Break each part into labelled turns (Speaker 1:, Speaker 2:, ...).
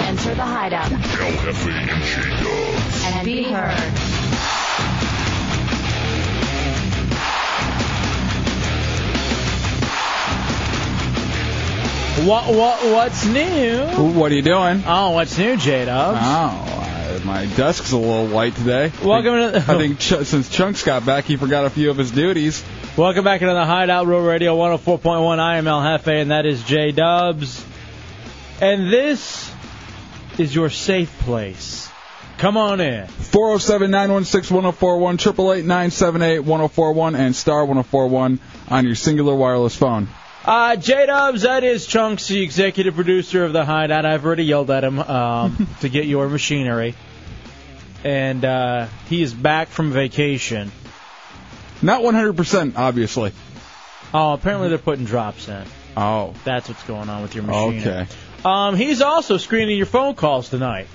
Speaker 1: Enter the hideout and be heard.
Speaker 2: What what what's new?
Speaker 3: What are you doing?
Speaker 2: Oh, what's new, J Dub?
Speaker 3: Oh, I- my desk's a little white today.
Speaker 2: Welcome
Speaker 3: I think,
Speaker 2: to the-
Speaker 3: I think Ch- since Chunks got back, he forgot a few of his duties.
Speaker 2: Welcome back into the Hideout Road Radio 104.1. I am El Jefe, and that is J Dubs. And this is your safe place. Come on in.
Speaker 3: 407 916 1041, 888 978 1041, and star 1041 on your singular wireless phone.
Speaker 2: Uh, J Dubs, that is Chunks, the executive producer of the Hideout. I've already yelled at him um, to get your machinery. And uh, he is back from vacation.
Speaker 3: Not 100%, obviously.
Speaker 2: Oh, apparently they're putting drops in.
Speaker 3: Oh.
Speaker 2: That's what's going on with your machine.
Speaker 3: Okay.
Speaker 2: Um, he's also screening your phone calls tonight.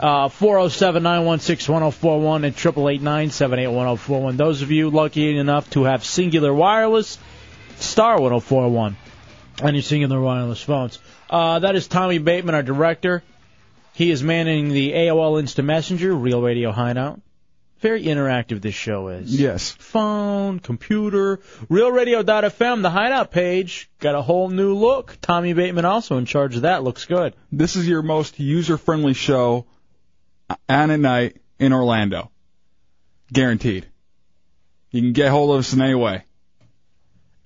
Speaker 2: Uh, 407-916-1041 and 888 oh Those of you lucky enough to have singular wireless, star 1041 on your singular wireless phones. Uh, that is Tommy Bateman, our director. He is manning the AOL Instant Messenger, Real Radio Hideout. Very interactive this show is
Speaker 3: Yes.
Speaker 2: phone, computer, realradio.fm, the hideout page, got a whole new look. Tommy Bateman also in charge of that. Looks good.
Speaker 3: This is your most user friendly show on a night in Orlando. Guaranteed. You can get hold of us in any way.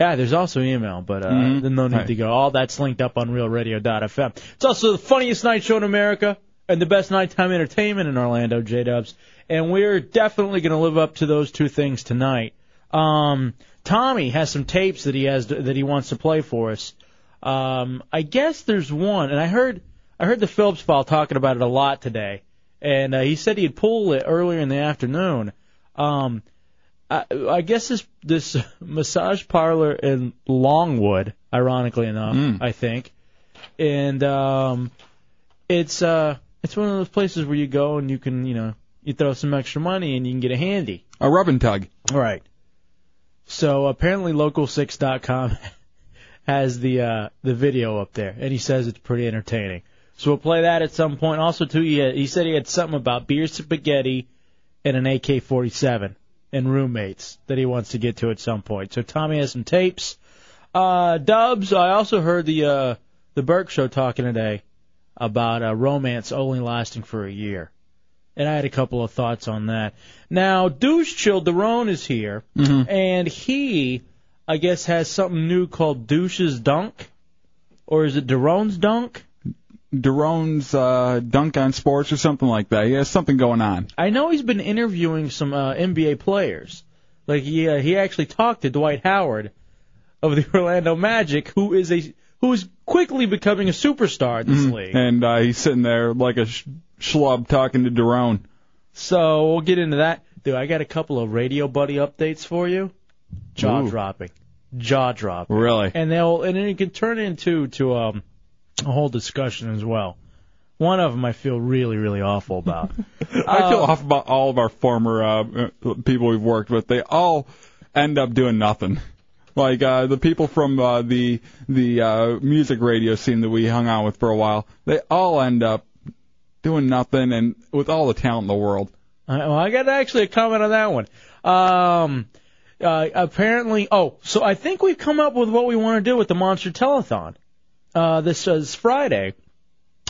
Speaker 2: Yeah, there's also email, but uh,
Speaker 3: Mhm.
Speaker 2: there's no need
Speaker 3: Right.
Speaker 2: to go. All that's linked up on realradio.fm. It's also the funniest night show in America and the best nighttime entertainment in Orlando, J Dubs. And we're definitely going to live up to those two things tonight. Um, Tommy has some tapes that he has that he wants to play for us. Um, I guess there's one, and I heard I heard the Phillips file talking about it a lot today, and uh, he said he'd pull it earlier in the afternoon. Um, I, I guess this this massage parlor in Longwood, ironically enough, I think, and um, it's uh it's one of those places where you go and you can you know you throw some extra money and you can get a handy.
Speaker 3: A rub and tug.
Speaker 2: All right. So apparently local6.com has the uh, the video up there, and he says it's pretty entertaining. So we'll play that at some point. Also, too, he, uh, he said he had something about beer spaghetti and an AK-47 and roommates that he wants to get to at some point. So Tommy has some tapes. Uh, Dubs, I also heard the uh, the Burke show talking today about uh, romance only lasting for a year and I had a couple of thoughts on that. Now, Douche Childerone is here, and he, I guess, has something new called Douche's Dunk, or is it Derone's Dunk?
Speaker 3: Darone's uh, dunk on sports or something like that. He has something going on.
Speaker 2: I know he's been interviewing some uh, NBA players. Like he uh, he actually talked to Dwight Howard of the Orlando Magic, who is a who is quickly becoming a superstar in this league.
Speaker 3: And uh, he's sitting there like a sh- schlub talking to Darone.
Speaker 2: So we'll get into that. Dude, I got a couple of radio buddy updates for you. Jaw
Speaker 3: Ooh.
Speaker 2: dropping. Jaw dropping.
Speaker 3: Really?
Speaker 2: And they'll and it can turn into to um a whole discussion as well. One of them I feel really really awful about.
Speaker 3: I feel off about all of our former uh, uh, people we've worked with. They all end up doing nothing. Like uh, the people from uh, the the uh, music radio scene that we hung out with for a while, they all end up doing nothing, and with all the talent in the world.
Speaker 2: I, Uh, well, I got actually a comment on that one. Um, uh, apparently, oh, so I think we've come up with what we want to do with the Monster Telethon. Uh, this is Friday,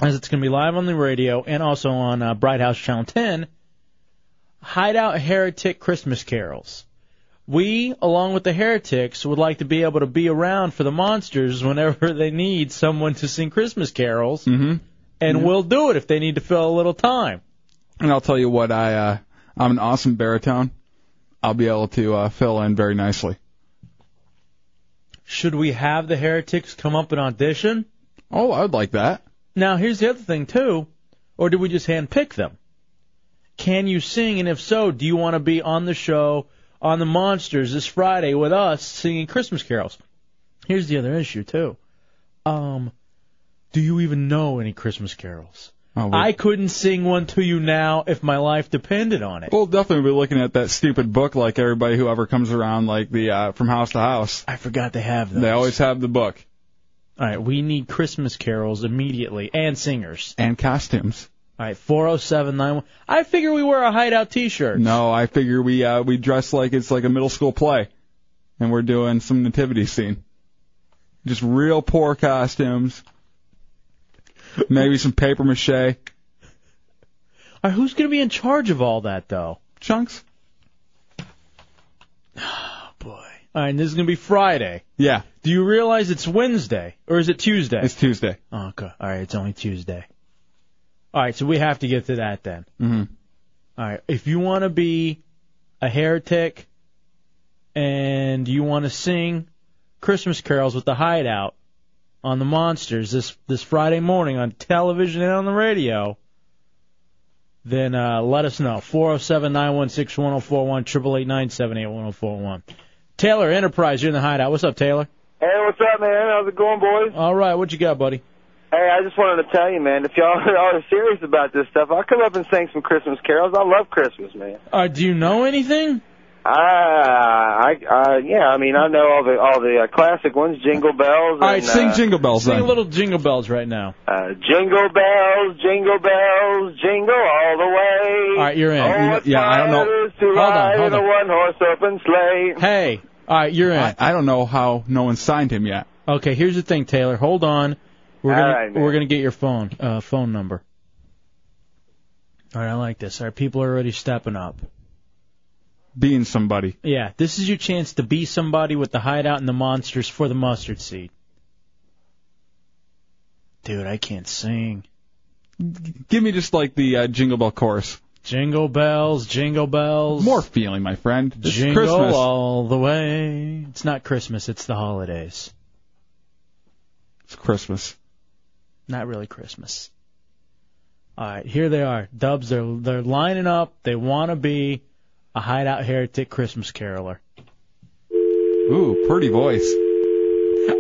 Speaker 2: as it's going to be live on the radio and also on uh, Bright House Channel 10. Hideout Heretic Christmas Carols. We, along with the heretics, would like to be able to be around for the monsters whenever they need someone to sing Christmas carols,
Speaker 3: Mm-hmm.
Speaker 2: and we'll do it if they need to fill a little time.
Speaker 3: And I'll tell you what, I uh, I'm an awesome baritone. I'll be able to uh, fill in very nicely.
Speaker 2: Should we have the heretics come up and audition?
Speaker 3: Oh, I would like that.
Speaker 2: Now, here's the other thing, too. Or do we just handpick them? Can you sing? And if so, do you want to be on the show on the Monsters this Friday with us singing Christmas carols? Here's the other issue, too. Um, do you even know any Christmas carols?
Speaker 3: Oh,
Speaker 2: I couldn't sing one to you now if my life depended on it.
Speaker 3: We'll definitely be looking at that stupid book like everybody who ever comes around like the uh, from house to house.
Speaker 2: I forgot they have those.
Speaker 3: They always have the book
Speaker 2: All right, we need Christmas carols immediately and singers.
Speaker 3: and costumes.
Speaker 2: All right, 40791. I figure we wear a hideout T-shirt.
Speaker 3: No, I figure we uh, we dress like it's like a middle school play, and we're doing some nativity scene. Just real poor costumes. Maybe some paper mache.
Speaker 2: All right, who's going to be in charge of all that though?
Speaker 3: Chunks.
Speaker 2: All right, and this is going to be Friday.
Speaker 3: Yeah,
Speaker 2: Do you realize it's Wednesday or is it Tuesday?
Speaker 3: it's Tuesday.
Speaker 2: oh, okay. All right, it's only Tuesday. All right, so we have to get to that then.
Speaker 3: Mm-hmm.
Speaker 2: All right, if you want to be a heretic and you want to sing Christmas carols with the Hideout on the Monsters this this Friday morning on television and on the radio, then uh, let us know. 407 916 1041, 888 978 1041. Taylor Enterprise, you're in the Hideout. What's up, Taylor?
Speaker 4: Hey, what's up, man? How's it going, boys?
Speaker 2: All right, what you got, buddy?
Speaker 4: Hey, I just wanted to tell you, man, if y'all are serious about this stuff, I'll come up and sing some Christmas carols. I love Christmas, man.
Speaker 2: Uh, do you know anything?
Speaker 4: I, I, I yeah, I mean, I know all the all the uh, classic ones, Jingle Bells.
Speaker 3: All right,
Speaker 4: and,
Speaker 3: sing
Speaker 4: uh,
Speaker 3: Jingle Bells
Speaker 2: Sing
Speaker 3: then.
Speaker 2: a little jingle bells right now.
Speaker 4: uh, Jingle Bells, Jingle Bells, Jingle all the way.
Speaker 2: All right, you're in.
Speaker 4: Oh, what
Speaker 3: Yeah, I don't know.
Speaker 4: fun it is to
Speaker 2: Hold on,
Speaker 4: ride
Speaker 2: hold
Speaker 4: in
Speaker 2: on.
Speaker 4: a one-horse open sleigh.
Speaker 2: Hey, all right, you're in.
Speaker 3: I, I don't know how no one signed him yet.
Speaker 2: Okay, here's the thing, Taylor. Hold on. We're
Speaker 4: All
Speaker 2: gonna
Speaker 4: right, man.
Speaker 2: we're gonna get your phone uh, phone number. All right, I like this. All right, people are already stepping up.
Speaker 3: Being somebody.
Speaker 2: Yeah, this is your chance to be somebody with the hideout and the monsters for the mustard seed. Dude, I can't sing.
Speaker 3: Give me just like the uh, Jingle Bell chorus.
Speaker 2: Jingle bells, jingle bells.
Speaker 3: More feeling, my friend. It's
Speaker 2: jingle
Speaker 3: Christmas.
Speaker 2: all the way. It's not Christmas. It's the holidays.
Speaker 3: It's Christmas.
Speaker 2: not really Christmas. All right, here they are. Dubs, they're they're lining up. They want to be a hideout heretic Christmas caroler.
Speaker 3: Ooh, pretty voice.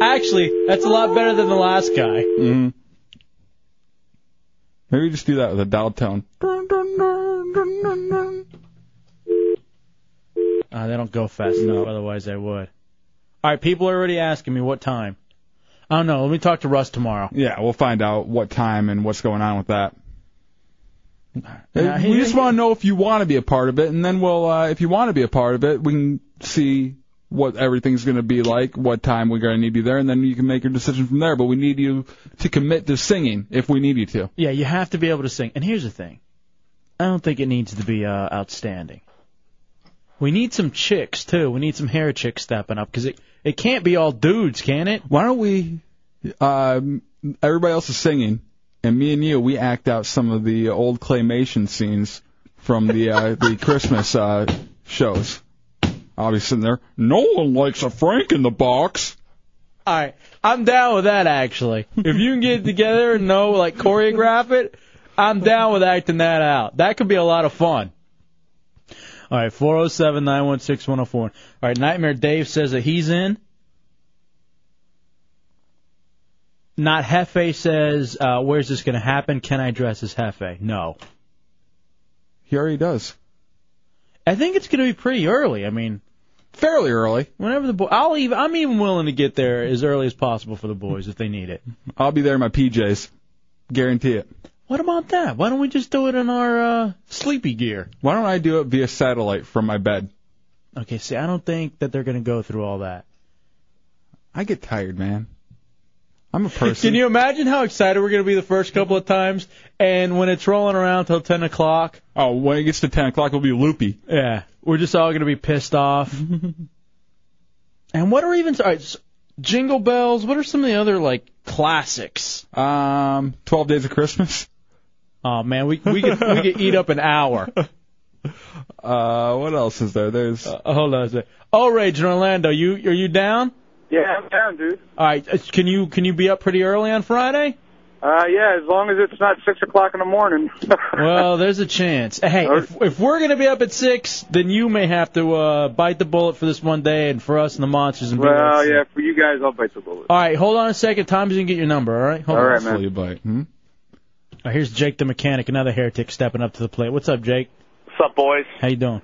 Speaker 2: Actually, that's a lot better than the last guy.
Speaker 3: hmm Maybe just do that with a dial tone. Dun, dun, dun, dun, dun, dun.
Speaker 2: Uh, they don't go fast enough, otherwise they would. All right, people are already asking me what time. I don't know. Let me talk to Russ tomorrow.
Speaker 3: Yeah, we'll find out what time and what's going on with that. Uh,
Speaker 2: Now,
Speaker 3: we
Speaker 2: he-
Speaker 3: just want to know if you want to be a part of it, and then we'll, uh, if you want to be a part of it, we can see what everything's going to be like, what time we're going to need you there, and then you can make your decision from there. But we need you to commit to singing if we need you to.
Speaker 2: Yeah, you have to be able to sing. And here's the thing. I don't think it needs to be uh, outstanding. We need some chicks too. We need some hair chicks stepping up because it it can't be all dudes, can it?
Speaker 3: Why don't we? Um, everybody else is singing, and me and you, we act out some of the old claymation scenes from the uh, the Christmas uh, shows. I'll be sitting there. No one likes a Frank in the box.
Speaker 2: All right, I'm down with that actually. If you can get it together and know like choreograph it, I'm down with acting that out. That could be a lot of fun. All right, four zero seven nine one six one zero four. All right, Nightmare Dave says that he's in. Not Hefe says, uh, where's this going to happen? Can I dress as Hefe? No.
Speaker 3: He already does.
Speaker 2: I think it's going to be pretty early. I mean,
Speaker 3: Fairly early.
Speaker 2: whenever the boy, I'll even, I'm even willing to get there as early as possible for the boys if they need it.
Speaker 3: I'll be there in my PJs. Guarantee it.
Speaker 2: What about that? Why don't we just do it in our uh, sleepy gear?
Speaker 3: Why don't I do it via satellite from my bed?
Speaker 2: Okay, see, I don't think that they're going to go through all that.
Speaker 3: I get tired, man. I'm a person.
Speaker 2: Can you imagine how excited we're going to be the first couple of times? And when it's rolling around till 10 o'clock,
Speaker 3: oh, when it gets to 10 o'clock, we'll be loopy.
Speaker 2: yeah, we're just all going to be pissed off. and what are even, all right, s- Jingle Bells, what are some of the other, like, classics?
Speaker 3: Um, 12 Days of Christmas.
Speaker 2: Oh, man, we, we, could, we could eat up an hour.
Speaker 3: Uh, what else is there? There's
Speaker 2: Uh, hold on a sec. Oh, Rage in Orlando, you, are you down?
Speaker 4: Yeah, I'm down, dude.
Speaker 2: All right, uh, can you can you be up pretty early on Friday?
Speaker 4: Uh, yeah, as long as it's not six o'clock in the morning.
Speaker 2: Well, there's a chance. Hey, if, if we're gonna be up at six, then you may have to uh, bite the bullet for this one day, and for us and the monsters and be there at
Speaker 4: well,
Speaker 2: six.
Speaker 4: yeah, for you guys, I'll bite the bullet.
Speaker 2: All right, hold on a second. Tom's gonna get your number. All right, hold
Speaker 4: All
Speaker 2: on. Oh,
Speaker 4: right, man. Hopefully
Speaker 3: Hmm?
Speaker 2: here's Jake the mechanic, another heretic stepping up to the plate. What's up, Jake?
Speaker 5: What's up, boys?
Speaker 2: How you doing?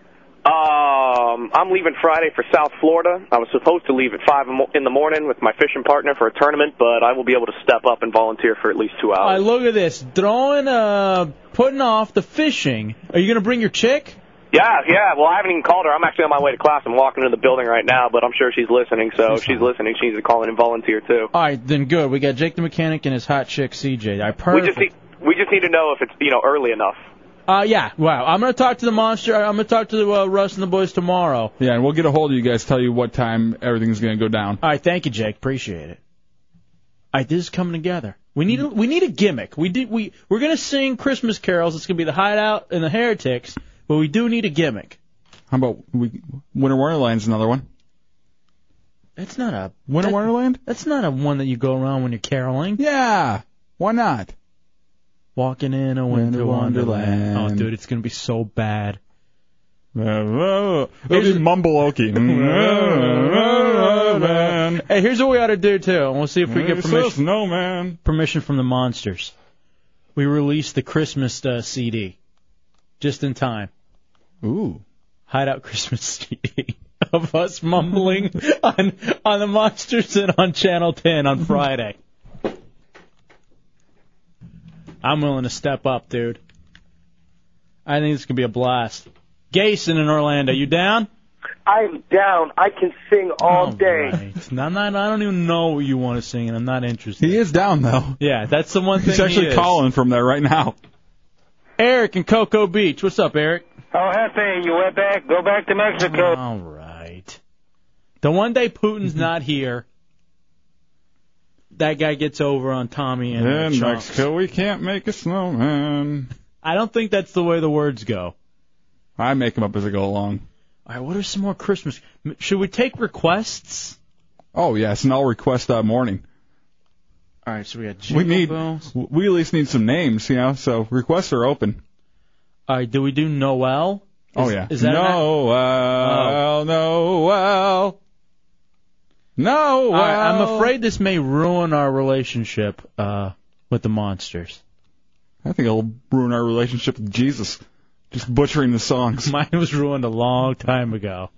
Speaker 5: Um, I'm leaving Friday for South Florida. I was supposed to leave at five in the morning with my fishing partner for a tournament, but I will be able to step up and volunteer for at least two
Speaker 2: All right,
Speaker 5: hours.
Speaker 2: look at this. Throwing, uh, putting off the fishing. Are you gonna bring your chick?
Speaker 5: Yeah, yeah. Well, I haven't even called her. I'm actually on my way to class. I'm walking into the building right now, but I'm sure she's listening. So if she's listening, she needs to call in and volunteer too.
Speaker 2: All right, then good. We got Jake the mechanic and his hot chick CJ. I perfect.
Speaker 5: We just need we just need to know if it's you know early enough.
Speaker 2: Uh, yeah. Wow. I'm gonna talk to the monster. I'm gonna talk to uh, Russ and the boys tomorrow.
Speaker 3: Yeah, and we'll get a hold of you guys, tell you what time everything's going to go down.
Speaker 2: All right. Thank you, Jake. Appreciate it. All right, this is coming together. We need a, we need a gimmick. We did we we're gonna sing Christmas carols. It's gonna be the Hideout and the Heretics, but we do need a gimmick.
Speaker 3: How about we, Winter Wonderland's another one?
Speaker 2: That's not a
Speaker 3: Winter
Speaker 2: that-
Speaker 3: Wonderland?
Speaker 2: That's not a one that you go around when you're caroling.
Speaker 3: Yeah. Why not?
Speaker 2: Walking in a winter
Speaker 3: Winter
Speaker 2: wonderland.
Speaker 3: wonderland.
Speaker 2: Oh, dude, it's gonna be so bad.
Speaker 3: It'll
Speaker 2: Here's-
Speaker 3: be mumble-oaking.
Speaker 2: Hey, here's what we ought to do too, and we'll see if we get
Speaker 3: It's a
Speaker 2: permission.
Speaker 3: snowman.
Speaker 2: permission from the monsters. We released the Christmas uh, CD just in time.
Speaker 3: Ooh.
Speaker 2: Hideout Christmas CD of us mumbling on on the monsters and on Channel 10 on Friday. I'm willing to step up, dude. I think this could be a blast. Gason in Orlando, you down?
Speaker 4: I'm down. I can sing all day.
Speaker 2: right. No, I'm not, I don't even know what you want to sing, and I'm not interested.
Speaker 3: He is down, though.
Speaker 2: Yeah, that's the one thing.
Speaker 3: He's actually
Speaker 2: he is.
Speaker 3: calling from there right now.
Speaker 2: Eric in Cocoa Beach. What's up, Eric?
Speaker 4: Oh, Hefe, you went back. Go back to Mexico.
Speaker 2: All right. The one day Putin's
Speaker 3: Mm-hmm.
Speaker 2: not here, that guy gets over on Tommy and uh,
Speaker 3: In
Speaker 2: Chunks.
Speaker 3: Mexico, we can't make a snowman.
Speaker 2: I don't think that's the way the words go.
Speaker 3: I make them up as I go along.
Speaker 2: All right, what are some more Christmas? m- Should we take requests?
Speaker 3: Oh yes, and I'll request that morning.
Speaker 2: All right, so we got
Speaker 3: We
Speaker 2: Jingle
Speaker 3: need,
Speaker 2: Bells.
Speaker 3: we at least need some names, you know. So requests are open.
Speaker 2: All right, do we do Noel?
Speaker 3: oh yeah.
Speaker 2: is that
Speaker 3: no, well, no, well, no,
Speaker 2: All right, I'm afraid this may ruin our relationship uh, with the monsters.
Speaker 3: I think it'll ruin our relationship with Jesus. Just butchering the songs.
Speaker 2: Mine was ruined a long time ago.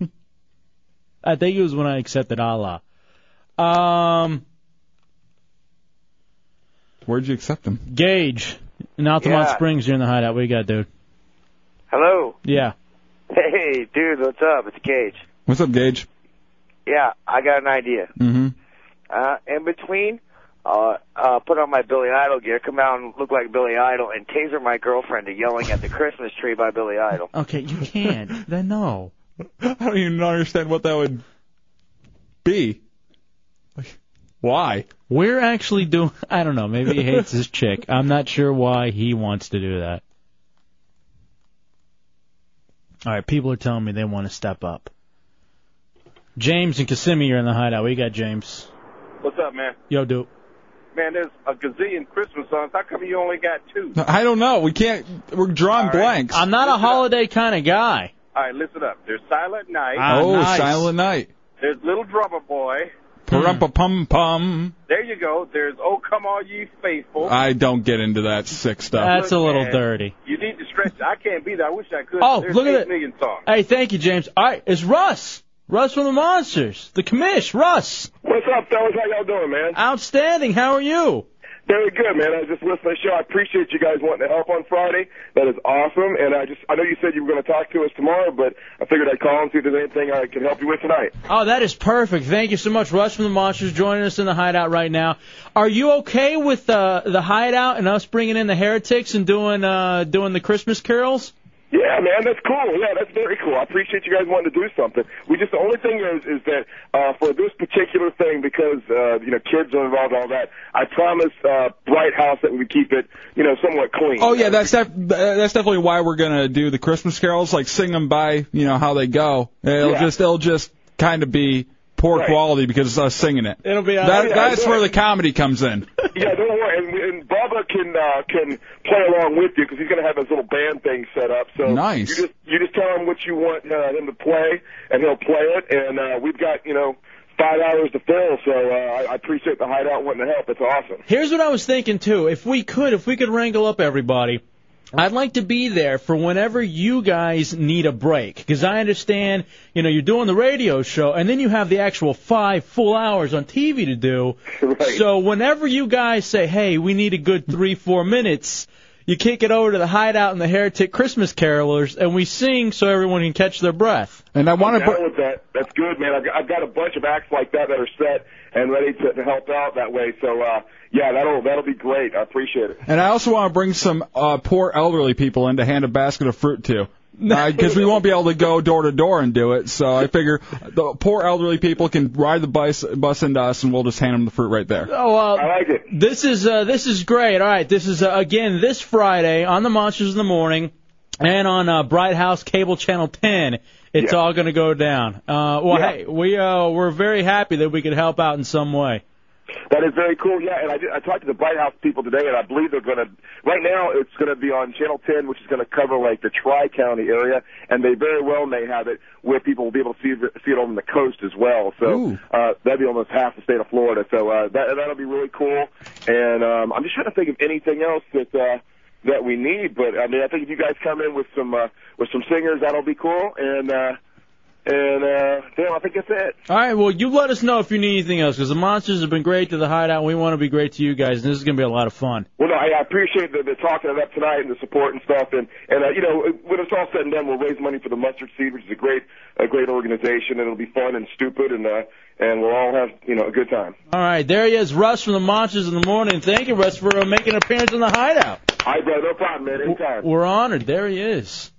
Speaker 2: I think it was when I accepted Allah. Um,
Speaker 3: Where'd you accept them?
Speaker 2: Gage in Altamont
Speaker 4: Yeah.
Speaker 2: Springs, you're in the hideout. What you got, dude?
Speaker 4: Hello.
Speaker 2: Yeah.
Speaker 4: Hey, dude, what's up? It's Gage.
Speaker 3: What's up, Gage?
Speaker 4: Yeah, I got an idea.
Speaker 3: Mm-hmm.
Speaker 4: Uh, in between, uh, uh, put on my Billy Idol gear, come out and look like Billy Idol, and taser my girlfriend to yelling at the Christmas tree by Billy Idol.
Speaker 2: Okay, you can't. then no.
Speaker 3: I don't even understand what that would be. Like, Why?
Speaker 2: We're actually doing. I don't know. Maybe he hates his chick. I'm not sure why he wants to do that. All right, people are telling me they want to step up. James and Kissimmee, you're in the hideout. We got James.
Speaker 4: What's up, man?
Speaker 2: Yo, dude.
Speaker 4: Man, there's a gazillion Christmas songs. How come you only got two?
Speaker 3: I don't know. We can't. We're drawing
Speaker 4: All right.
Speaker 3: blanks.
Speaker 2: I'm not a holiday kind of guy.
Speaker 4: All right, listen up. There's Silent Night.
Speaker 2: Ah,
Speaker 3: oh,
Speaker 2: nice. Hmm.
Speaker 3: Silent Night.
Speaker 4: There's Little Drummer Boy.
Speaker 3: Parumpa pum pum.
Speaker 4: There you go. There's Oh Come All Ye Faithful.
Speaker 3: I don't get into that sick stuff.
Speaker 2: That's a little
Speaker 4: man.
Speaker 2: dirty.
Speaker 4: you need to stretch. I can't be there. I wish I could.
Speaker 2: Oh,
Speaker 4: There's
Speaker 2: look at
Speaker 4: eight
Speaker 2: it.
Speaker 4: million songs.
Speaker 2: Hey, thank you, James. All right, it's Russ. Russ from the Monsters. The commish. Russ.
Speaker 4: What's up, fellas? How y'all doing, man?
Speaker 2: Outstanding. How are you?
Speaker 4: Very good, man. I was just listening to the show. I appreciate you guys wanting to help on Friday. That is awesome. And I just, I know you said you were going to talk to us tomorrow, but I figured I'd call and see if there's anything I can help you with tonight.
Speaker 2: Oh, that is perfect. Thank you so much, Russ from the Monsters, joining us in the hideout right now. Are you okay with uh, the hideout and us bringing in the heretics and doing uh, doing the Christmas carols?
Speaker 4: Yeah, man, that's cool. Yeah, that's very cool. I appreciate you guys wanting to do something. We just the only thing is is that uh, for this particular thing, because uh, you know kids are involved, all that. I promised uh, Bright House that we would keep it, you know, somewhat clean.
Speaker 3: Oh yeah, that's def- that's definitely why we're gonna do the Christmas carols. Like sing them by you know how they go. It'll
Speaker 4: Yeah.
Speaker 3: just it'll just kind of be poor quality because it's us singing it.
Speaker 2: It'll be uh, on-
Speaker 3: that,
Speaker 2: Yeah,
Speaker 3: that's
Speaker 4: yeah.
Speaker 3: where the comedy comes in.
Speaker 4: Yeah, don't worry. And, and Bubba can uh, can play along with you because he's going to have his little band thing set up. So
Speaker 3: Nice.
Speaker 4: You just you just tell him what you want uh, him to play, and he'll play it. And uh, we've got you know five hours to fill. So uh, I, I appreciate the hideout wanting to help. It's awesome.
Speaker 2: Here's what I was thinking too. If we could, if we could wrangle up everybody, I'd like to be there for whenever you guys need a break. Because I understand, you know, you're doing the radio show, and then you have the actual five full hours on TV to do. So whenever you guys say, "Hey, we need a good three, four minutes," you kick it over to the Hideout and the Heretic Christmas Carolers, and we sing so everyone can catch their breath.
Speaker 3: And I want
Speaker 4: I'm down with that. That's good, man. I've got, I've got a bunch of acts like that that are set and ready to, to help out that way. So uh, yeah, that'll that'll be great. I appreciate it.
Speaker 3: And I also want to bring some uh, poor elderly people in to hand a basket of fruit to. Because we won't be able to go door to door and do it, so I figure the poor elderly people can ride the bus, bus into us, and we'll just hand them the fruit right there.
Speaker 2: Oh, uh, I like it. This is uh, this is great. All right, this is uh, again this Friday on the Monsters in the Morning, and on uh, Bright House Cable Channel 10. It's all going to go down. Uh, well,
Speaker 4: Yeah.
Speaker 2: hey, we uh, we're very happy that we could help out in some way.
Speaker 4: That is very cool. Yeah, and I, did, I talked to the Bright House people today, and I believe they're going to. Right now, it's going to be on Channel 10, which is going to cover like the Tri-County area, and they very well may have it where people will be able to see it, see it on the coast as well. So uh, that'd be almost half the state of Florida. So uh, that that'll be really cool. And um, I'm just trying to think of anything else that uh, that we need. But I mean, I think if you guys come in with some uh, with some singers, that'll be cool. And uh, and uh, damn, I think that's it.
Speaker 2: All right, well, you let us know if you need anything else, because the Monsters have been great to the Hideout. And we want to be great to you guys, and this is going to be a lot of fun.
Speaker 4: Well, no, I I appreciate the, the talking it up tonight and the support and stuff, and and uh, you know when it's all said and done, we'll raise money for the Mustard Seed, which is a great a great organization, and it'll be fun and stupid, and uh, and we'll all have you know a good time.
Speaker 2: All right, there he is, Russ from the Monsters in the Morning. Thank you, Russ, for uh, making an appearance on the Hideout.
Speaker 4: All right, bro, no problem, man. Anytime.
Speaker 2: We're honored. There he is.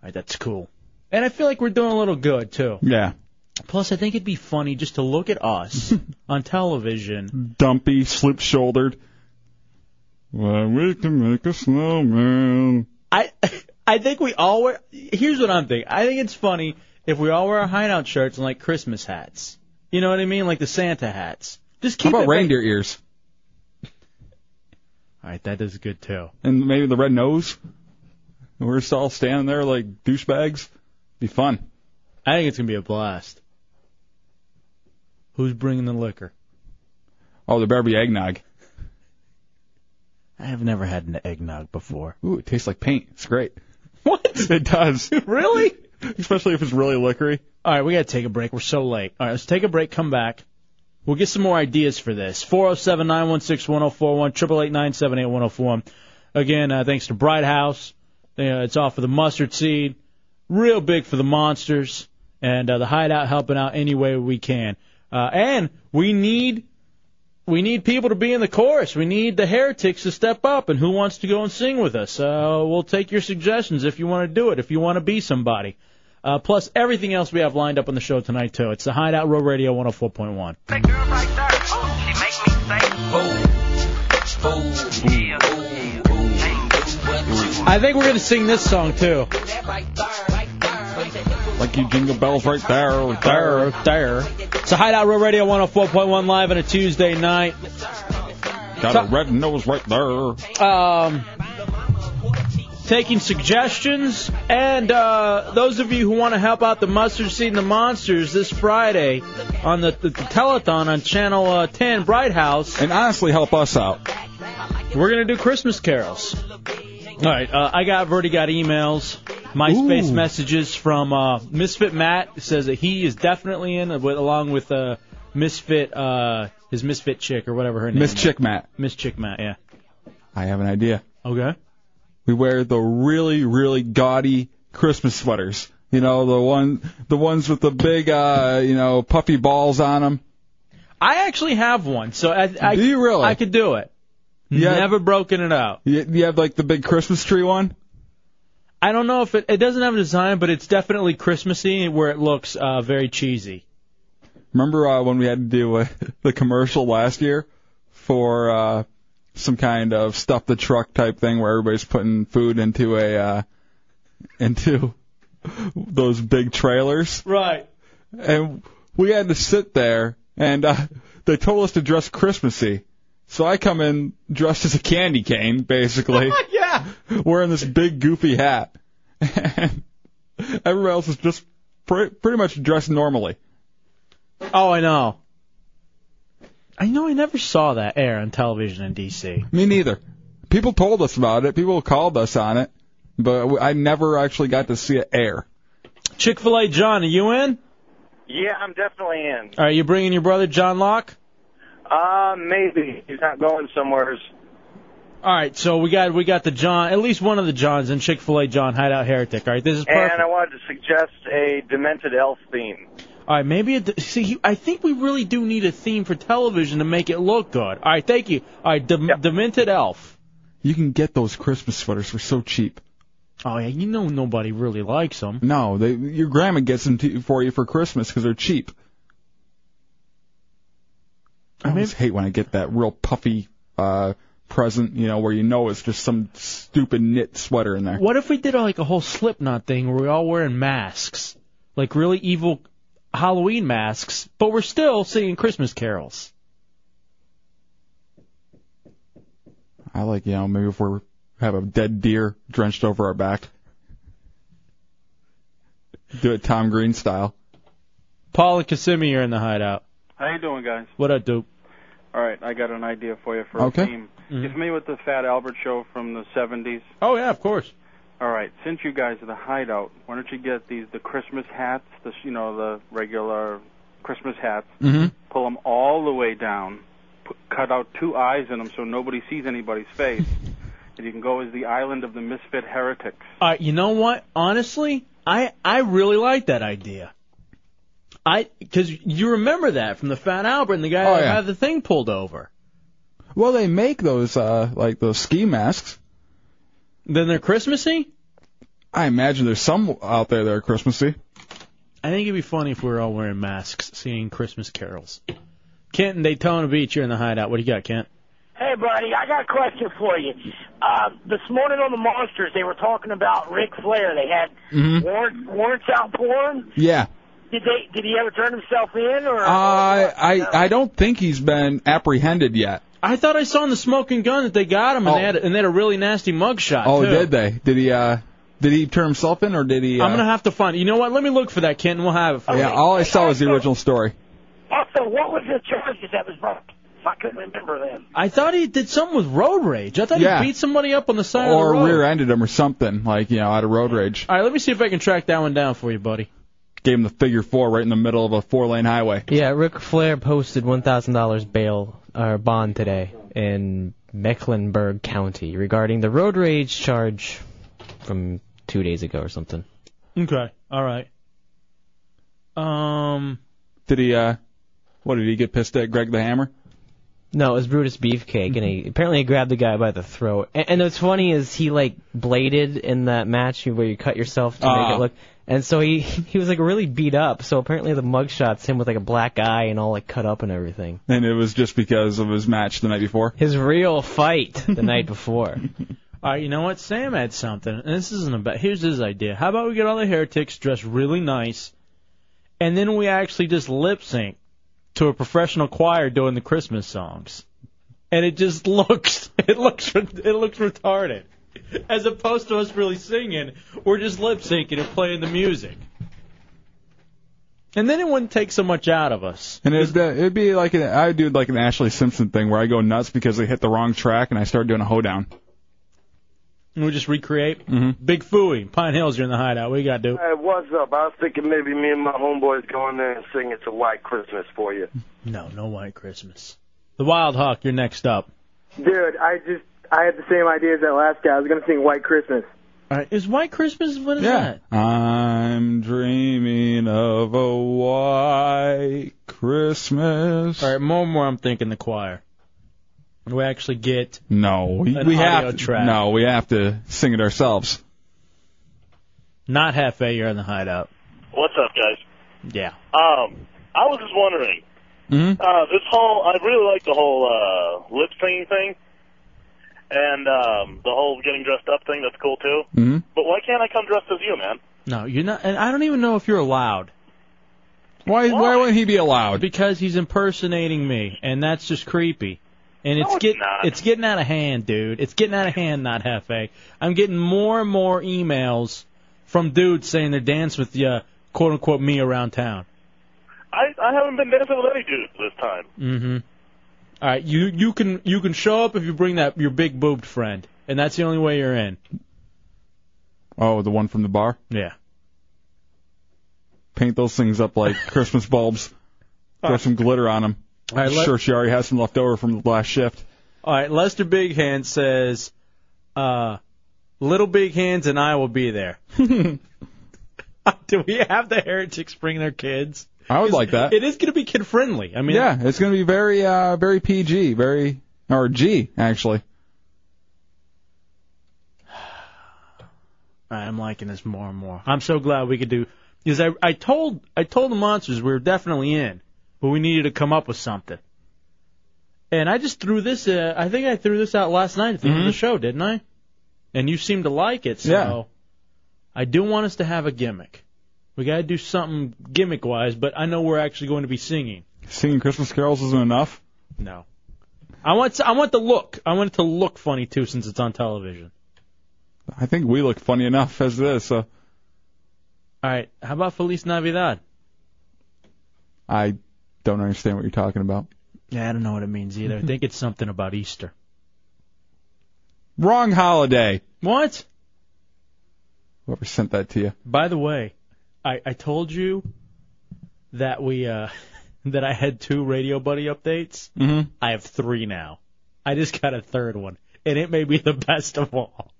Speaker 2: All right, that's cool. And I feel like we're doing a little good too.
Speaker 3: Yeah.
Speaker 2: Plus, I think it'd be funny just to look at us on television.
Speaker 3: Dumpy, sloop shouldered. Well, we can make a snowman.
Speaker 2: I I think we all wear. Here's what I'm thinking. I think it's funny if we all wear our hideout shirts and like Christmas hats. You know what I mean, like the Santa hats. Just
Speaker 3: How
Speaker 2: keep
Speaker 3: about
Speaker 2: it.
Speaker 3: reindeer ears?
Speaker 2: All right, that is good too.
Speaker 3: And maybe the red nose? And We're just all standing there like douchebags. Be fun.
Speaker 2: I think it's gonna be a blast. Who's bringing the liquor?
Speaker 3: Oh, there better be eggnog.
Speaker 2: I have never had an eggnog before.
Speaker 3: Ooh, it tastes like paint. It's great.
Speaker 2: What?
Speaker 3: It does.
Speaker 2: really?
Speaker 3: Especially if it's really liquory.
Speaker 2: All right, we got to take a break. We're so late. All right, let's take a break. Come back. We'll get some more ideas for this. 407 916 1041, 888 978 1041. Again, uh, thanks to Bright House. Uh, it's off of the mustard seed. Real big for the monsters. And uh, the hideout helping out any way we can. Uh, and we need we need people to be in the chorus. We need the heretics to step up. And who wants to go and sing with us? Uh, we'll take your suggestions if you want to do it, if you want to be somebody. Uh, plus everything else we have lined up on the show tonight, too. It's the Hideout Row Radio 104.1. I think we're going to sing this song, too.
Speaker 3: Like you jingle bells right there, right there.
Speaker 2: There. It's the Hideout Row Radio 104.1 live on a Tuesday night.
Speaker 3: Got a red nose right there.
Speaker 2: um, taking suggestions, and uh, those of you who want to help out the Mustard Seed and the Monsters this Friday on the, the, the telethon on Channel uh, 10 Bright House,
Speaker 3: And honestly, help us out.
Speaker 2: we're gonna do Christmas carols. All right, uh, I got I've already got emails, MySpace
Speaker 3: Ooh.
Speaker 2: messages from uh, Misfit Matt says that he is definitely in with, along with uh, Misfit uh, his Misfit chick or whatever her name
Speaker 3: Miss
Speaker 2: is.
Speaker 3: Chick Matt.
Speaker 2: Miss Chick Matt, yeah.
Speaker 3: I have an idea.
Speaker 2: Okay.
Speaker 3: We wear the really, really gaudy Christmas sweaters. You know, the one, the ones with the big, uh, you know, puffy balls on them.
Speaker 2: I actually have one, so I, I
Speaker 3: Do you really?
Speaker 2: I could do it.
Speaker 3: Yeah.
Speaker 2: Never broken it out.
Speaker 3: You, you have like the big Christmas tree one.
Speaker 2: I don't know if it it doesn't have a design, but it's definitely Christmassy where it looks uh, very cheesy.
Speaker 3: Remember uh, when we had to do uh, the commercial last year for uh, some kind of stuff the truck type thing where everybody's putting food into a uh, into those big trailers,
Speaker 2: Right.
Speaker 3: and we had to sit there, and uh, they told us to dress Christmassy. So I come in dressed as a candy cane, basically,
Speaker 2: yeah.
Speaker 3: wearing this big goofy hat. And everybody else is just pre- pretty much dressed normally.
Speaker 2: Oh, I know. I know. I never saw that air on television in D.C.
Speaker 3: Me neither. People told us about it. People called us on it, but I never actually got to see it air.
Speaker 2: Chick Fil A, John, are you in?
Speaker 6: Yeah, I'm definitely in.
Speaker 2: Are you bringing your brother John Locke?
Speaker 6: Uh, maybe he's not going somewheres.
Speaker 2: All right, so we got we got the John, at least one of the Johns in Chick Fil A John Hideout Heretic. All right, this is perfect.
Speaker 6: And I wanted to suggest a demented elf theme.
Speaker 2: All right, maybe it, see. he- I think we really do need a theme for television to make it look good. All right, thank you. All right, Dem- Demented Elf.
Speaker 3: You can get those Christmas sweaters for so cheap.
Speaker 2: Oh yeah, you know nobody really likes them.
Speaker 3: No, they, your grandma gets them to, for you for Christmas because they're cheap. I always hate when I get that real puffy uh, present, you know, where you know it's just some stupid knit sweater in there.
Speaker 2: What if we did uh, like a whole Slipknot thing where we all wearing masks, like really evil Halloween masks, but we're still singing Christmas carols?
Speaker 3: I like, you know, maybe if we have a dead deer drenched over our back. Do it Tom Green style.
Speaker 2: Paul and Kissimmee are in the Hideout.
Speaker 7: How you doing, guys?
Speaker 2: What up, dude?
Speaker 7: All right, I got an idea for you for
Speaker 2: Okay.
Speaker 7: a theme. You
Speaker 2: Mm-hmm.
Speaker 7: familiar with the Fat Albert show from the 70s?
Speaker 2: Oh yeah, of course.
Speaker 7: All right, since you guys are the hideout, why don't you get these the Christmas hats, the you know the regular Christmas hats,
Speaker 3: Mm-hmm.
Speaker 7: pull them all the way down, put, cut out two eyes in them so nobody sees anybody's face, and you can go as the Island of the Misfit Heretics.
Speaker 2: All right, Uh, you know what? Honestly, I I really like that idea. I because you remember that from the Fat Albert and the guy
Speaker 3: Oh,
Speaker 2: that
Speaker 3: yeah.
Speaker 2: had the thing pulled over.
Speaker 3: Well, they make those, uh, like those ski masks.
Speaker 2: Then they're Christmassy.
Speaker 3: I imagine there's some out there that are Christmassy.
Speaker 2: I think it'd be funny if we were all wearing masks, singing Christmas carols. Kent and Daytona Beach, you're in the hideout. What do you got, Kent?
Speaker 8: Hey, buddy, I got a question for you. Uh, this morning on the Monsters, they were talking about Ric Flair. They had
Speaker 3: Mhm.
Speaker 8: warrant, warrants out for him.
Speaker 3: Yeah.
Speaker 8: Did they? Did he ever turn himself in? Or
Speaker 3: I I I don't think he's been apprehended yet.
Speaker 2: I thought I saw in the smoking gun that they got him and, they, had, and they had a really nasty mugshot.
Speaker 3: Oh,
Speaker 2: too.
Speaker 3: did they? Did he uh did he turn himself in or did he uh,
Speaker 2: I'm gonna have to find. You know what? Let me look for that, Kent. And we'll have it for
Speaker 3: Yeah,
Speaker 2: you.
Speaker 3: all I saw was the original story.
Speaker 8: also, what was the charges that was brought? I couldn't remember them.
Speaker 2: I thought he did something with road rage. I thought
Speaker 3: Yeah.
Speaker 2: he beat somebody up on the side of the
Speaker 3: Or
Speaker 2: road.
Speaker 3: rear ended him or something, like, you know, out of road rage.
Speaker 2: All right, let me see if I can track that one down for you, buddy.
Speaker 3: Gave him the figure four right in the middle of a four lane highway.
Speaker 9: Yeah, Ric Flair posted $1,000 bail or bond today in Mecklenburg County regarding the road rage charge from two days ago or something.
Speaker 2: Okay. All right. Um.
Speaker 3: Did he uh what did he get pissed at Greg the Hammer? Mm-hmm.
Speaker 9: No, it was Brutus Beefcake, and he apparently he grabbed the guy by the throat. And, and what's funny is he like bladed in that match where you cut yourself to
Speaker 3: Ah.
Speaker 9: make it look. And so he he was like really beat up. So apparently the mugshots him with like a black eye and all like cut up and everything.
Speaker 3: And it was just because of his match the night before.
Speaker 9: His real fight the night before.
Speaker 2: All right. You know what? Sam had something, and this isn't about. Here's his idea. How about we get all the heretics dressed really nice, and then we actually just lip sync to a professional choir doing the Christmas songs, and it just looks it looks it looks retarded. As opposed to us really singing, we're just lip syncing and playing the music. And then it wouldn't take so much out of us.
Speaker 3: And it'd, be- it'd be like an, I do like an Ashley Simpson thing where I go nuts because they hit the wrong track and I start doing a hoedown.
Speaker 2: And we just recreate.
Speaker 3: Mhm.
Speaker 2: Big Fooey, Pine Hills, you're in the hideout. What you got, dude?
Speaker 10: Hey, what's up? I Uh, was thinking maybe me and my homeboys go in there and sing It's a White Christmas for you.
Speaker 2: No, no White Christmas. The Wild Hawk, you're next up.
Speaker 11: Dude, I just I had the same idea as that last guy. I was gonna sing White Christmas.
Speaker 2: All right, is White Christmas what is that?
Speaker 3: I'm dreaming of a white Christmas.
Speaker 2: All right, more and more I'm thinking the choir. We actually get
Speaker 3: No, we,
Speaker 2: An
Speaker 3: we
Speaker 2: audio
Speaker 3: have to,
Speaker 2: track.
Speaker 3: no, we have to sing it ourselves.
Speaker 2: not half a year in the hideout.
Speaker 12: What's up, guys?
Speaker 2: Yeah.
Speaker 12: Um, I was just wondering.
Speaker 3: Mm-hmm.
Speaker 12: Uh, this whole I really like the whole uh, lip singing thing, and um, the whole getting dressed up thing. That's cool too.
Speaker 3: Mm-hmm.
Speaker 12: But why can't I come dressed as you, man?
Speaker 2: No, you're not. And I don't even know if you're allowed.
Speaker 3: Why, why? wouldn't he be allowed?
Speaker 2: Because he's impersonating me, and that's just creepy. And it's get it's getting out of hand, dude. It's getting out of hand, not Hefe. I'm getting more and more emails from dudes saying they're dancing with the uh, quote unquote me around town.
Speaker 5: I I haven't been dancing with any dudes this time.
Speaker 2: Mm-hmm. All right, you you can you can show up if you bring that your big boobed friend, and that's the only way you're in.
Speaker 3: Oh, the one from the bar?
Speaker 2: Yeah.
Speaker 3: Paint those things up like Christmas bulbs. Throw some glitter on them.
Speaker 2: Uh, All right,
Speaker 3: I'm
Speaker 2: let-
Speaker 3: sure she already has some left over from the last shift.
Speaker 2: All right, Lester Big Hand says, uh, "Little Big Hands and I will be there." Do we have the heretics bring their kids?
Speaker 3: I would
Speaker 2: It's-
Speaker 3: like that.
Speaker 2: It is going to be kid friendly. I mean,
Speaker 3: yeah, it's going to be very, uh, very PG, very or G actually.
Speaker 2: All right, I'm liking this more and more. I'm so glad we could do because I I told I told the monsters we were definitely in, but we needed to come up with something. And I just threw this. Uh, I think I threw this out last night at the end of the show, didn't I? And you seemed to like it, so
Speaker 3: Yeah.
Speaker 2: I do want us to have a gimmick. We got to do something gimmick wise, but I know we're actually going to be singing.
Speaker 3: Singing Christmas carols isn't enough.
Speaker 2: No. I want I want the look. I want it to look funny too, since it's on television.
Speaker 3: I think we look funny enough as this. So
Speaker 2: All right, how about Feliz Navidad?
Speaker 3: I don't understand what you're talking about.
Speaker 2: Yeah, I don't know what it means either. I think it's something about Easter.
Speaker 3: Wrong holiday.
Speaker 2: What?
Speaker 3: Whoever sent that to you.
Speaker 2: By the way, I, I told you that we uh that I had two radio buddy updates.
Speaker 3: Mm-hmm.
Speaker 2: I have three now. I just got a third one, and it may be the best of all.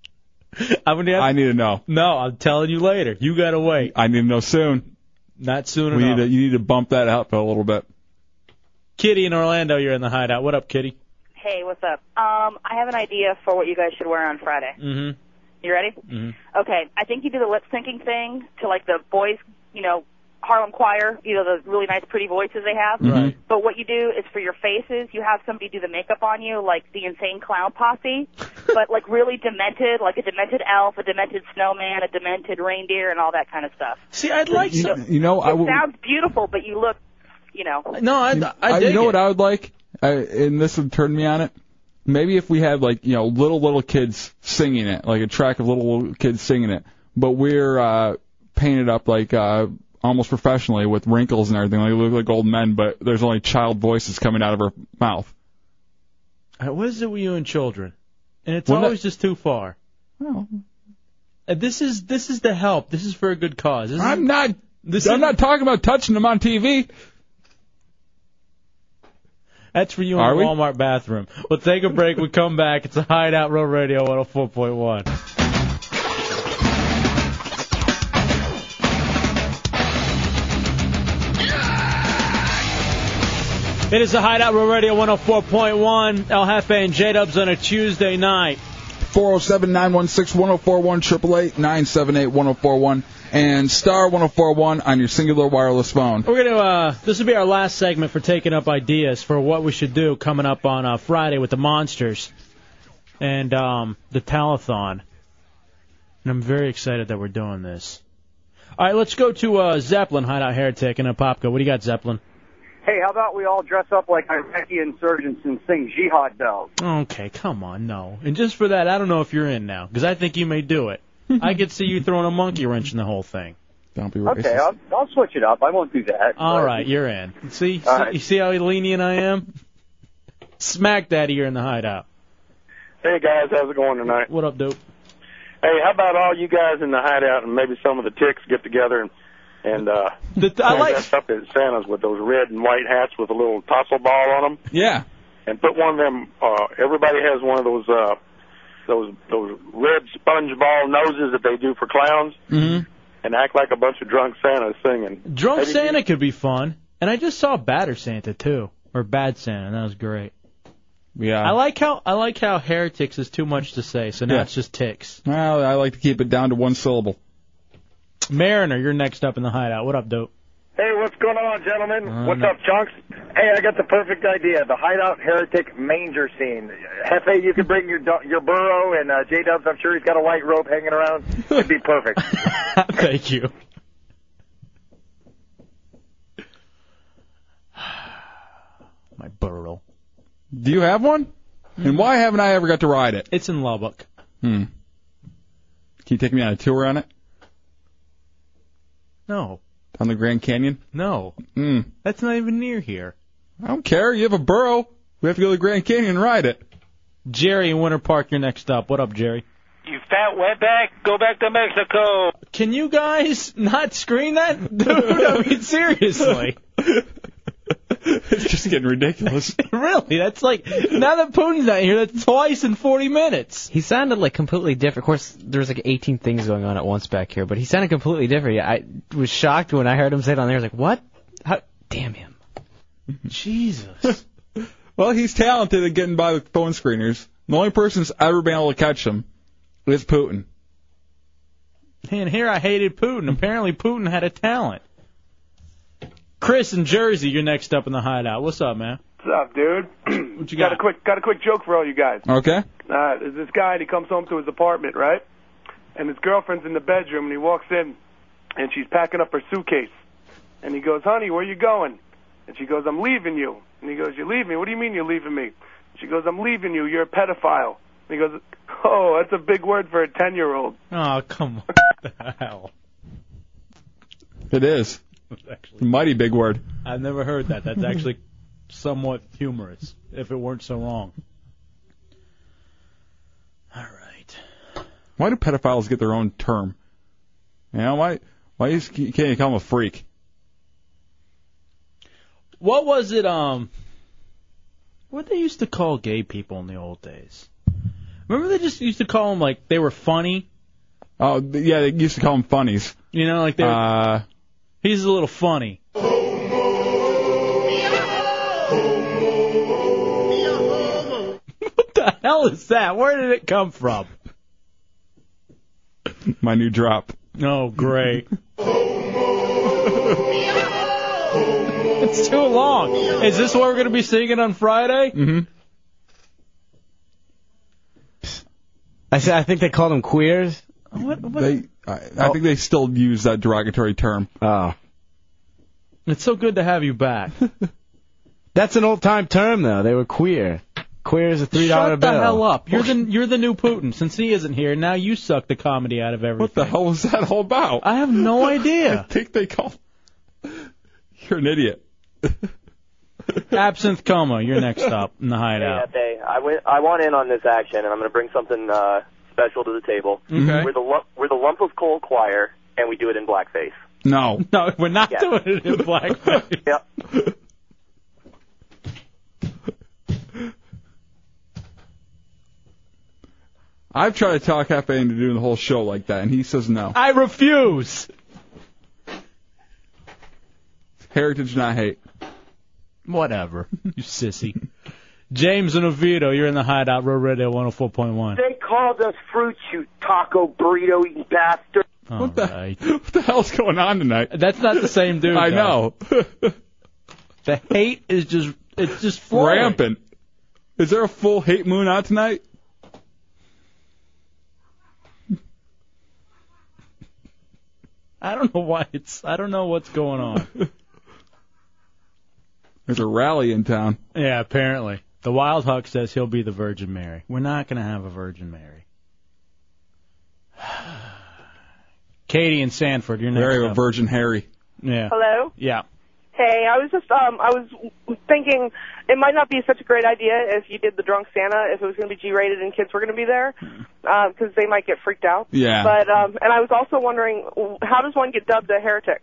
Speaker 2: I'm gonna have,
Speaker 3: I need to know.
Speaker 2: no, I'm telling you later. You gotta wait.
Speaker 3: I need to know soon.
Speaker 2: Not soon
Speaker 3: We
Speaker 2: enough.
Speaker 3: need to, you need to bump that up a little bit.
Speaker 2: Kitty in Orlando, you're in the hideout. What up, Kitty?
Speaker 13: Hey, what's up? Um, I have an idea for what you guys should wear on Friday.
Speaker 2: Mm-hmm.
Speaker 13: You ready?
Speaker 2: Mm-hmm.
Speaker 13: Okay, I think you do the lip syncing thing to like the boys, you know, Harlem choir, you know, the really nice pretty voices they have.
Speaker 14: Mm-hmm.
Speaker 2: Right.
Speaker 13: But what you do is for your faces, you have somebody do the makeup on you, like the insane clown posse, but like really demented, like a demented elf, a demented snowman, a demented reindeer, and all that kind of stuff.
Speaker 2: See, I'd like
Speaker 3: you,
Speaker 2: some.
Speaker 3: You know, I
Speaker 13: it
Speaker 3: would.
Speaker 13: sounds beautiful, but you look, you know.
Speaker 2: No, I,
Speaker 3: I-
Speaker 2: dig
Speaker 3: you know
Speaker 2: it.
Speaker 3: what I would like, I, and this would turn me on it. Maybe if we had like you know little little kids singing it, like a track of little little kids singing it, but we're uh, painted up like uh, almost professionally with wrinkles and everything. Like we look like old men, but there's only child voices coming out of her mouth.
Speaker 2: Uh, What is it with you and children? And it's
Speaker 3: Well,
Speaker 2: always just too far. Uh, This is this is the help. This is for a good cause. This
Speaker 3: I'm
Speaker 2: is,
Speaker 3: not.
Speaker 2: This
Speaker 3: I'm
Speaker 2: is-
Speaker 3: not talking about touching them on TV.
Speaker 2: That's for you in
Speaker 3: Are
Speaker 2: the
Speaker 3: we?
Speaker 2: Walmart bathroom. We'll take a break. we come back. It's a Hideout Road Radio 104.1. It is the Hideout Road Radio 104.1. El Jefe and J Dubs on a Tuesday night.
Speaker 3: 407 916 1041, 888 978 1041, and star 1041 on your singular wireless phone.
Speaker 2: We're gonna. Uh, this will be our last segment for taking up ideas for what we should do coming up on uh, Friday with the monsters and um, the telethon. And I'm very excited that we're doing this. All right, let's go to uh, Zeppelin Hideout Heretic and Popka. What do you got, Zeppelin?
Speaker 15: Hey, how about we all dress up like Iraqi insurgents and sing jihad bells?
Speaker 2: Okay, come on, no. And just for that, I don't know if you're in now because I think you may do it. I could see you throwing a monkey wrench in the whole thing.
Speaker 3: Don't be
Speaker 15: Okay, I'll, I'll switch it up. I won't do that.
Speaker 2: All
Speaker 15: But-
Speaker 2: right, you're in. See, see
Speaker 15: All right.
Speaker 2: you see how lenient I am? Smack daddy, you're in the hideout.
Speaker 5: Hey guys, how's it going tonight?
Speaker 2: What up, dope?
Speaker 5: Hey, how about all you guys in the hideout and maybe some of the ticks get together and and uh
Speaker 2: the, I like
Speaker 5: dress up as Santas with those red and white hats with a little tassel ball on them
Speaker 3: Yeah.
Speaker 5: and put one of them uh everybody has one of those uh those those red sponge ball noses that they do for clowns
Speaker 2: Mm-hmm.
Speaker 5: and act like a bunch of drunk Santas singing.
Speaker 2: Drunk
Speaker 5: Maybe-
Speaker 2: Santa could be fun, and I just saw Batter Santa too, or Bad Santa. and That was great.
Speaker 3: Yeah.
Speaker 2: I like how I like how heretics is too much to say, so now
Speaker 3: Yeah.
Speaker 2: it's just ticks.
Speaker 3: Well, I like to keep it down to one syllable.
Speaker 2: Mariner, you're next up in the hideout. What up, dope?
Speaker 16: Hey, what's going on, gentlemen?
Speaker 2: Uh,
Speaker 16: what's
Speaker 2: no.
Speaker 16: up, chunks? Hey, I got the perfect idea: the hideout heretic manger scene. Hefe, you can bring your do- your burro and uh, J Dubs. I'm sure he's got a white rope hanging around. It'd be perfect.
Speaker 2: Thank you. My burrow.
Speaker 3: Do you have one? And why haven't I ever got to ride it?
Speaker 2: It's in Lubbock.
Speaker 3: Hmm. Can you take me on a tour on it?
Speaker 2: No.
Speaker 3: On the Grand Canyon?
Speaker 2: No.
Speaker 3: Mm.
Speaker 2: That's not even near here.
Speaker 3: I don't care. You have a burrow. We have to go to the Grand Canyon and ride it.
Speaker 2: Jerry in Winter Park, you're next up. What up, Jerry?
Speaker 17: You fat wetback, go back to Mexico.
Speaker 2: Can you guys not screen that? Dude, I mean, seriously.
Speaker 3: It's just getting ridiculous.
Speaker 2: really? That's like, now that Putin's not here, that's twice in 40 minutes.
Speaker 9: He sounded like completely different. Of course, there was like 18 things going on at once back here, but he sounded completely different. Yeah, I was shocked when I heard him say it on there. I was like, what? How? Damn him.
Speaker 2: Jesus.
Speaker 3: well, he's talented at getting by with phone screeners. The only person that's ever been able to catch him is Putin.
Speaker 2: And here I hated Putin. Apparently, Putin had a talent. Chris in Jersey, you're next up in the hideout. What's up, man?
Speaker 18: What's up, dude?
Speaker 2: What you
Speaker 18: a quick got a quick joke for all you guys.
Speaker 3: Okay.
Speaker 18: Uh, there's this guy and he comes home to his apartment, right? And his girlfriend's in the bedroom and he walks in and she's packing up her suitcase. And he goes, Honey, where you going? And she goes, I'm leaving you. And he goes, You leave me? What do you mean you're leaving me? She goes, I'm leaving you, you're a pedophile. And he goes, Oh, that's a big word for a ten year old.
Speaker 2: Oh, come on. the hell.
Speaker 3: It is. Mighty big word.
Speaker 2: I've never heard that. That's actually somewhat humorous, if it weren't so wrong.
Speaker 3: Why do pedophiles get their own term? You know, why why you just can't you call them a freak?
Speaker 2: What was it, um, what they used to call gay people in the old days? Remember they just used to call them, like, they were funny?
Speaker 3: Oh, th- yeah, they used to call them funnies.
Speaker 2: You know, like they were,
Speaker 3: uh,
Speaker 2: he's a little funny. what the hell is that? Where did it come from?
Speaker 3: My new drop.
Speaker 2: Oh, great. It's too long. Is this what we're going to be singing on Friday?
Speaker 3: Mm-hmm.
Speaker 9: I said, I think they called them queers.
Speaker 2: What? what
Speaker 3: They I, I think they still use that derogatory term.
Speaker 9: Oh.
Speaker 2: It's so good to have you back.
Speaker 9: That's an old time term though. They were queer. Queer is a three dollar
Speaker 2: Shut
Speaker 9: bill. Oh,
Speaker 2: the hell up. You're the, you're the new Putin. Since he isn't here, now you suck the comedy out of everything. What the
Speaker 3: hell was that all about?
Speaker 2: I have no idea.
Speaker 3: I think they call. You're an idiot.
Speaker 2: Absinthe Coma, you're next up in the hideout.
Speaker 19: Hey, Efe, I, went, I want in on this action, and I'm going to bring something uh, special to the table.
Speaker 2: Okay.
Speaker 19: We're the lump, we're the lump of coal choir, and we do it in blackface.
Speaker 3: No.
Speaker 2: No, we're not
Speaker 19: Yeah.
Speaker 2: doing it in blackface.
Speaker 19: yep.
Speaker 3: I've tried to talk Hefe into doing the whole show like that, and he says no.
Speaker 2: I refuse.
Speaker 3: Heritage, not hate.
Speaker 2: Whatever, you sissy. James and Oviedo, you're in the hideout. Road Radio 104.1.
Speaker 8: They called us fruits, you taco burrito eating bastard.
Speaker 2: What the, right.
Speaker 3: what the hell's going on tonight?
Speaker 2: That's not the same dude.
Speaker 3: I
Speaker 2: though.
Speaker 3: know.
Speaker 2: The hate is just it's just flowing.
Speaker 3: rampant. Is there a full hate moon out tonight?
Speaker 2: I don't know why it's I don't know what's going on.
Speaker 3: There's a rally in town.
Speaker 2: yeah, apparently. The Wild Huck says he'll be the Virgin Mary. We're not going to have a Virgin Mary. Katie and Sanford, you're next.
Speaker 3: Mary
Speaker 2: up.
Speaker 3: of Virgin Harry.
Speaker 2: Yeah.
Speaker 20: Hello.
Speaker 2: Yeah.
Speaker 20: Hey, I was just um I was thinking it might not be such a great idea if you did the drunk Santa if it was going to be G-rated and kids were going to be there because they might get freaked out.
Speaker 2: Mm-hmm. Yeah.
Speaker 20: But um and I was also wondering how does one get dubbed a heretic?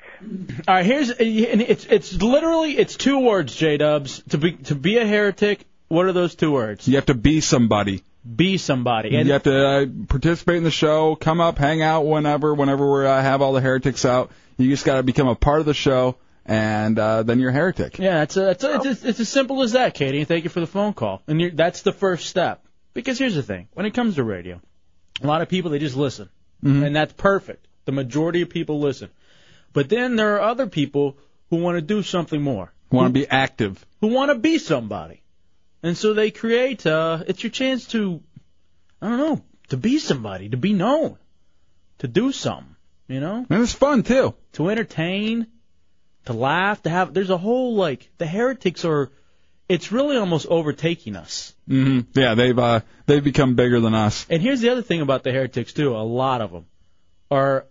Speaker 2: All right, here's and it's it's literally it's two words, J Dubs. To be to be a heretic, what are those two words?
Speaker 3: You have to be somebody.
Speaker 2: Be somebody. And
Speaker 3: you have to uh, participate in the show, come up, hang out whenever, whenever we uh, have all the heretics out. You just got to become a part of the show, and uh, then you're a heretic.
Speaker 2: Yeah, it's a, it's, a, it's, it's as simple as that, Katie. Thank you for the phone call. And you're, that's the first step. Because here's the thing: when it comes to radio, a lot of people they just listen,
Speaker 3: Mm-hmm.
Speaker 2: and that's perfect. The majority of people listen, but then there are other people who want to do something more,
Speaker 3: Want to be active.
Speaker 2: who want to be somebody, and so they create. Uh, it's your chance to, I don't know, to be somebody, to be known, to do something. You know,
Speaker 3: and it's fun too.
Speaker 2: To entertain, to laugh, to have. There's a whole like the heretics are it's really almost overtaking us.
Speaker 3: hmm Yeah, they've uh, they've become bigger than us.
Speaker 2: And here's the other thing about the heretics too. A lot of them are,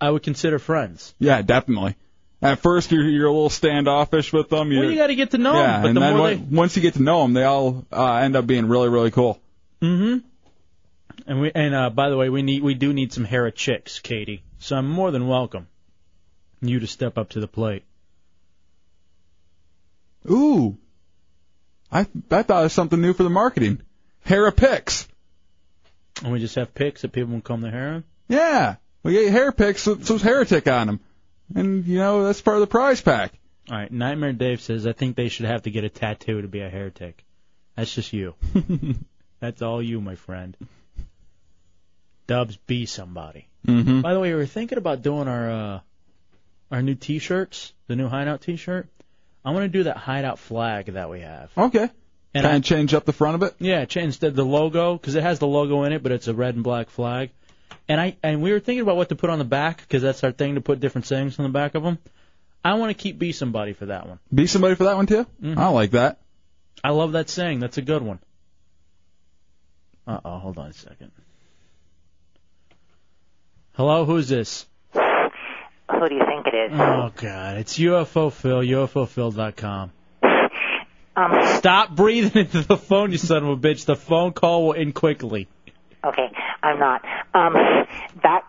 Speaker 2: I would consider friends.
Speaker 3: Yeah, definitely. At first, you're you're a little standoffish with them.
Speaker 2: Well,
Speaker 3: You're-
Speaker 2: you got to get to know
Speaker 3: yeah,
Speaker 2: them. But
Speaker 3: and
Speaker 2: the
Speaker 3: then
Speaker 2: more
Speaker 3: on- once you get to know them, they all uh, end up being really really cool.
Speaker 2: they, hmm And we and uh, by the way, we need we do need some hera chicks, Katie. So I'm more than welcome you to step up to the plate.
Speaker 3: Ooh, I I thought it was something new for the marketing. Hair picks.
Speaker 2: And we just have pics that people can come to Hera.
Speaker 3: Yeah, we get hair picks with some heretic on them, and you know that's part of the prize pack.
Speaker 2: All right, Nightmare Dave says I think they should have to get a tattoo to be a heretic. That's just you. That's all you, my friend. Dubs, be somebody.
Speaker 3: Mm-hmm.
Speaker 2: By the way, we were thinking about doing our uh, our new T-shirts, the new Hideout T-shirt. I want to do that Hideout flag that we have.
Speaker 3: Okay.
Speaker 2: And
Speaker 3: kind
Speaker 2: I-
Speaker 3: of change up the front of it.
Speaker 2: Yeah, cha- instead the logo because it has the logo in it, but it's a red and black flag. And I and we were thinking about what to put on the back because that's our thing to put different sayings on the back of them. I want to keep be somebody for that one.
Speaker 3: Be somebody for that one too.
Speaker 2: Mm-hmm.
Speaker 3: I like that.
Speaker 2: I love that saying. That's a good one. Uh oh, hold on a second. Hello, who's this?
Speaker 21: Who do you think it is?
Speaker 2: Oh God, it's UFO Phil, UFOPhil.com. Stop breathing into the phone, you son of a bitch. The phone call will end quickly.
Speaker 21: Okay, I'm not. Um, that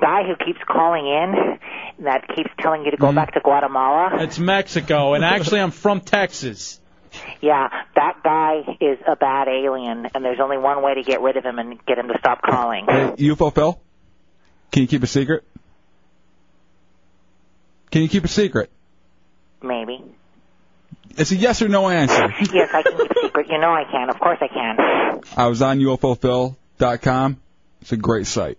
Speaker 21: guy who keeps calling in, that keeps telling you to go back to Guatemala.
Speaker 2: It's Mexico, and actually, I'm from Texas.
Speaker 21: Yeah, that guy is a bad alien, and there's only one way to get rid of him and get him to stop calling.
Speaker 3: Hey, UFO Phil, can you keep a secret? Can you keep a secret?
Speaker 21: Maybe.
Speaker 3: It's a yes or no answer.
Speaker 21: Yes, I can keep secret. You know I can. Of course I can.
Speaker 3: I was on UFOphil.com. It's a great site.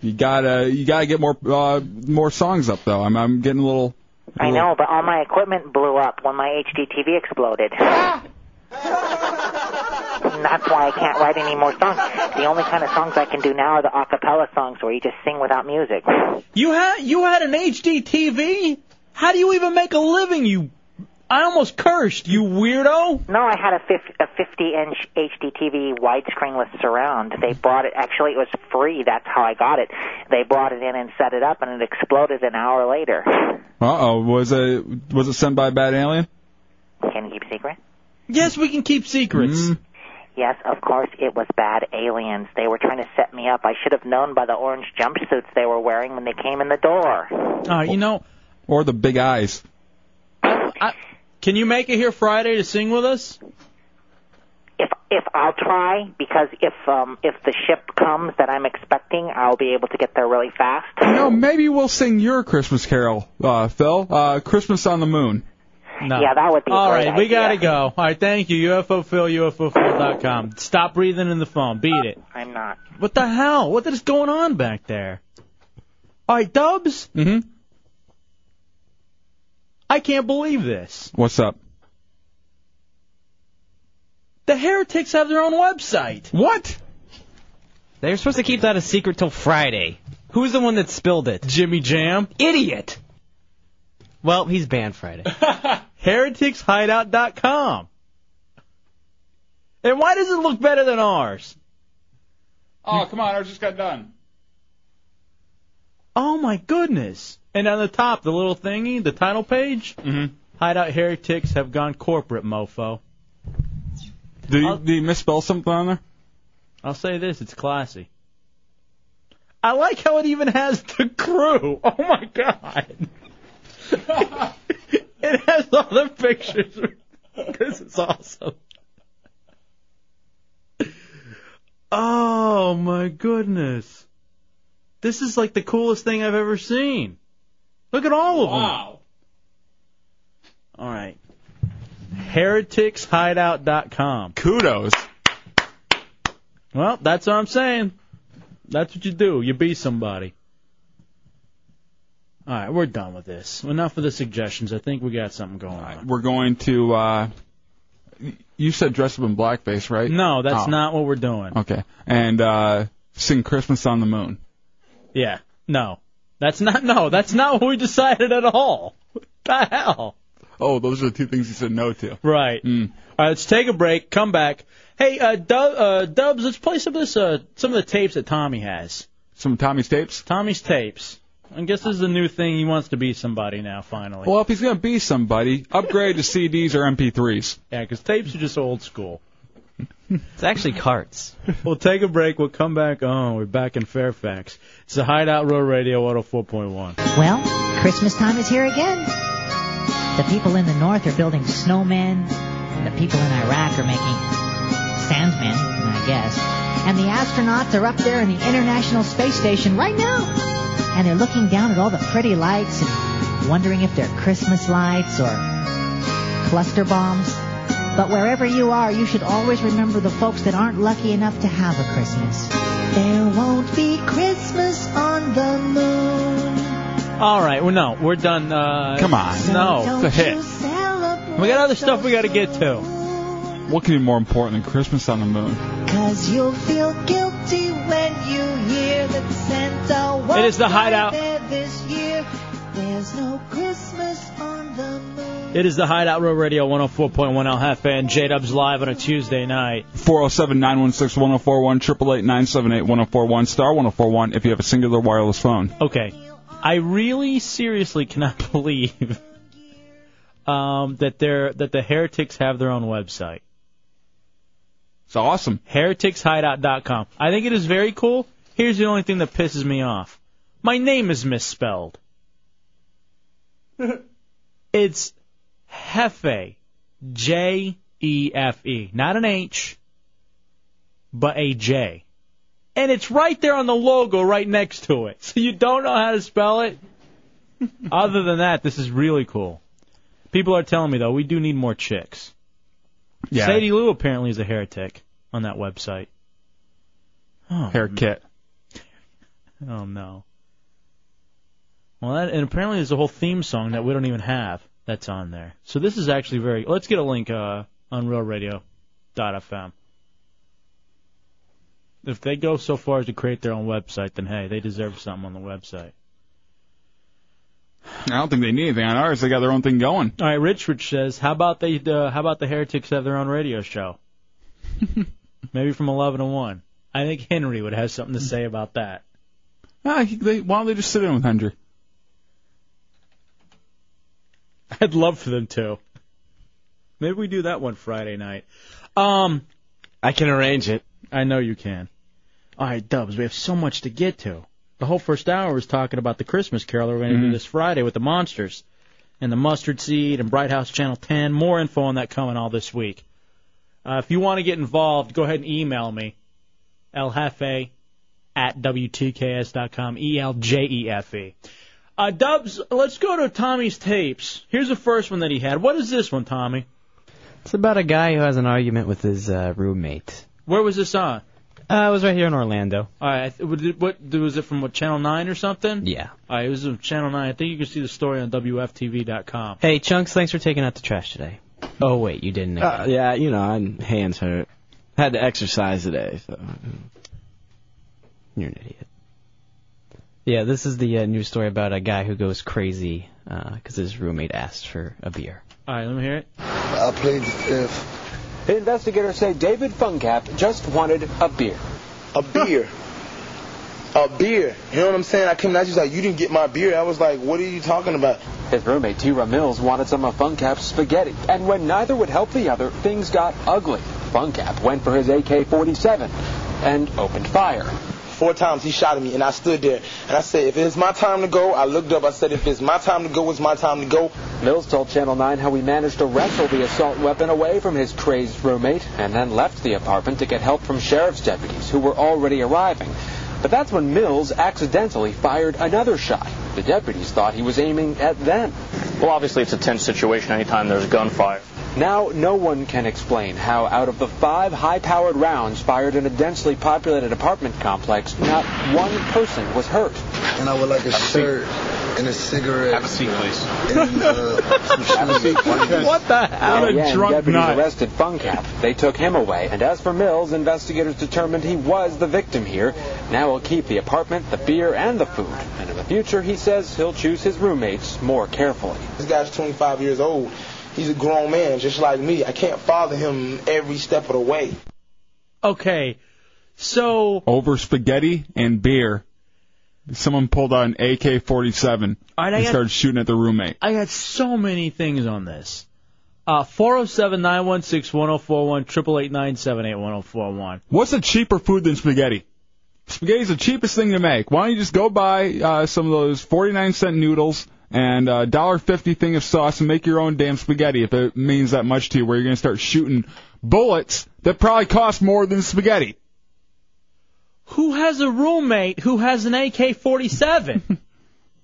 Speaker 3: You gotta you gotta get more uh, more songs up though. I'm I'm getting a little. Mm.
Speaker 21: I know, but all my equipment blew up when my HDTV exploded. And that's why I can't write any more songs. The only kind of songs I can do now are the a cappella songs where you just sing without music.
Speaker 2: You had you had an HD TV? How do you even make a living? You, I almost cursed you weirdo.
Speaker 21: No, I had a, fif- a 50-inch HDTV widescreen with surround. They brought it. Actually, it was free. That's how I got it. They brought it in and set it up, and it exploded an hour later.
Speaker 3: Uh oh, was it was it sent by a bad alien?
Speaker 21: Can you keep secret?
Speaker 2: Yes, we can keep secrets.
Speaker 21: Yes, of course it was bad aliens. They were trying to set me up. I should have known by the orange jumpsuits they were wearing when they came in the door.
Speaker 2: Uh, you know.
Speaker 3: Or the big eyes.
Speaker 2: Can you make it here Friday to sing with us?
Speaker 21: If if I'll try, because if um if the ship comes that I'm expecting, I'll be able to get there really fast.
Speaker 3: You know, maybe we'll sing your Christmas carol, uh, Phil. Uh, Christmas on the Moon.
Speaker 2: No.
Speaker 21: Yeah, that would be a
Speaker 2: All
Speaker 21: great
Speaker 2: right, we
Speaker 21: idea.
Speaker 2: gotta go. All right, thank you. UFO Phil, UFOphil.com. Stop breathing in the phone. Beat it.
Speaker 21: I'm not.
Speaker 2: What the hell? What is going on back there? All right, Dubs.
Speaker 3: Mm-hmm.
Speaker 2: I can't believe this.
Speaker 3: What's up?
Speaker 2: The heretics have their own website.
Speaker 3: What?
Speaker 9: They were supposed to keep that a secret till Friday. Who's the one that spilled it?
Speaker 2: Jimmy Jam.
Speaker 9: Idiot. Well, he's banned Friday.
Speaker 2: HereticsHideout.com. And why does it look better than ours?
Speaker 3: Oh come on, I just got done.
Speaker 2: Oh my goodness! And on the top, the little thingy, the title page. Mm-hmm. Hideout heretics have gone corporate, mofo.
Speaker 3: Do you, do you misspell something on there?
Speaker 2: I'll say this: it's classy. I like how it even has the crew. Oh my god! it has all the pictures. this is awesome. Oh my goodness! This is like the coolest thing I've ever seen. Look at all of
Speaker 3: Wow.
Speaker 2: them. All right. HereticsHideout.com.
Speaker 3: Kudos.
Speaker 2: Well, that's what I'm saying. That's what you do. You be somebody. All right, we're done with this. Enough of the suggestions. I think we got something going on.
Speaker 3: We're going to. Uh, you said dress up in blackface, right?
Speaker 2: No, that's
Speaker 3: Oh.
Speaker 2: not what we're doing.
Speaker 3: Okay. And uh, sing Christmas on the Moon.
Speaker 2: Yeah. No. That's not no, that's not what we decided at all. What the hell?
Speaker 3: oh, those are the two things he said no to. Hmm.
Speaker 2: Right. All right, let's take a break. Come back. Hey, uh, Dub, uh, Dubs, let's play some of this, uh, some of the tapes that Tommy has.
Speaker 3: Some Tommy's tapes.
Speaker 2: Tommy's tapes. I guess this is the new thing. He wants to be somebody now, finally.
Speaker 3: Well, if he's gonna be somebody, upgrade to CDs or MP3s.
Speaker 2: Yeah, 'cause tapes are just old school. It's actually carts. we'll take a break. We'll come back. Oh, we're back in Fairfax. It's the Hideout Row Radio 104.1.
Speaker 14: Well, Christmas time is here again. The people in the north are building snowmen, and the people in Iraq are making sandmen, I guess. And the astronauts are up there in the International Space Station right now, and they're looking down at all the pretty lights and wondering if they're Christmas lights or cluster bombs. But wherever you are, you should always remember the folks that aren't lucky enough to have a Christmas. There won't be Christmas on the moon.
Speaker 2: All right. Well, no, we're done. Uh,
Speaker 3: Come on.
Speaker 2: No.
Speaker 3: It's a hit.
Speaker 2: We got other stuff we got to get to.
Speaker 3: What could be more important than Christmas on the moon?
Speaker 14: Cause you'll feel guilty when you hear that Santa won't
Speaker 2: It is the
Speaker 14: be
Speaker 2: hideout.
Speaker 14: there this year. There's no Christmas on the moon.
Speaker 2: It is the Hideout Row Radio 104.1 El Half and J Dubs live on a Tuesday night.
Speaker 3: 407 916 1041, 888 978 1041, star 1041 if you have a singular wireless phone.
Speaker 2: Okay. I really seriously cannot believe um, that they're that the heretics have their own website.
Speaker 3: It's awesome.
Speaker 2: Hereticshideout.com. I think it is very cool. Here's the only thing that pisses me off. My name is misspelled. It's Hefe. J E F E. Not an H, but a J. And it's right there on the logo right next to it. So you don't know how to spell it. Other than that, this is really cool. People are telling me, though, we do need more chicks.
Speaker 3: Yeah.
Speaker 2: Sadie Lou apparently is a heretic on that website. Oh,
Speaker 3: Hair kit.
Speaker 2: Oh, no. Well, that, and apparently there's a whole theme song that we don't even have that's on there. So this is actually very. Let's get a link uh, on RealRadio.fm. If they go so far as to create their own website, then hey, they deserve something on the website.
Speaker 3: I don't think they need anything on ours. They got their own thing going.
Speaker 2: All right, Rich Rich says, how about they? Uh, how about the heretics have their own radio show? Maybe from eleven to one. I think Henry would have something to say about that.
Speaker 3: Ah, he- they, why don't they just sit in with Hendry?
Speaker 2: I'd love for them to. Maybe we do that one Friday night. Um, I can arrange it. I know you can. All right, Dubs, we have so much to get to. The whole first hour was talking about the Christmas Carol we're going to do this Friday with the Monsters and the Mustard Seed and Bright House Channel 10. More info on that coming all this week. Uh, if you want to get involved, go ahead and email me, ljefe at wtks.com, E-L-J-E-F-E. E Uh, Dubs, let's go to Tommy's tapes. Here's the first one that he had. What is this one, Tommy?
Speaker 9: It's about a guy who has an argument with his uh, roommate.
Speaker 2: Where was this on?
Speaker 9: Uh, it was right here in Orlando.
Speaker 2: All right, I th- was it- what was it from? What Channel Nine or something?
Speaker 9: Yeah.
Speaker 2: All right, it was from Channel Nine. I think you can see the story on WFTV.com.
Speaker 9: Hey, Chunks, thanks for taking out the trash today. Oh, wait, you didn't.
Speaker 22: Uh, yeah, you know, I'm hands hurt. Had to exercise today, so.
Speaker 9: You're an idiot. Yeah, this is the uh, news story about a guy who goes crazy because his roommate asked for a beer.
Speaker 2: All right, let me hear it.
Speaker 23: I plead the fifth. Investigators say David Funcap just wanted a beer. A beer. a beer. You know what I'm saying? I came out, she's like, you didn't get my beer. I was like, what are you talking about? His roommate, T. Mills, wanted some of Funcap's spaghetti. And when neither would help the other, things got ugly. Funcap went for his AK-47 and opened fire. Four times he shot at me, and I stood there. And I said, if it's my time to go, I looked up. I said, if it's my time to go, it's my time to go. Mills told Channel 9 how he managed to wrestle the assault weapon away from his crazed roommate and then left the apartment to get help from sheriff's deputies who were already arriving. But that's when Mills accidentally fired another shot. The deputies thought he was aiming at them.
Speaker 5: Well, obviously it's a tense situation anytime there's gunfire.
Speaker 23: Now, no one can explain how, out of the five high powered rounds fired in a densely populated apartment complex, not one person was hurt.
Speaker 24: And I would like a shirt and a cigarette. Have a seat, please. And, uh, some shoes.
Speaker 23: the
Speaker 24: hell? What a drunk
Speaker 23: deputies
Speaker 24: nut.
Speaker 23: arrested Funcap. They took him away. And as for Mills, investigators determined he was the victim here. Now he'll keep the apartment, the beer, and the food. And in the future, he says he'll choose his roommates more carefully. This guy's 25 years old. He's a grown man, just like me. I can't follow him every step of the way.
Speaker 2: Okay, so
Speaker 3: over spaghetti and beer, someone pulled out an AK-47
Speaker 2: All right, I
Speaker 3: and
Speaker 2: got-
Speaker 3: started shooting at the roommate.
Speaker 2: I had so many things on this. Uh, 407 916 1041, 888 978 1041.
Speaker 3: What's a cheaper food than spaghetti? Spaghetti's the cheapest thing to make. Why don't you just go buy uh, some of those 49 cent noodles and uh, a dollar fifty thing of sauce and make your own damn spaghetti if it means that much to you. Where you're gonna start shooting bullets that probably cost more than spaghetti.
Speaker 2: Who has a roommate who has an AK 47?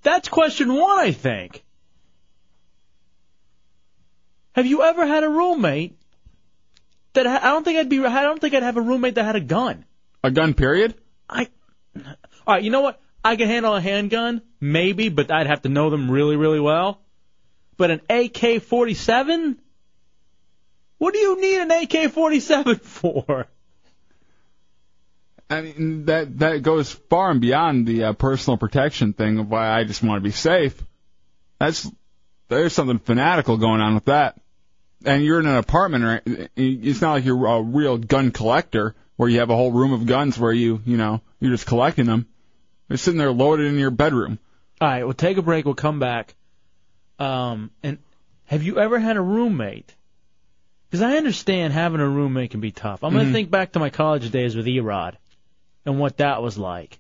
Speaker 2: That's question one, I think. Have you ever had a roommate that ha- I don't think I'd be, I don't think I'd have a roommate that had a gun.
Speaker 3: A gun, period?
Speaker 2: I, alright, you know what? I can handle a handgun, maybe, but I'd have to know them really, really well. But an AK 47? What do you need an AK 47 for?
Speaker 3: I mean that that goes far and beyond the uh, personal protection thing of why I just want to be safe. That's there's something fanatical going on with that. And you're in an apartment, right? It's not like you're a real gun collector where you have a whole room of guns where you you know you're just collecting them. They're sitting there loaded in your bedroom.
Speaker 2: All right, we'll take a break. We'll come back. Um, and have you ever had a roommate? Because I understand having a roommate can be tough. I'm going to
Speaker 3: Mhm.
Speaker 2: think back to my college days with Erod and what that was like.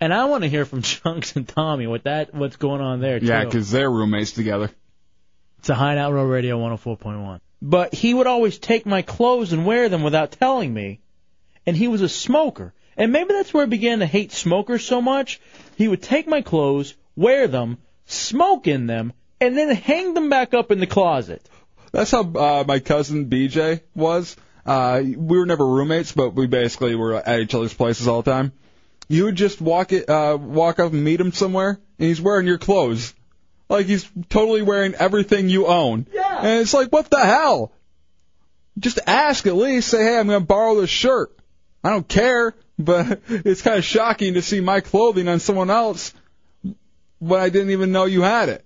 Speaker 2: And I want to hear from Chunks and Tommy what that what's going on there.
Speaker 3: Yeah,
Speaker 2: too.
Speaker 3: because they're roommates together.
Speaker 2: It's a Hideout Row Radio 104.1. But he would always take my clothes and wear them without telling me. And he was a smoker. And maybe that's where I began to hate smokers so much. He would take my clothes, wear them, smoke in them, and then hang them back up in the closet.
Speaker 3: That's how uh, my cousin BJ was. Uh, we were never roommates, but we basically were at each other's places all the time. You would just walk it, uh, walk up and meet him somewhere, and he's wearing your clothes, like he's totally wearing everything you own. Yeah. And it's like, what the hell? Just ask at least. Say, hey, I'm gonna borrow this shirt. I don't care, but it's kind of shocking to see my clothing on someone else when I didn't even know you had it.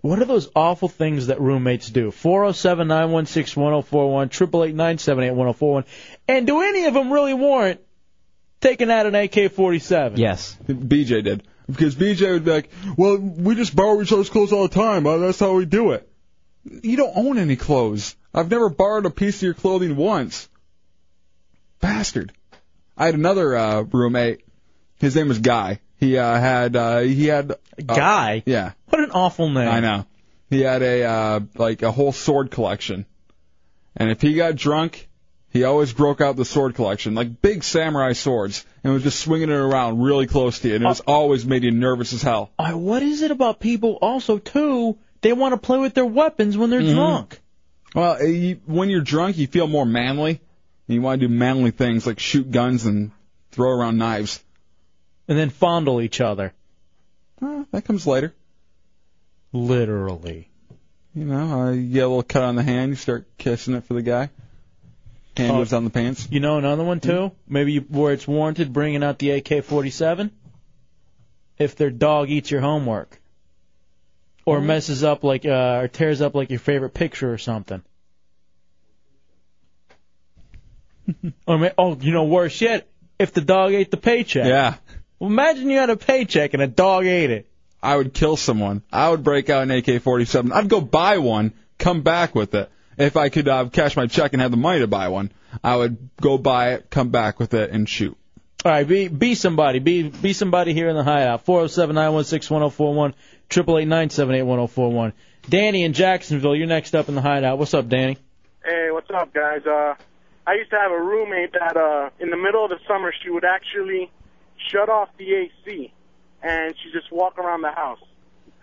Speaker 2: What are those awful things that roommates do? 407 916 1041, 888 978 1041. And do any of them really warrant taking out an AK 47?
Speaker 3: Yes. BJ did. Because BJ would be like, well, we just borrow each other's clothes all the time. Uh, That's how we do it. You don't own any clothes. I've never borrowed a piece of your clothing once. Bastard. I had another uh, roommate. His name was Guy. He uh, had uh, he had
Speaker 2: Guy.
Speaker 3: Yeah.
Speaker 2: What an awful name.
Speaker 3: I know. He had a uh, like a whole sword collection, and if he got drunk, he always broke out the sword collection, like big samurai swords, and was just swinging it around really close to you, and it was always made you nervous as hell.
Speaker 2: All right, what is it about people also too? They want to play with their weapons when they're
Speaker 3: Mhm.
Speaker 2: drunk.
Speaker 3: Well, uh, you, when you're drunk, you feel more manly, and you want to do manly things like shoot guns and throw around knives.
Speaker 2: And then fondle each other.
Speaker 3: that comes later.
Speaker 2: Literally.
Speaker 3: You know, uh, you get a little cut on the hand, you start kissing it for the guy. Hand
Speaker 2: Oh.
Speaker 3: moves on the pants.
Speaker 2: You know another one too?
Speaker 3: Mm-hmm.
Speaker 2: Maybe you, where it's warranted bringing out the AK-47 if their dog eats your homework or
Speaker 3: Mm-hmm.
Speaker 2: messes up like uh, or tears up like your favorite picture or something. or ma- oh, you know worse yet, if the dog ate the paycheck.
Speaker 3: Yeah.
Speaker 2: Well, imagine you had a paycheck and a dog ate it.
Speaker 3: I would kill someone. I would break out an AK-47. I'd go buy one, come back with it. If I could uh, cash my check and have the money to buy one, I would go buy it, come back with it, and shoot.
Speaker 2: All right, be be somebody, be be somebody here in the hideout. Four zero seven nine one six one zero four one, triple eight nine seven eight one zero four one. Danny in Jacksonville, you're next up in the hideout. What's up, Danny?
Speaker 1: Hey, what's up, guys? Uh, I used to have a roommate that, uh, in the middle of the summer, she would actually shut off the AC, and she just walk around the house,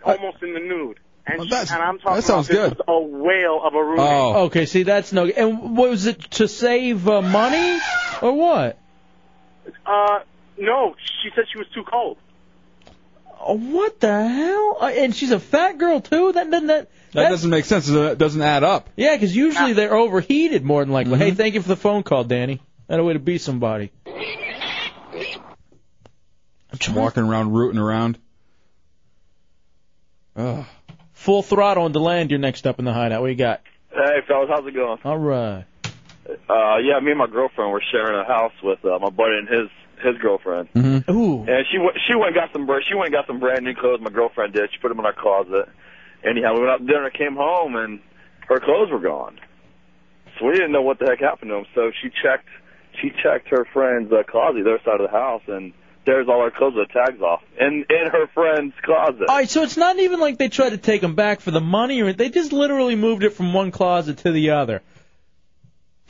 Speaker 1: almost in the nude. And, she, and I'm talking
Speaker 2: that sounds
Speaker 1: about this
Speaker 2: good. Oh.
Speaker 1: was a whale of a roommate.
Speaker 3: Oh.
Speaker 2: okay. See, that's no. And what was it to save uh, money or what?
Speaker 1: Uh, no, she said she was too cold.
Speaker 2: Oh, what the hell? Uh, And she's a fat girl too. That doesn't that.
Speaker 3: That doesn't make sense. That doesn't add up. Mm-hmm.
Speaker 2: Yeah, 'cause usually they're overheated more than likely. Hey, thank you for the phone call, Danny. That a way to be somebody.
Speaker 3: walking around, rooting around. Ugh.
Speaker 2: Full throttle into land. You're next up in the hideout. What you got?
Speaker 4: Hey fellas, how's it going?
Speaker 2: All right.
Speaker 4: Uh, yeah, me and my girlfriend were sharing a house with uh, my buddy and his his girlfriend.
Speaker 2: Mm-hmm. Ooh.
Speaker 4: And she went, she went and got some br- she went and got some brand new clothes. My girlfriend did. She put them in our closet. Anyhow, we went out to dinner, came home, and her clothes were gone. So we didn't know what the heck happened to them. So she checked she checked her friend's uh, closet, their side of the house, and there's all her clothes with the tags off, in in her friend's closet.
Speaker 2: All right, so it's not even like they tried to take them back for the money, or they just literally moved it from one closet to the other.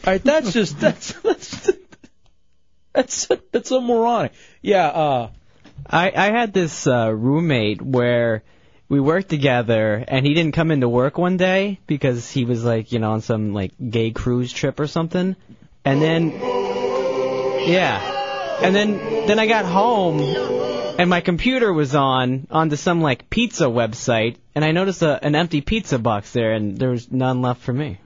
Speaker 2: All right, that's just that's that's that's that's so moronic.
Speaker 9: Yeah. Uh, I I had this uh, roommate where we worked together, and he didn't come into work one day because he was like you know on some like gay cruise trip or something, and then yeah, and then then I got home, and my computer was on onto some like pizza website, and I noticed a, an empty pizza box there, and there was none left for me.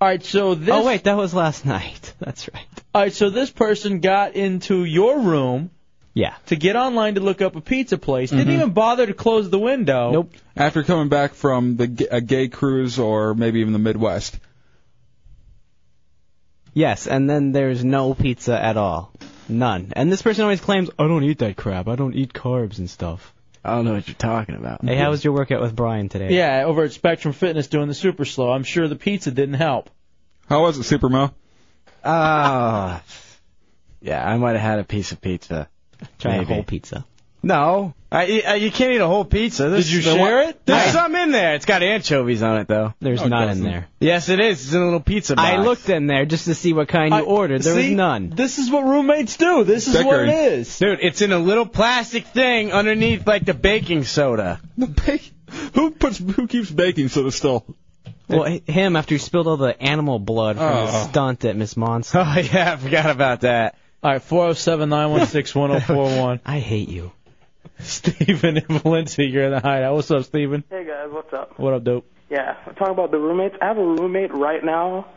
Speaker 2: All right, so this.
Speaker 9: Oh wait, that was last night. That's right.
Speaker 2: All right, so this person got into your room.
Speaker 9: Yeah. Mm-hmm.
Speaker 2: To get online to look up a pizza place, didn't even bother to close the window. Nope.
Speaker 3: After coming back from the g- a gay cruise or maybe even the Midwest.
Speaker 9: Yes, and then there's no pizza at all. None. And this person always claims, I don't eat that crap. I don't eat carbs and stuff.
Speaker 22: I don't know what you're talking about.
Speaker 9: Hey, how was your workout with Brian today?
Speaker 2: Yeah, over at Spectrum Fitness doing the super slow. I'm sure the pizza didn't help.
Speaker 3: How was it, Super Mo?
Speaker 22: Ah. yeah, I might have had a piece of pizza.
Speaker 9: Try a
Speaker 22: Maybe.
Speaker 9: whole pizza.
Speaker 22: No. I, I, you can't eat a whole pizza. There's-
Speaker 9: Did you
Speaker 22: there
Speaker 9: share
Speaker 22: wa-
Speaker 9: it?
Speaker 22: There's
Speaker 9: Yeah.
Speaker 22: some in there. It's got anchovies on it, though.
Speaker 9: There's
Speaker 3: Oh,
Speaker 9: No, it none in doesn't. there.
Speaker 22: Yes, it is. It's in a little pizza box.
Speaker 9: I looked in there just to see what kind
Speaker 22: I-
Speaker 9: you ordered. There
Speaker 22: see?
Speaker 9: was none.
Speaker 2: This is what roommates do. This
Speaker 9: is what it
Speaker 2: is.
Speaker 22: Dude, it's in a little plastic thing underneath, like the baking soda.
Speaker 3: The bake? Who puts? Who keeps baking soda still?
Speaker 9: Well, h- him after he spilled all the animal blood from
Speaker 22: Oh.
Speaker 9: his stunt at Miss Monster.
Speaker 22: Oh yeah, I forgot about that.
Speaker 2: All right, four zero seven nine one six one zero four one.
Speaker 9: I hate you,
Speaker 2: Stephen in Valencia. You're in the hideout. What's up, Stephen?
Speaker 6: Hey guys, what's up?
Speaker 2: What up, dope?
Speaker 6: Yeah, I'm talking about the roommates. I have a roommate right now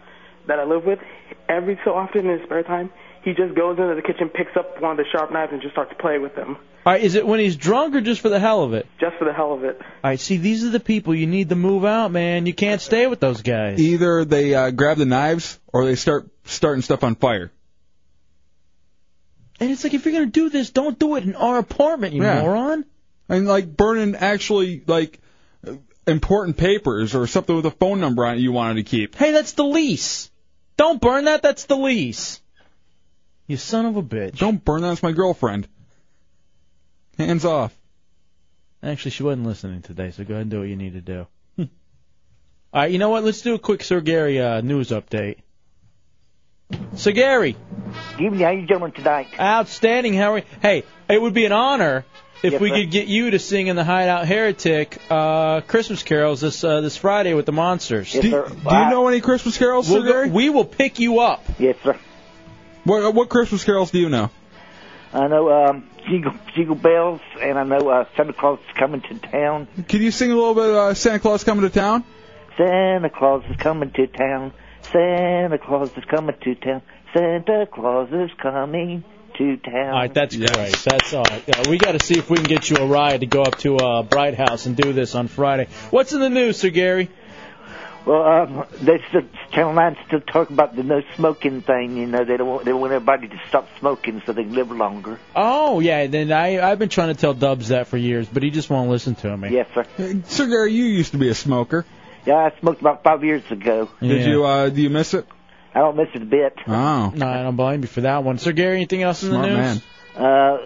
Speaker 6: that I live with. Every so often in his spare time, he just goes into the kitchen, picks up one of the sharp knives, and just starts playing with them,
Speaker 2: All right, is it when he's drunk or just for the hell of it?
Speaker 6: just for the hell of it.
Speaker 2: All right, see, these are the people you need to move out, man. You can't stay with those guys.
Speaker 3: Either they uh, grab the knives or they start starting stuff on fire.
Speaker 2: And it's like if you're gonna do this, don't do it in our apartment, you
Speaker 3: Yeah.
Speaker 2: moron.
Speaker 3: And like burning actually like important papers or something with a phone number on it you wanted to keep.
Speaker 2: Hey, that's the lease. Don't burn that. That's the lease. You son of a bitch.
Speaker 3: Don't burn that. That's my girlfriend. Hands off.
Speaker 2: Actually, she wasn't listening today, so go ahead and do what you need to do. Hmm. All right, you know what? Let's do a quick Sir Gary uh, news update. Sir Gary.
Speaker 7: Evening, how you doing tonight?
Speaker 2: Outstanding. How are you? Hey, it would be an honor if
Speaker 7: Yes,
Speaker 2: we
Speaker 7: sir.
Speaker 2: could get you to sing in the Hideout Heretic uh, Christmas carols this uh, this Friday with the Monsters.
Speaker 7: Yes, Do- sir. do you know
Speaker 3: any Christmas carols,
Speaker 2: we'll go, We will pick you up.
Speaker 7: Yes, sir.
Speaker 3: What, uh, what Christmas carols do you know?
Speaker 7: I know um, jingle jingle bells, and I know uh, Santa Claus is coming to town.
Speaker 3: Can you sing a little bit of uh, Santa Claus Coming to Town?
Speaker 7: Santa Claus is coming to town. Santa Claus is coming to town. Santa Claus is coming to town.
Speaker 2: All right, that's great. That's all right. Yeah, we got to see if we can get you a ride to go up to uh, Bright House and do this on Friday. What's in the news, Sir Gary?
Speaker 7: Well, um, they still, Channel Nine still talk about the no smoking thing. You know, they don't want, they want everybody to stop smoking so they can live longer.
Speaker 2: Oh yeah, then I I've been trying to tell Dubs that for years, but he just won't listen to me.
Speaker 7: Yes, sir.
Speaker 3: Sir Gary, you used to be a smoker.
Speaker 7: Yeah, I smoked about five years ago.
Speaker 3: Did you uh, do you miss it?
Speaker 7: I don't miss it a bit.
Speaker 3: Oh.
Speaker 2: No, I don't blame you for that one. Sir Gary, anything else in the news?
Speaker 7: Uh,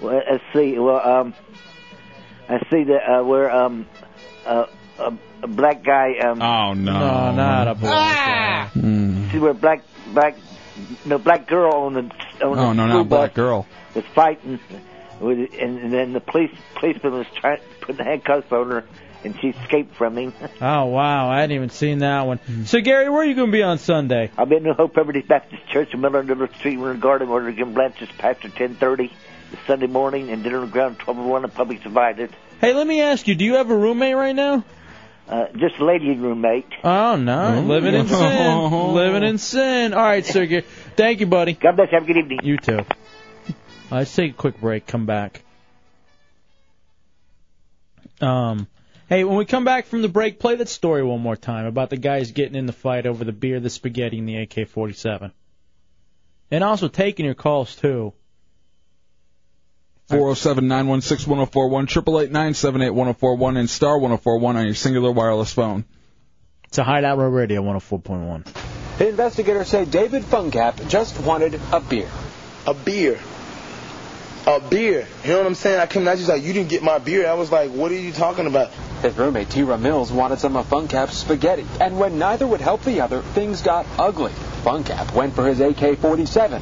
Speaker 7: well, let's see. Well, um, I see that uh, we're um, uh, a, a black guy. Um,
Speaker 3: oh no, Hmm.
Speaker 2: no, not a black
Speaker 3: Ah.
Speaker 7: guy. See, we're black, black, no black girl on the on
Speaker 3: Oh
Speaker 7: the
Speaker 3: no,
Speaker 7: school
Speaker 3: not a black girl.
Speaker 7: bus was fighting, with, and, and then the police policeman was trying putting handcuffs on her, and she escaped from him.
Speaker 2: Oh wow, I hadn't even seen that one.
Speaker 3: Hmm.
Speaker 2: So Gary, where are you going to be on Sunday?
Speaker 7: I've been to Hope Everyday Baptist Church in Miller Little Street, Winter Garden, Oregon, Blanchard's pastor, 10:30 Sunday morning, and dinner on the ground 1201 and public divided.
Speaker 2: Hey, let me ask you, do you have a roommate right now?
Speaker 7: Uh, just a lady roommate.
Speaker 2: Oh no,
Speaker 7: Ooh.
Speaker 2: living in sin, living in sin. All right, Sir Gary, thank you, buddy.
Speaker 7: God bless. Have a good evening.
Speaker 2: You too. Uh, let's take a quick break. Come back. Um, hey, when we come back from the break, play that story one more time about the guys getting in the fight over the beer, the spaghetti, and the AK-47. And also taking your calls too.
Speaker 3: 407 916 1041, 888 978 1041, and star 1041 on your singular wireless phone.
Speaker 2: It's a Hideout Row Radio 104.1.
Speaker 17: Investigators say David Funcap just wanted a beer. A beer. A beer. You know what I'm saying? I came out just like, you didn't get my beer. I was like, what are you talking about?
Speaker 23: His roommate Tira Mills wanted some of Funcap's spaghetti, and when neither would help the other, things got ugly. Funcap went for his AK-47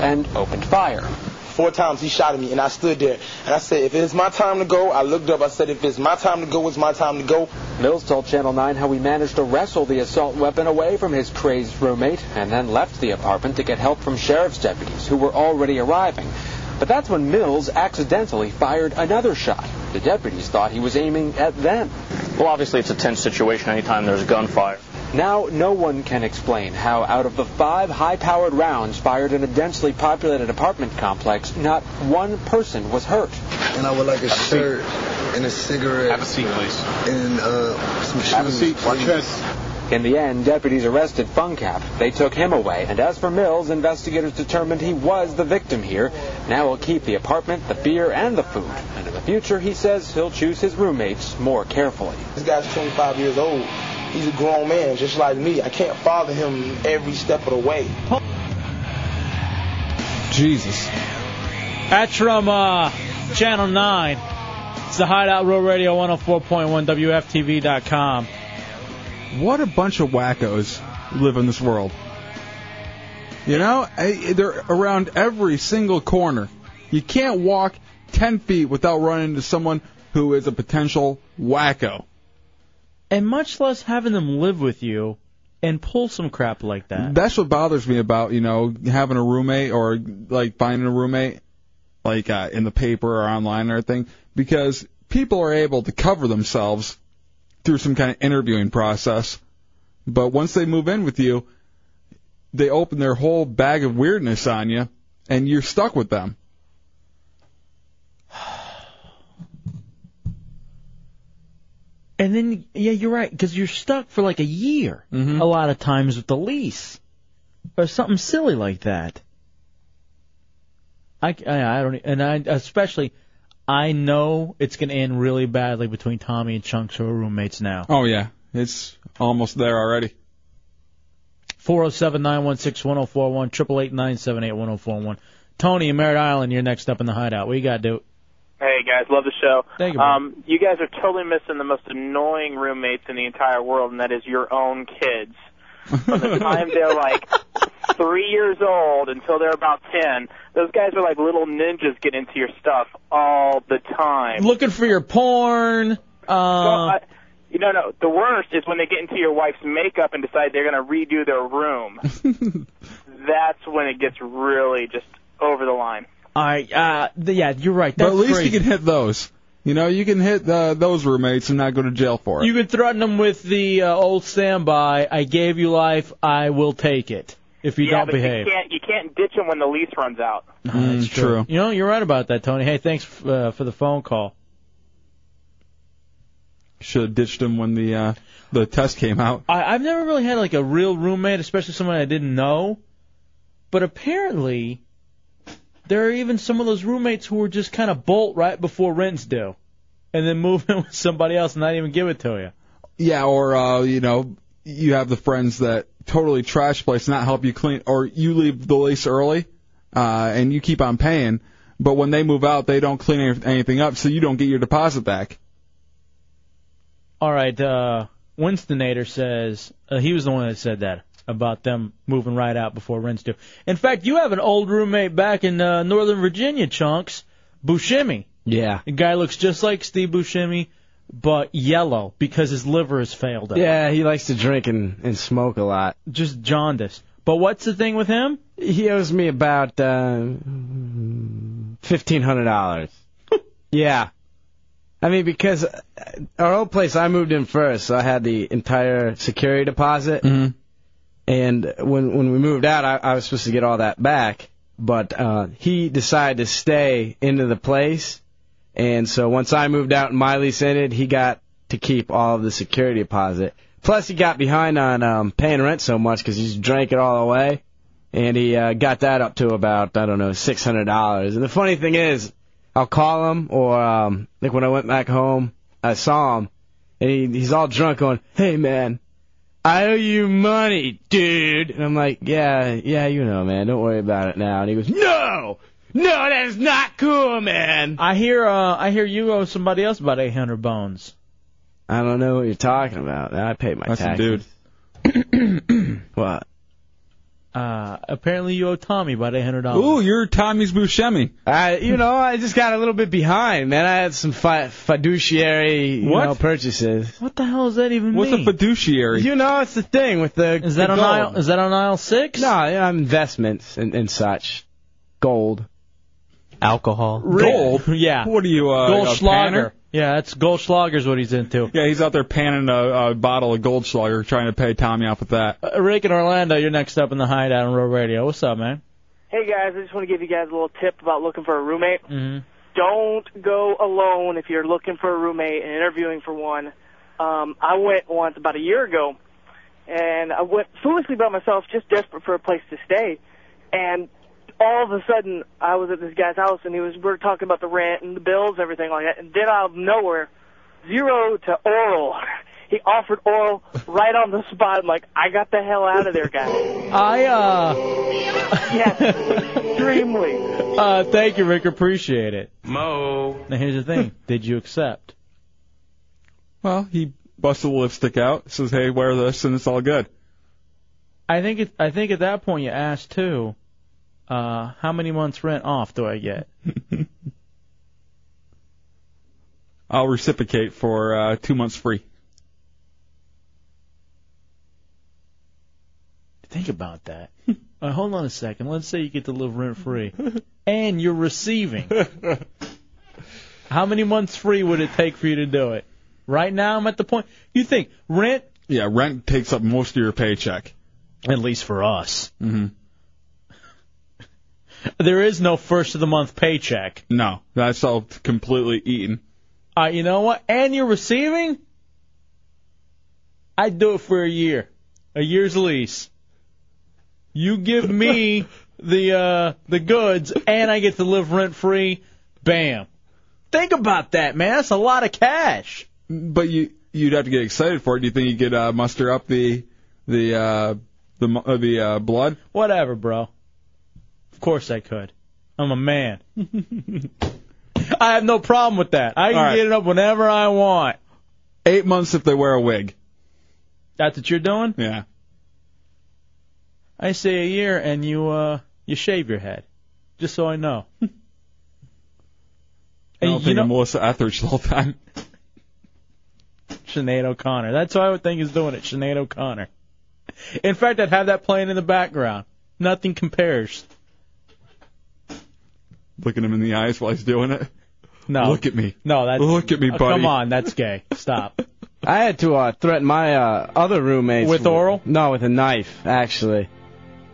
Speaker 23: and opened fire.
Speaker 17: Four times he shot at me, and I stood there. And I said, if it's my time to go, I looked up. I said, if it's my time to go, it's my time to go.
Speaker 23: Mills told Channel 9 how he managed to wrestle the assault weapon away from his crazed roommate and then left the apartment to get help from sheriff's deputies who were already arriving. But that's when Mills accidentally fired another shot. The deputies thought he was aiming at them.
Speaker 25: Well, obviously, it's a tense situation anytime there's gunfire.
Speaker 23: Now, no one can explain how, out of the five high powered rounds fired in a densely populated apartment complex, not one person was hurt. And I would like a shirt and a cigarette. Have a seat, please. And uh, some shoes. Have a seat, In the end, deputies arrested Funcap. They took him away, and as for Mills, investigators determined he was the victim here. Now he'll keep the apartment, the beer, and the food. And in the future, he says he'll choose his roommates more carefully.
Speaker 17: This guy's 25 years old. He's a grown man, just like me. I can't father him every step of the way.
Speaker 3: Jesus.
Speaker 2: That's from uh, Channel 9. It's the Hideout Row Radio 104.1 WFTV.com.
Speaker 3: What a bunch of wackos live in this world. You know, I- they're around every single corner. You can't walk 10 feet without running into someone who is a potential wacko.
Speaker 2: And much less having them live with you and pull some crap like that.
Speaker 3: That's what bothers me about you know having a roommate or like finding a roommate, like uh, in the paper or online or everything, because people are able to cover themselves through some kind of interviewing process, but once they move in with you, they open their whole bag of weirdness on you, and you're stuck with them.
Speaker 2: And then, yeah, you're right, because you're stuck for like a year a lot of times with the lease or something silly like that. I, I, I don't, e, and I, especially, I know it's going to end really badly between Tommy and Chunks, who are roommates now.
Speaker 3: Oh yeah, it's almost there already.
Speaker 2: 407 916 1041, 888 978 1041. Tony in Merritt Island, you're next up in the hideout. What you got, dude?
Speaker 5: Hey guys, love the show.
Speaker 2: Thank you, man.
Speaker 5: Um, you guys are totally missing the most annoying roommates in the entire world, and that is your own kids. From the time they're like three years old until they're about ten, those guys are like little ninjas getting into your stuff all the time.
Speaker 2: Looking for your porn. Uh,
Speaker 5: I- You know, no. The worst is when they get into your wife's makeup and decide they're going to redo their room. That's when it gets really just over the line.
Speaker 2: I, uh, th- yeah, you're right.
Speaker 3: But
Speaker 2: That's
Speaker 3: at least
Speaker 2: crazy.
Speaker 3: you can hit those. You know, you can hit uh, those roommates and not go to jail for it.
Speaker 2: You could threaten them with the uh, old standby. I gave you life. I will take it if you
Speaker 5: yeah,
Speaker 2: don't
Speaker 5: but
Speaker 2: behave.
Speaker 5: you can't you can't ditch them when the lease runs out.
Speaker 3: Mm,
Speaker 2: that's true. You know, you're right about that, Tony. Hey, thanks f- uh, for the phone call.
Speaker 3: Should have ditched him when the uh, the test came out.
Speaker 2: I, I've never really had like a real roommate, especially someone I didn't know. But apparently, there are even some of those roommates who were just kind of bolt right before rent's due, and then move in with somebody else and not even give it to you.
Speaker 3: Yeah, or uh, you know, you have the friends that totally trash place, not help you clean, or you leave the lease early, uh, and you keep on paying, but when they move out, they don't clean any- anything up, so you don't get your deposit back.
Speaker 2: All right, uh, Winstonator says uh, he was the one that said that about them moving right out before rent's due. In fact, you have an old roommate back in uh, Northern Virginia, Chunks Buscemi.
Speaker 26: Yeah.
Speaker 2: The guy looks just like Steve Buscemi, but yellow because his liver has failed. him.
Speaker 22: Yeah, he likes to drink and, and smoke a lot.
Speaker 2: Just jaundice. But what's the thing with him?
Speaker 22: He owes me about uh, fifteen hundred dollars. yeah, I mean because uh, our old place, I moved in first, so I had the entire security deposit. And when when we moved out, I, I was supposed to get all that back. but uh, he decided to stay into the place. And so once I moved out and my lease ended, he got to keep all of the security deposit. Plus, he got behind on um, paying rent so much because he just drank it all away. And he uh, got that up to about, I don't know, $600. And the funny thing is, I'll call him, or um, like when I went back home, I saw him, and he, he's all drunk going, Hey, man, I owe you money, dude. And I'm like, yeah, yeah, you know, man. Don't worry about it now. And he goes, no, no, that is not cool, Oh, man.
Speaker 2: I hear, uh, I hear you owe somebody else about 800 bones.
Speaker 22: I don't know what you're talking about. I pay my
Speaker 2: That's a
Speaker 22: taxes. dude. what?
Speaker 2: Uh, apparently you owe Tommy about $800.
Speaker 22: Ooh,
Speaker 3: you're Tommy's Buscemi.
Speaker 22: I, you know, I just got a little bit behind, man. I had some fi- fiduciary, you
Speaker 3: What?
Speaker 22: know, purchases.
Speaker 2: What the hell does that even
Speaker 3: What's
Speaker 22: mean?
Speaker 3: a fiduciary?
Speaker 22: You know, it's the thing with the.
Speaker 3: Is that
Speaker 22: the
Speaker 3: on
Speaker 22: gold.
Speaker 3: aisle-
Speaker 2: is that on aisle six?
Speaker 22: No, yeah, investments and, and such, gold,
Speaker 9: alcohol,
Speaker 3: Gold?
Speaker 2: Yeah.
Speaker 3: What are you, uh, a
Speaker 2: Goldschlager.
Speaker 3: panner?
Speaker 2: Yeah, that's Goldschlager's what he's into.
Speaker 3: Yeah, he's out there panning a, a bottle of Goldschlager, trying to pay Tommy off with that.
Speaker 2: Uh, Rick in Orlando, you're next up in the hideout on Road Radio. What's up, man?
Speaker 8: Hey guys, I just want to give you guys a little tip about looking for a roommate.
Speaker 2: Mm-hmm.
Speaker 8: Don't go alone if you're looking for a roommate and interviewing for one. Um, I went once about a year ago, and I went foolishly by myself, just desperate for a place to stay. And all of a sudden, I was at this guy's house, and he was we were talking about the rent and the bills, everything like that. And then out of nowhere, zero to oral. He offered oral right on the spot. I'm like, I got the hell out of there, guys.
Speaker 2: I uh.
Speaker 8: Yes, extremely.
Speaker 2: Uh, thank you, Rick. Appreciate it.
Speaker 3: Mo.
Speaker 2: Now here's the thing. Did you accept?
Speaker 3: Well, he busts the lipstick out, says, "Hey, wear this, and it's all good."
Speaker 2: I think it, I think at that point you asked too, uh, how many months rent off do I get?
Speaker 3: I'll reciprocate for uh, two months free.
Speaker 2: Think about that. Uh, hold on a second. Let's say you get to live rent free, and you're receiving. How many months free would it take for you to do it? Right now, I'm at the point. You think rent?
Speaker 3: Yeah, rent takes up most of your paycheck.
Speaker 2: At least for us.
Speaker 3: hmm
Speaker 2: There is no first of the month paycheck.
Speaker 3: No, that's all completely eaten.
Speaker 2: Uh, you know what? And you're receiving? I'd do it for a year. A year's lease. You give me the uh the goods and I get to live rent free. Bam. Think about that, man. That's a lot of cash.
Speaker 3: But you you'd have to get excited for it. Do you think you could uh, muster up the the uh, the mu- uh, the uh, blood?
Speaker 2: Whatever, bro. Of course I could. I'm a man. I have no problem with that. I can
Speaker 3: All right.
Speaker 2: get it up whenever I want.
Speaker 3: Eight months if they wear a wig.
Speaker 2: That's what you're doing?
Speaker 3: Yeah.
Speaker 2: I say a year and you uh you shave your head. Just so I know.
Speaker 3: I don't
Speaker 2: you
Speaker 3: think
Speaker 2: know-
Speaker 3: of Melissa Etheridge the whole time.
Speaker 2: Sinead O'Connor. That's what I would think is doing it, Sinead O'Connor. In fact, I'd have that playing in the background. Nothing compares.
Speaker 3: Looking him in the eyes while he's doing it.
Speaker 2: No.
Speaker 3: Look at me.
Speaker 2: No, that's
Speaker 3: Look at me,
Speaker 2: Oh,
Speaker 3: buddy.
Speaker 2: Come on, that's gay. Stop.
Speaker 22: I had to uh, threaten my uh, other roommates
Speaker 2: With oral?
Speaker 22: No, with a knife, actually.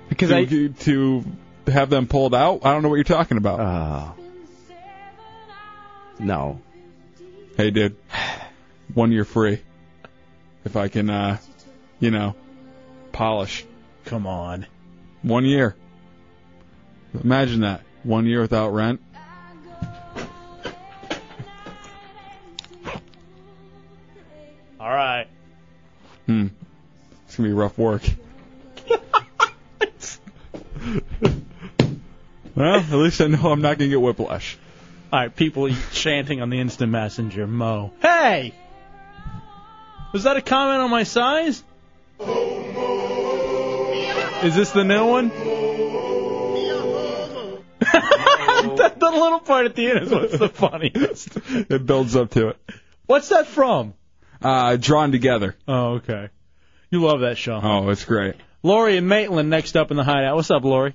Speaker 22: Because
Speaker 3: to,
Speaker 22: I
Speaker 3: to have them pulled out. I don't know what you're talking about.
Speaker 22: no.
Speaker 3: Hey, dude. One year free. If I can, uh, you know, polish.
Speaker 2: Come on.
Speaker 3: One year. Imagine that. One year without rent.
Speaker 2: All right.
Speaker 3: Hmm. It's gonna be rough work. well, at least I know I'm not gonna get whiplash.
Speaker 2: All right, people chanting on the instant messenger. Mo. Hey! Was that a comment on my size? Is this the new one? that, the little part at the end is what's the funniest.
Speaker 3: It builds up to it.
Speaker 2: What's that from?
Speaker 3: Uh, drawn together.
Speaker 2: Oh, okay. You love that show.
Speaker 3: Oh, it's great.
Speaker 2: Lori and Maitland next up in the hideout. What's up, Lori?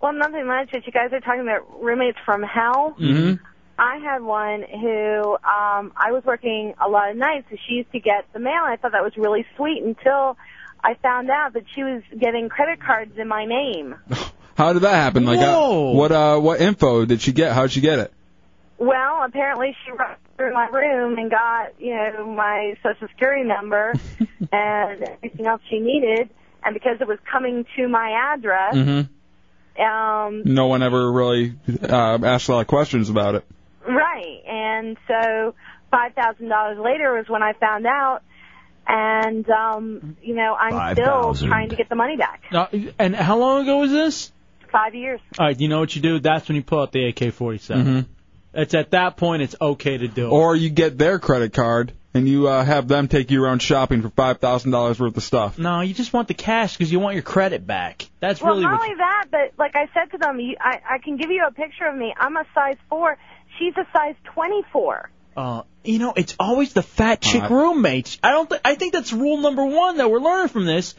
Speaker 11: Well, nothing much, but you guys are talking about roommates from hell.
Speaker 2: Mm-hmm.
Speaker 11: I had one who um I was working a lot of nights, so she used to get the mail. and I thought that was really sweet until I found out that she was getting credit cards in my name.
Speaker 3: How did that happen? Like, uh, what uh, what info did she get? How'd she get it?
Speaker 11: Well, apparently she rushed through my room and got, you know, my social security number and everything else she needed. And because it was coming to my
Speaker 2: Uh-huh.
Speaker 11: address,
Speaker 3: Mm-hmm.
Speaker 11: um,
Speaker 3: No one ever really uh, asked a lot of questions about it.
Speaker 11: right. And so $5,000 later was when I found out. And, um, you know, I'm still
Speaker 2: 5,000.
Speaker 11: trying to get the money back.
Speaker 2: Uh, and how long ago was this?
Speaker 11: Five years.
Speaker 2: All right, you know what you do? That's when you pull out the AK-47. It's at that point it's okay to do it.
Speaker 3: Mm-hmm. Or you get their credit card and you uh, have them take you around shopping for five thousand dollars worth of stuff.
Speaker 2: No, you just want the cash because you want your credit back. That's
Speaker 11: well,
Speaker 2: really
Speaker 11: not
Speaker 2: what
Speaker 11: only that, but like I said to them, you, I, I can give you a picture of me. I'm a size four. She's a size 24.
Speaker 2: Uh, you know, it's always the fat chick roommates. I don't. Th- I think that's rule number one that we're learning from this.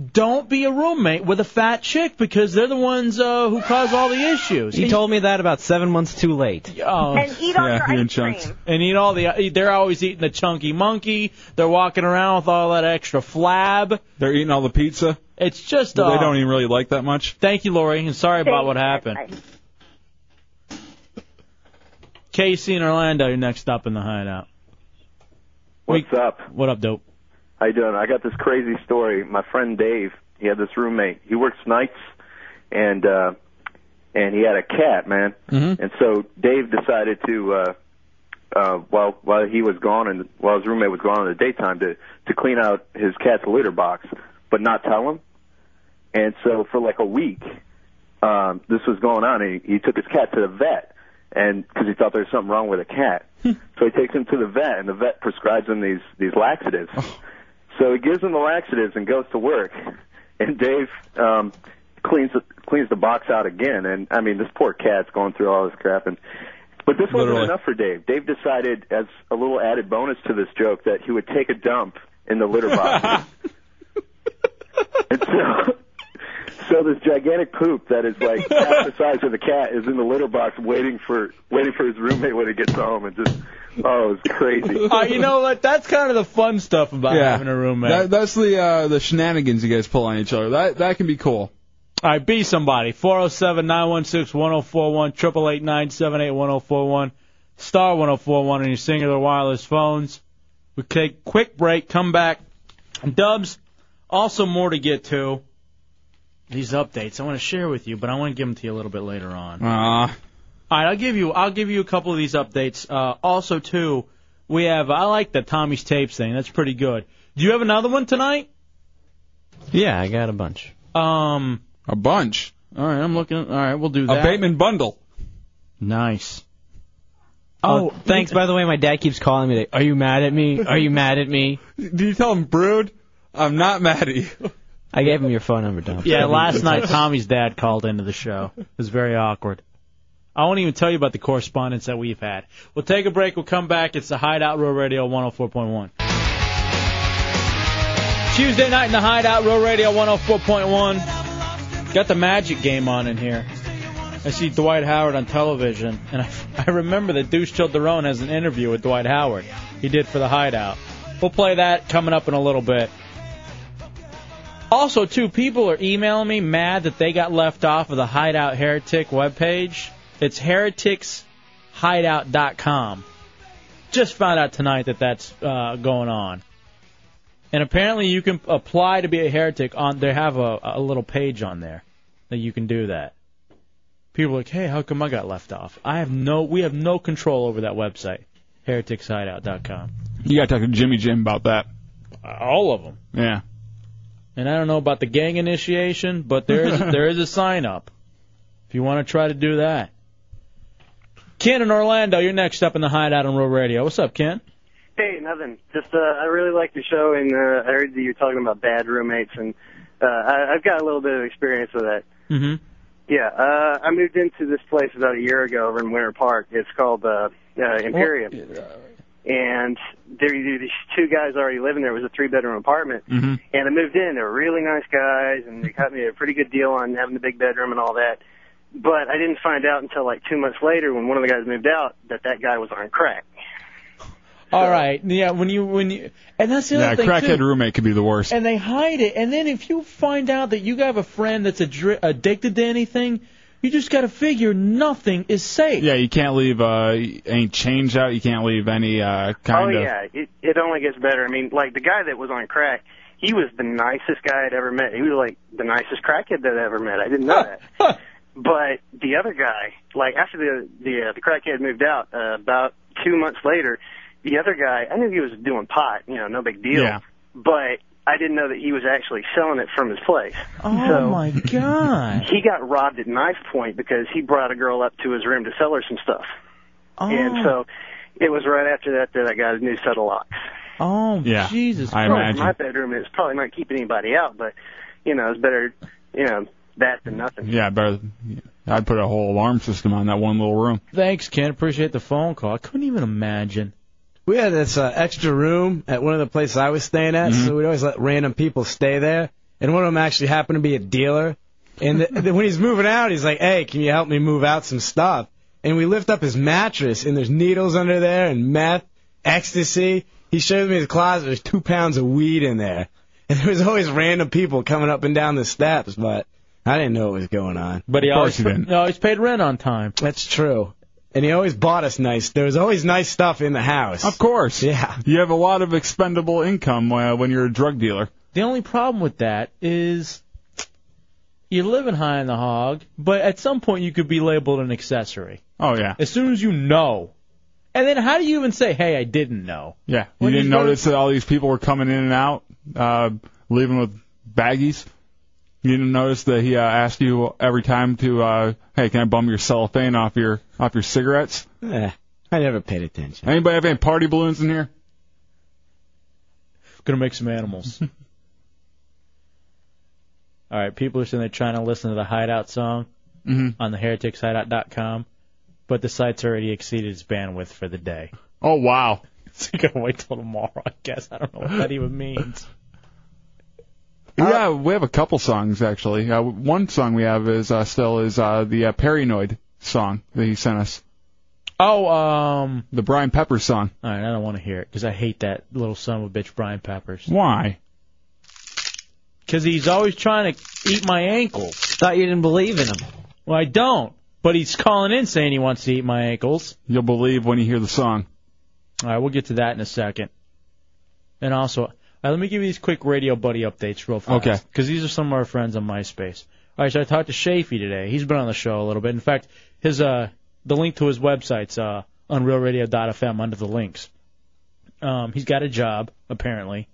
Speaker 2: Don't be a roommate with a fat chick because they're the ones uh, who cause all the issues.
Speaker 9: He
Speaker 2: And-
Speaker 9: told me that about seven months too late.
Speaker 2: Oh. And eat all the. e, They're always eating the chunky monkey. They're walking around with all that extra flab.
Speaker 3: They're eating all the pizza.
Speaker 2: It's just.
Speaker 3: They
Speaker 2: Uh,
Speaker 3: don't even really like that much.
Speaker 2: Thank you, Lori, and sorry about
Speaker 3: Thanks,
Speaker 2: what happened. Casey in Orlando, you're next up in the hideout.
Speaker 12: What's up?
Speaker 2: What up, dope?
Speaker 12: How you doing? I got this crazy story. My friend Dave, he had this roommate. He works nights, and uh, and he had a cat, man.
Speaker 2: Mm-hmm.
Speaker 12: And so Dave decided to, uh, uh, while while he was gone and while his roommate was gone in the daytime, to to clean out his cat's litter box, but not tell him. And so for like a week, um, this was going on. And he, he took his cat to the vet, and because he thought there was something wrong with the cat, so he takes him to the vet, and the vet prescribes him these these laxatives. So he gives him the laxatives and goes to work. And Dave um, cleans the, cleans the box out again. And I mean, this poor cat's going through all this crap. And but this wasn't
Speaker 24: Literally.
Speaker 12: enough for Dave. Dave decided, as a little added bonus to this joke, that he would take a dump in the litter box. and so. So this gigantic poop that is like half the size of the cat is in the litter box, waiting for waiting for his roommate when he gets home, and just oh, it's crazy.
Speaker 2: Uh, you know what? That's kind of the fun stuff about
Speaker 3: yeah.
Speaker 2: having a roommate.
Speaker 3: That, that's the uh, the shenanigans you guys pull on each other. That that can be cool.
Speaker 2: All right, be somebody. 407 916 1041, 888 978 1041, star 1041 on your singular wireless phones. We take quick break, come back. Dubs, also more to get to. These updates I want to share with you, but I want to give them to you a little bit later on.
Speaker 3: Ah.
Speaker 2: All right, I'll give you I'll give you a couple of these updates. Uh, also, too, we have I like the Tommy's tapes thing. That's pretty good. Do you have another one tonight?
Speaker 9: Yeah, I got a bunch.
Speaker 2: Um,
Speaker 3: a bunch.
Speaker 2: All right, I'm looking. All right, we'll do
Speaker 9: A
Speaker 2: that.
Speaker 9: Bateman
Speaker 3: bundle.
Speaker 2: Nice.
Speaker 9: Oh, thanks. By the way, my dad keeps calling me. Like, Are you mad at me? Are you mad at me?
Speaker 3: Do you tell him, Brood? I'm not mad at you.
Speaker 9: I gave him your phone number, Tom.
Speaker 2: Yeah, last night Tommy's dad called into the show. It was very awkward. I won't even tell you about the correspondence that we've had. We'll take a break. We'll come back. It's the Hideout Row Radio 104.1. Tuesday night in the Hideout Row Radio 104.1. Got the Magic game on in here. I see Dwight Howard on television, and I, I remember that Deuce Childerone has an interview with Dwight Howard. He did for the Hideout. We'll play that coming up in a little bit. Also, too, people are emailing me mad that they got left off of the Hideout Heretic webpage. It's hereticshideout.com. Just found out tonight that that's uh, going on. And apparently, you can apply to be a heretic on. They have a, a little page on there that you can do that. People are like, hey, how come I got left off? I have no. We have no control over that website, hereticshideout.com.
Speaker 3: You gotta talk to Jimmy Jim about that.
Speaker 2: All of them.
Speaker 3: Yeah.
Speaker 2: And I don't know about the gang initiation, but there is there is a sign up if you want to try to do that. Ken in Orlando, you're next up in the hideout on Real Radio. What's up, Ken?
Speaker 27: Hey, nothing. Just uh, I really like the show, and uh, I heard that you're talking about bad roommates, and uh, I, I've got a little bit of experience with that.
Speaker 2: Mm-hmm.
Speaker 27: Yeah, uh, I moved into this place about a year ago over in Winter Park. It's called uh, uh, Imperium, and there there- these two guys already living there. It was a three bedroom apartment,
Speaker 3: Mm-hmm.
Speaker 27: and I moved in. They were really nice guys, and they cut me a pretty good deal on having the big bedroom and all that. But I didn't find out until like two months later when one of the guys moved out that that guy was on crack.
Speaker 2: All right. Yeah. When you when you and that's the other
Speaker 3: yeah,
Speaker 2: thing
Speaker 3: crackhead
Speaker 2: too.
Speaker 3: roommate could be the worst.
Speaker 2: And they hide it. And then if you find out that you have a friend that's adri- addicted to anything, you just got to figure nothing is safe.
Speaker 3: Yeah, you can't leave uh any change out. You can't leave any uh kind
Speaker 27: oh
Speaker 3: of.
Speaker 27: yeah, it it only gets better. I mean, like the guy that was on crack, he was the nicest guy I'd ever met. He was like the nicest crackhead that I ever met. I didn't know that. but the other guy, like after the the uh, the crackhead moved out, uh, about two months later, the other guy, I knew he was doing pot. You know, no big deal.
Speaker 3: Yeah.
Speaker 27: But I didn't know that he was actually selling it from his place.
Speaker 2: Oh
Speaker 27: so
Speaker 2: my God.
Speaker 27: he got robbed at knife point because he brought a girl up to his room to sell her some stuff.
Speaker 2: Oh.
Speaker 27: And so it was right after that that I got a new set of locks.
Speaker 2: Oh Jesus
Speaker 27: Probably
Speaker 2: Christ.
Speaker 27: My bedroom is probably not keeping anybody out, but you know it's better, you know that than nothing.
Speaker 3: Yeah, better. I'd put a whole alarm system on that one little room.
Speaker 2: Thanks, Ken. Appreciate the phone call. I couldn't even imagine.
Speaker 22: We had this uh, extra room at one of the places I was staying at,
Speaker 2: Mm-hmm.
Speaker 22: so we'd always let random people stay there. And one of them actually happened to be a dealer. And th th- when he's moving out, he's like, "Hey, can you help me move out some stuff?" And we lift up his mattress, and there's needles under there, and meth, ecstasy. He shows me his closet. There's two pounds of weed in there. And there was always random people coming up and down the steps, but I didn't know what was going on.
Speaker 2: But he always, he always paid rent on time.
Speaker 22: That's true. And he always bought us nice. There was always nice stuff in the house.
Speaker 3: Of course.
Speaker 22: Yeah.
Speaker 3: You have a lot of expendable income uh, when you're a drug dealer.
Speaker 2: The only problem with that is you're living high in the hog, but at some point you could be labeled an accessory.
Speaker 3: Oh yeah.
Speaker 2: As soon as you know. And then how do you even say, hey, I didn't know?
Speaker 3: Yeah. You
Speaker 2: When
Speaker 3: didn't
Speaker 2: you go to-
Speaker 3: notice that all these people were coming in and out, uh, leaving with baggies. You didn't notice that he uh, asked you every time to, uh, hey, can I bum your cellophane off your off your cigarettes?
Speaker 22: Eh, I never paid attention.
Speaker 3: Anybody have any party balloons in here?
Speaker 2: Gonna make some animals. All right, people are sitting there trying to listen to the Hideout song
Speaker 3: Mhm.
Speaker 2: on the hereticshideout.com, but the site's already exceeded its bandwidth for the day.
Speaker 3: Oh wow!
Speaker 2: So you gotta wait till tomorrow, I guess. I don't know what that even means. Uh,
Speaker 3: Yeah, we have a couple songs actually. Uh, one song we have is uh, still is uh, the uh, Paranoid song that he sent us.
Speaker 2: Oh, um,
Speaker 3: the Brian Pepper song.
Speaker 2: All right, I don't want to hear it because I hate that little son of a bitch, Brian Peppers.
Speaker 3: Why?
Speaker 2: Because he's always trying to eat my ankles. Thought you didn't believe in him. Well, I don't. But he's calling in saying he wants to eat my ankles.
Speaker 3: You'll believe when you hear the song.
Speaker 2: All right, we'll get to that in a second. And also, all right, let me give you these quick radio buddy updates real fast.
Speaker 3: Okay.
Speaker 2: Because these are some of our friends on MySpace. All right, so I talked to Shafee today. He's been on the show a little bit. In fact, his uh, the link to his website's uh, on realradio.fm under the links. Um, he's got a job apparently.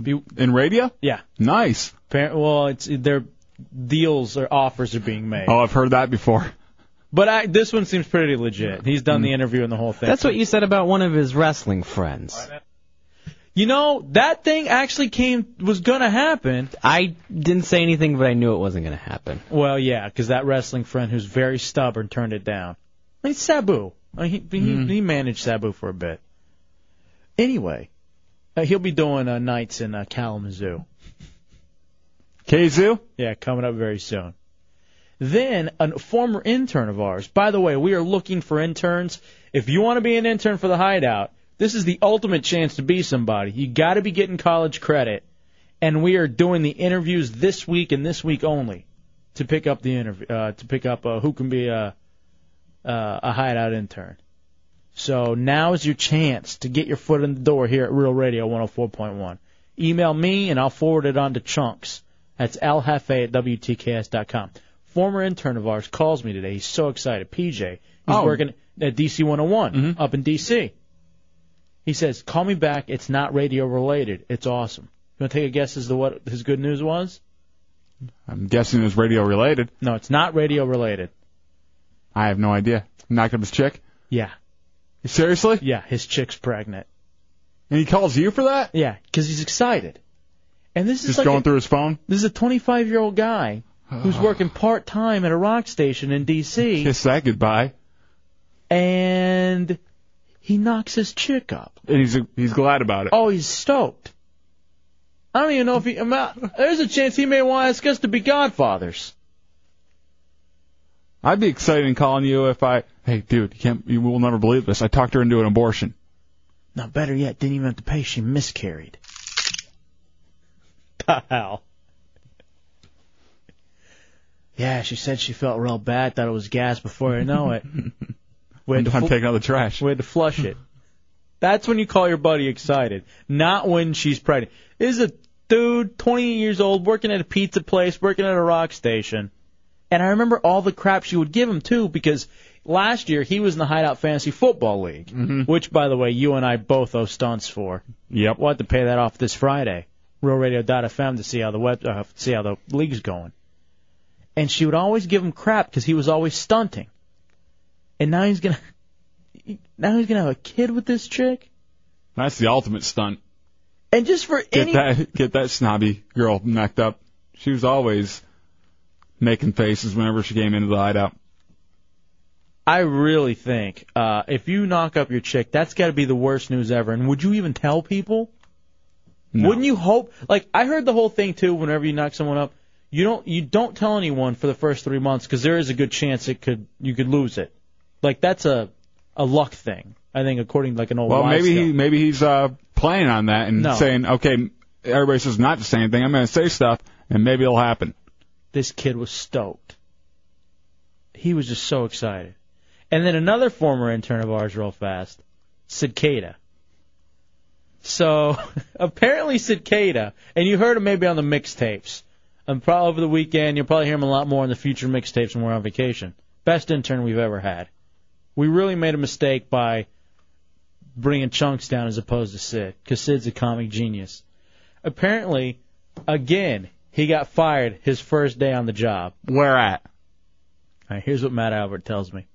Speaker 2: Be-
Speaker 3: In radio?
Speaker 2: Yeah.
Speaker 3: Nice.
Speaker 2: Appar- well, it's their deals or offers are being made.
Speaker 3: Oh, I've heard that before.
Speaker 2: But I, this one seems pretty legit. He's done
Speaker 3: Mm.
Speaker 2: the interview and the whole thing.
Speaker 9: That's what you said about one of his wrestling friends.
Speaker 2: You know, that thing actually came was gonna happen.
Speaker 9: I didn't say anything, but I knew it wasn't gonna happen.
Speaker 2: Well, yeah, 'cause that wrestling friend who's very stubborn turned it down. I mean, Sabu. I mean, he, he, he managed Sabu for a bit. Anyway, uh, he'll be doing uh, nights in uh, Kalamazoo.
Speaker 3: Kazoo?
Speaker 2: Yeah, coming up very soon. Then a former intern of ours. By the way, we are looking for interns. If you want to be an intern for the Hideout, this is the ultimate chance to be somebody. You got to be getting college credit, and we are doing the interviews this week and this week only to pick up the interview uh, to pick up uh, who can be a uh, a Hideout intern. So now is your chance to get your foot in the door here at Real Radio 104.1. Email me and I'll forward it on to Chunks. That's lhefe at wtks.com. Former intern of ours calls me today. He's so excited. PJ, he's
Speaker 3: Oh.
Speaker 2: working at DC 101 up in DC. He says, "Call me back. It's not radio related. It's awesome." You want to take a guess as to what his good news was?
Speaker 3: I'm guessing it's radio related.
Speaker 2: No, it's not radio related.
Speaker 3: I have no idea. Knocked up his chick?
Speaker 2: Yeah.
Speaker 3: Seriously?
Speaker 2: Yeah, his chick's pregnant.
Speaker 3: And he calls you for that?
Speaker 2: Yeah, because he's excited. And this is
Speaker 3: Just
Speaker 2: like
Speaker 3: going
Speaker 2: a-
Speaker 3: through his phone?
Speaker 2: This is a 25 year old guy who's working part time at a rock station in D.C.
Speaker 3: Kiss that goodbye.
Speaker 2: and he knocks his chick up.
Speaker 3: And he's he's glad about it.
Speaker 2: Oh, he's stoked. I don't even know if he. I'm out- There's a chance he may want to ask us to be godfathers.
Speaker 3: I'd be excited in calling you if I, hey dude, you can't, you will never believe this. I talked her into an abortion.
Speaker 2: Now, better yet, didn't even have to pay. She miscarried. The hell. Yeah, she said she felt real bad, thought it was gas before you know it. We had
Speaker 3: I'm,
Speaker 2: to fl-
Speaker 3: I'm taking out the trash.
Speaker 2: We had to flush it. That's when you call your buddy excited, not when she's pregnant. This is a dude, 20 years old, working at a pizza place, working at a rock station. And I remember all the crap she would give him, too, because last year he was in the Hideout Fantasy Football League,
Speaker 3: Mm-hmm.
Speaker 2: which, by the way, you and I both owe stunts for. Yep. We'll have to pay that off this Friday. RealRadio.fm to see how the web, uh, see how the league's going. And she would always give him crap because he was always stunting. And now he's gonna, now he's gonna have a kid with this chick.
Speaker 3: That's the ultimate stunt.
Speaker 2: And just for
Speaker 3: Get
Speaker 2: any,
Speaker 3: that get that snobby girl knocked up. She was always making faces whenever she came into the hideout.
Speaker 2: I really think uh, if you knock up your chick, that's got to be the worst news ever. And would you even tell people? Wouldn't you hope? Like I heard the whole thing too. Whenever you knock someone up, you don't you don't tell anyone for the first three months because there is a good chance it could you could lose it. Like that's a a luck thing. I think according to like an old
Speaker 3: Well,
Speaker 2: wives'
Speaker 3: maybe
Speaker 2: tale.
Speaker 3: he maybe he's uh, playing on that and
Speaker 2: No.
Speaker 3: saying, okay, everybody says not to say anything. I'm going to say stuff, and maybe it'll happen.
Speaker 2: this kid was stoked. He was just so excited. And then another former intern of ours, real fast, Cicada. So apparently Cicada, and you heard him maybe on the mixtapes, and probably over the weekend. You'll probably hear him a lot more in the future mixtapes when we're on vacation. Best intern we've ever had. We really made a mistake by bringing Chunks down as opposed to Sid, because Sid's a comic genius. Apparently, again, he got fired his first day on the job.
Speaker 9: Where at?
Speaker 2: All right, here's what Matt Albert tells me.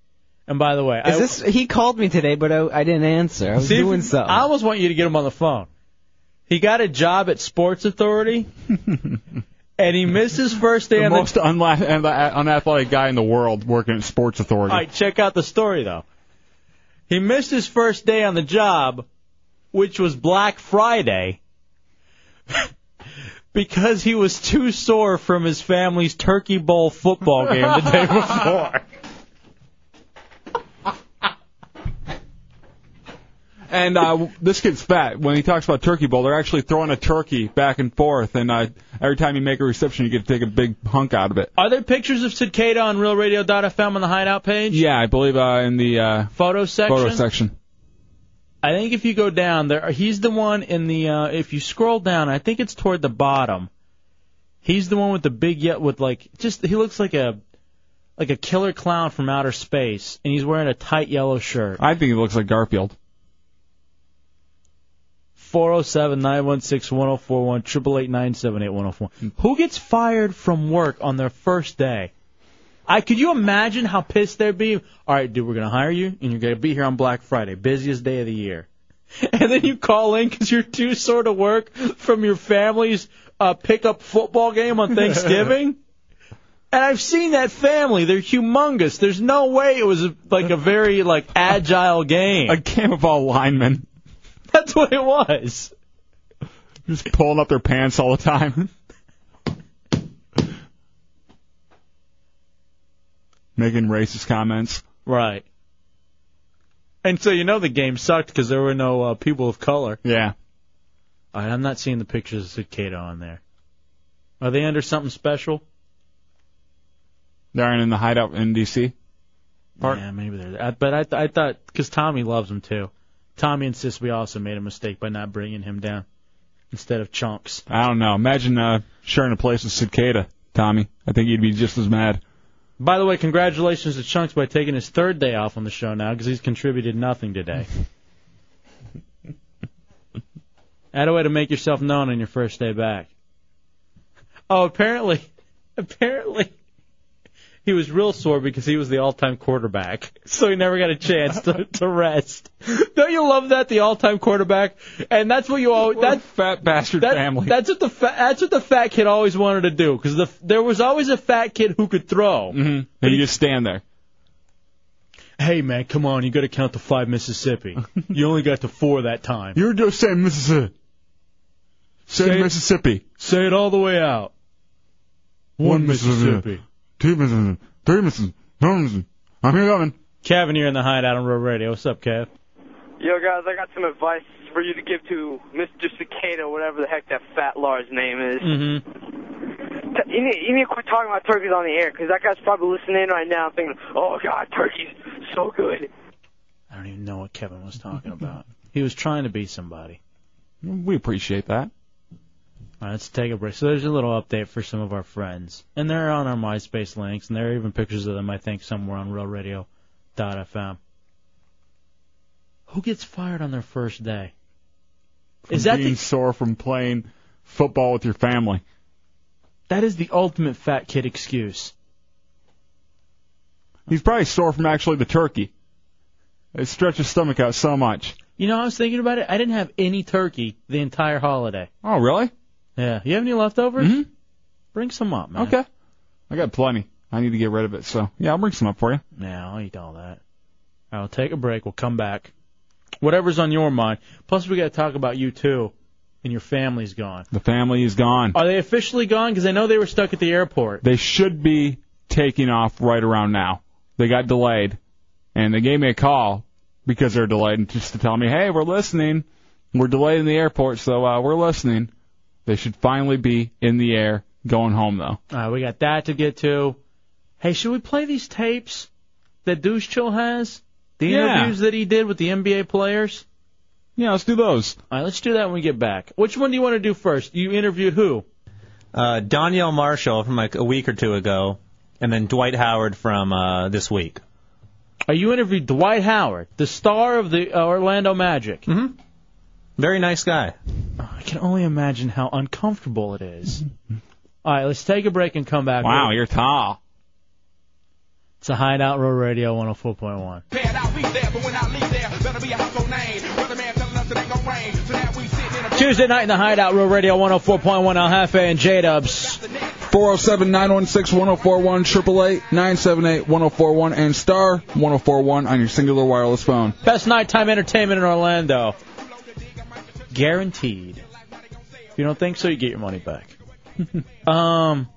Speaker 2: And by the way,
Speaker 9: Is
Speaker 2: I,
Speaker 9: this? He called me today, but I, I didn't answer. I was
Speaker 2: See if
Speaker 9: doing
Speaker 2: you-
Speaker 9: something.
Speaker 2: I almost want you to get him on the phone. He got a job at Sports Authority, and he missed his first day
Speaker 3: the
Speaker 2: on
Speaker 3: most
Speaker 2: the.
Speaker 3: unla- and the uh, unathletic guy in the world working at Sports Authority.
Speaker 2: All right, check out the story though. He missed his first day on the job, which was Black Friday, because he was too sore from his family's Turkey Bowl football game the day before.
Speaker 3: And uh, this kid's fat. When he talks about turkey bowl, they're actually throwing a turkey back and forth, and uh, every time you make a reception, you get to take a big hunk out of it.
Speaker 2: Are there pictures of Cicada on RealRadio.fm on the Hideout page?
Speaker 3: Yeah, I believe uh, in the uh,
Speaker 2: Photo section?
Speaker 3: Photo section.
Speaker 2: I think if you go down there, he's the one in the. Uh, if you scroll down, I think it's toward the bottom. He's the one with the big yet with like just he looks like a like a killer clown from outer space, and he's wearing a tight yellow shirt.
Speaker 3: I think he looks like Garfield.
Speaker 2: Four zero seven nine one six one zero four one triple eight nine seven eight one zero four. Who gets fired from work on their first day? I could you imagine how pissed they'd be? All right, dude, we're gonna hire you, and you're gonna be here on Black Friday, busiest day of the year. And then you call in 'cause you're too sore to work from your family's uh, pickup football game on Thanksgiving. and I've seen that family; they're humongous. There's no way it was a, like a very like agile game. A
Speaker 3: game of all linemen.
Speaker 2: That's what it was.
Speaker 3: Just pulling up their pants all the time. Making racist comments.
Speaker 2: Right. And so you know the game sucked because there were no uh, people of color.
Speaker 3: Yeah.
Speaker 2: All right, I'm not seeing the pictures of Cicada on there. Are they under something special?
Speaker 3: They aren't in the hideout in D.C.
Speaker 2: Yeah, maybe they're. I- But I, th- I thought because Tommy loves him too. Tommy insists we also made a mistake by not bringing him down instead of Chunks.
Speaker 3: I don't know. Imagine uh, sharing a place with Cicada, Tommy. I think you'd be just as mad.
Speaker 2: By the way, congratulations to Chunks by taking his third day off on the show now because he's contributed nothing today. Add a way to make yourself known on your first day back. Oh, apparently, apparently, he was real sore because he was the all-time quarterback, so he never got a chance to, to rest. Don't you love that the all-time quarterback? And that's what you always that
Speaker 3: fat bastard
Speaker 2: family. That's what the fa- that's what the fat kid always wanted to do because the, there was always a fat kid who could throw.
Speaker 3: Mm-hmm. And you just stand there.
Speaker 2: Hey man, come on, you got to count to five Mississippi. you only got to four that time.
Speaker 3: You're just saying Mississippi. Say, Mississippi.
Speaker 2: Say it all the way out. One Mississippi.
Speaker 3: Two Mississippi. Three Mississippi. Four Mississippi. I'm here coming.
Speaker 2: Kevin, you're in the hideout on Road Radio. What's up, Kev?
Speaker 28: Yo, guys, I got some advice for you to give to Mr. Cicada, whatever the heck that fat large name is.
Speaker 2: Mm-hmm.
Speaker 28: T- You need, you need to quit talking about turkeys on the air, 'cause that guy's probably listening in right now thinking, oh, God, turkeys, so good.
Speaker 2: I don't even know what Kevin was talking about. He was trying to be somebody.
Speaker 3: We appreciate that.
Speaker 2: All right, let's take a break. So there's a little update for some of our friends, and they're on our MySpace links, and there are even pictures of them, I think, somewhere on RealRadio.fm. Who gets fired on their first day? Is that
Speaker 3: being
Speaker 2: the-
Speaker 3: sore from playing football with your family?
Speaker 2: That is the ultimate fat kid excuse.
Speaker 3: He's probably sore from actually the turkey. It stretched his stomach out so much.
Speaker 2: You know, I was thinking about it. I didn't have any turkey the entire holiday.
Speaker 3: Oh, really?
Speaker 2: Yeah. You have any leftovers? Mm-hmm. Bring some up, man.
Speaker 3: Okay. I got plenty. I need to get rid of it, so yeah, I'll bring some up for you.
Speaker 2: Yeah, I'll eat all that. I'll take a break. We'll come back. Whatever's on your mind. Plus, we got to talk about you too, and your family's gone.
Speaker 3: The family is gone.
Speaker 2: Are they officially gone? Because I know they were stuck at the airport.
Speaker 3: They should be taking off right around now. They got delayed, and they gave me a call because they're delayed, and just to tell me, hey, we're listening. We're delayed in the airport, so uh, we're listening. They should finally be in the air, going home though.
Speaker 2: All right, we got that to get to. Hey, should we play these tapes that Douche Chill has? The
Speaker 3: Yeah.
Speaker 2: interviews that he did with the NBA players?
Speaker 3: Yeah, let's do those.
Speaker 2: All right, let's do that when we get back. Which one do you want to do first? You interviewed who?
Speaker 29: Uh, Danielle Marshall from like a week or two ago, and then Dwight Howard from uh, this week.
Speaker 2: Are you interviewed Dwight Howard, the star of the uh, Orlando Magic? Mm-hmm.
Speaker 29: Very nice guy.
Speaker 2: I can only imagine how uncomfortable it is. All right, let's take a break and come back.
Speaker 3: Wow, you're tall.
Speaker 2: It's a Hideout Row Radio 104.1.
Speaker 17: Bad, I'll be there, but when I leave there, better be a household name. Brother man telling us it ain't gonna rain. So now we sitting in a
Speaker 2: Tuesday night in the Hideout Row Radio 104.1 El Jefe and J Dubs.
Speaker 24: 407 916 1041, 888 978 1041, and star 1041 on your singular wireless phone.
Speaker 2: Best nighttime entertainment in Orlando. Guaranteed. If you don't think so, you get your money back. um.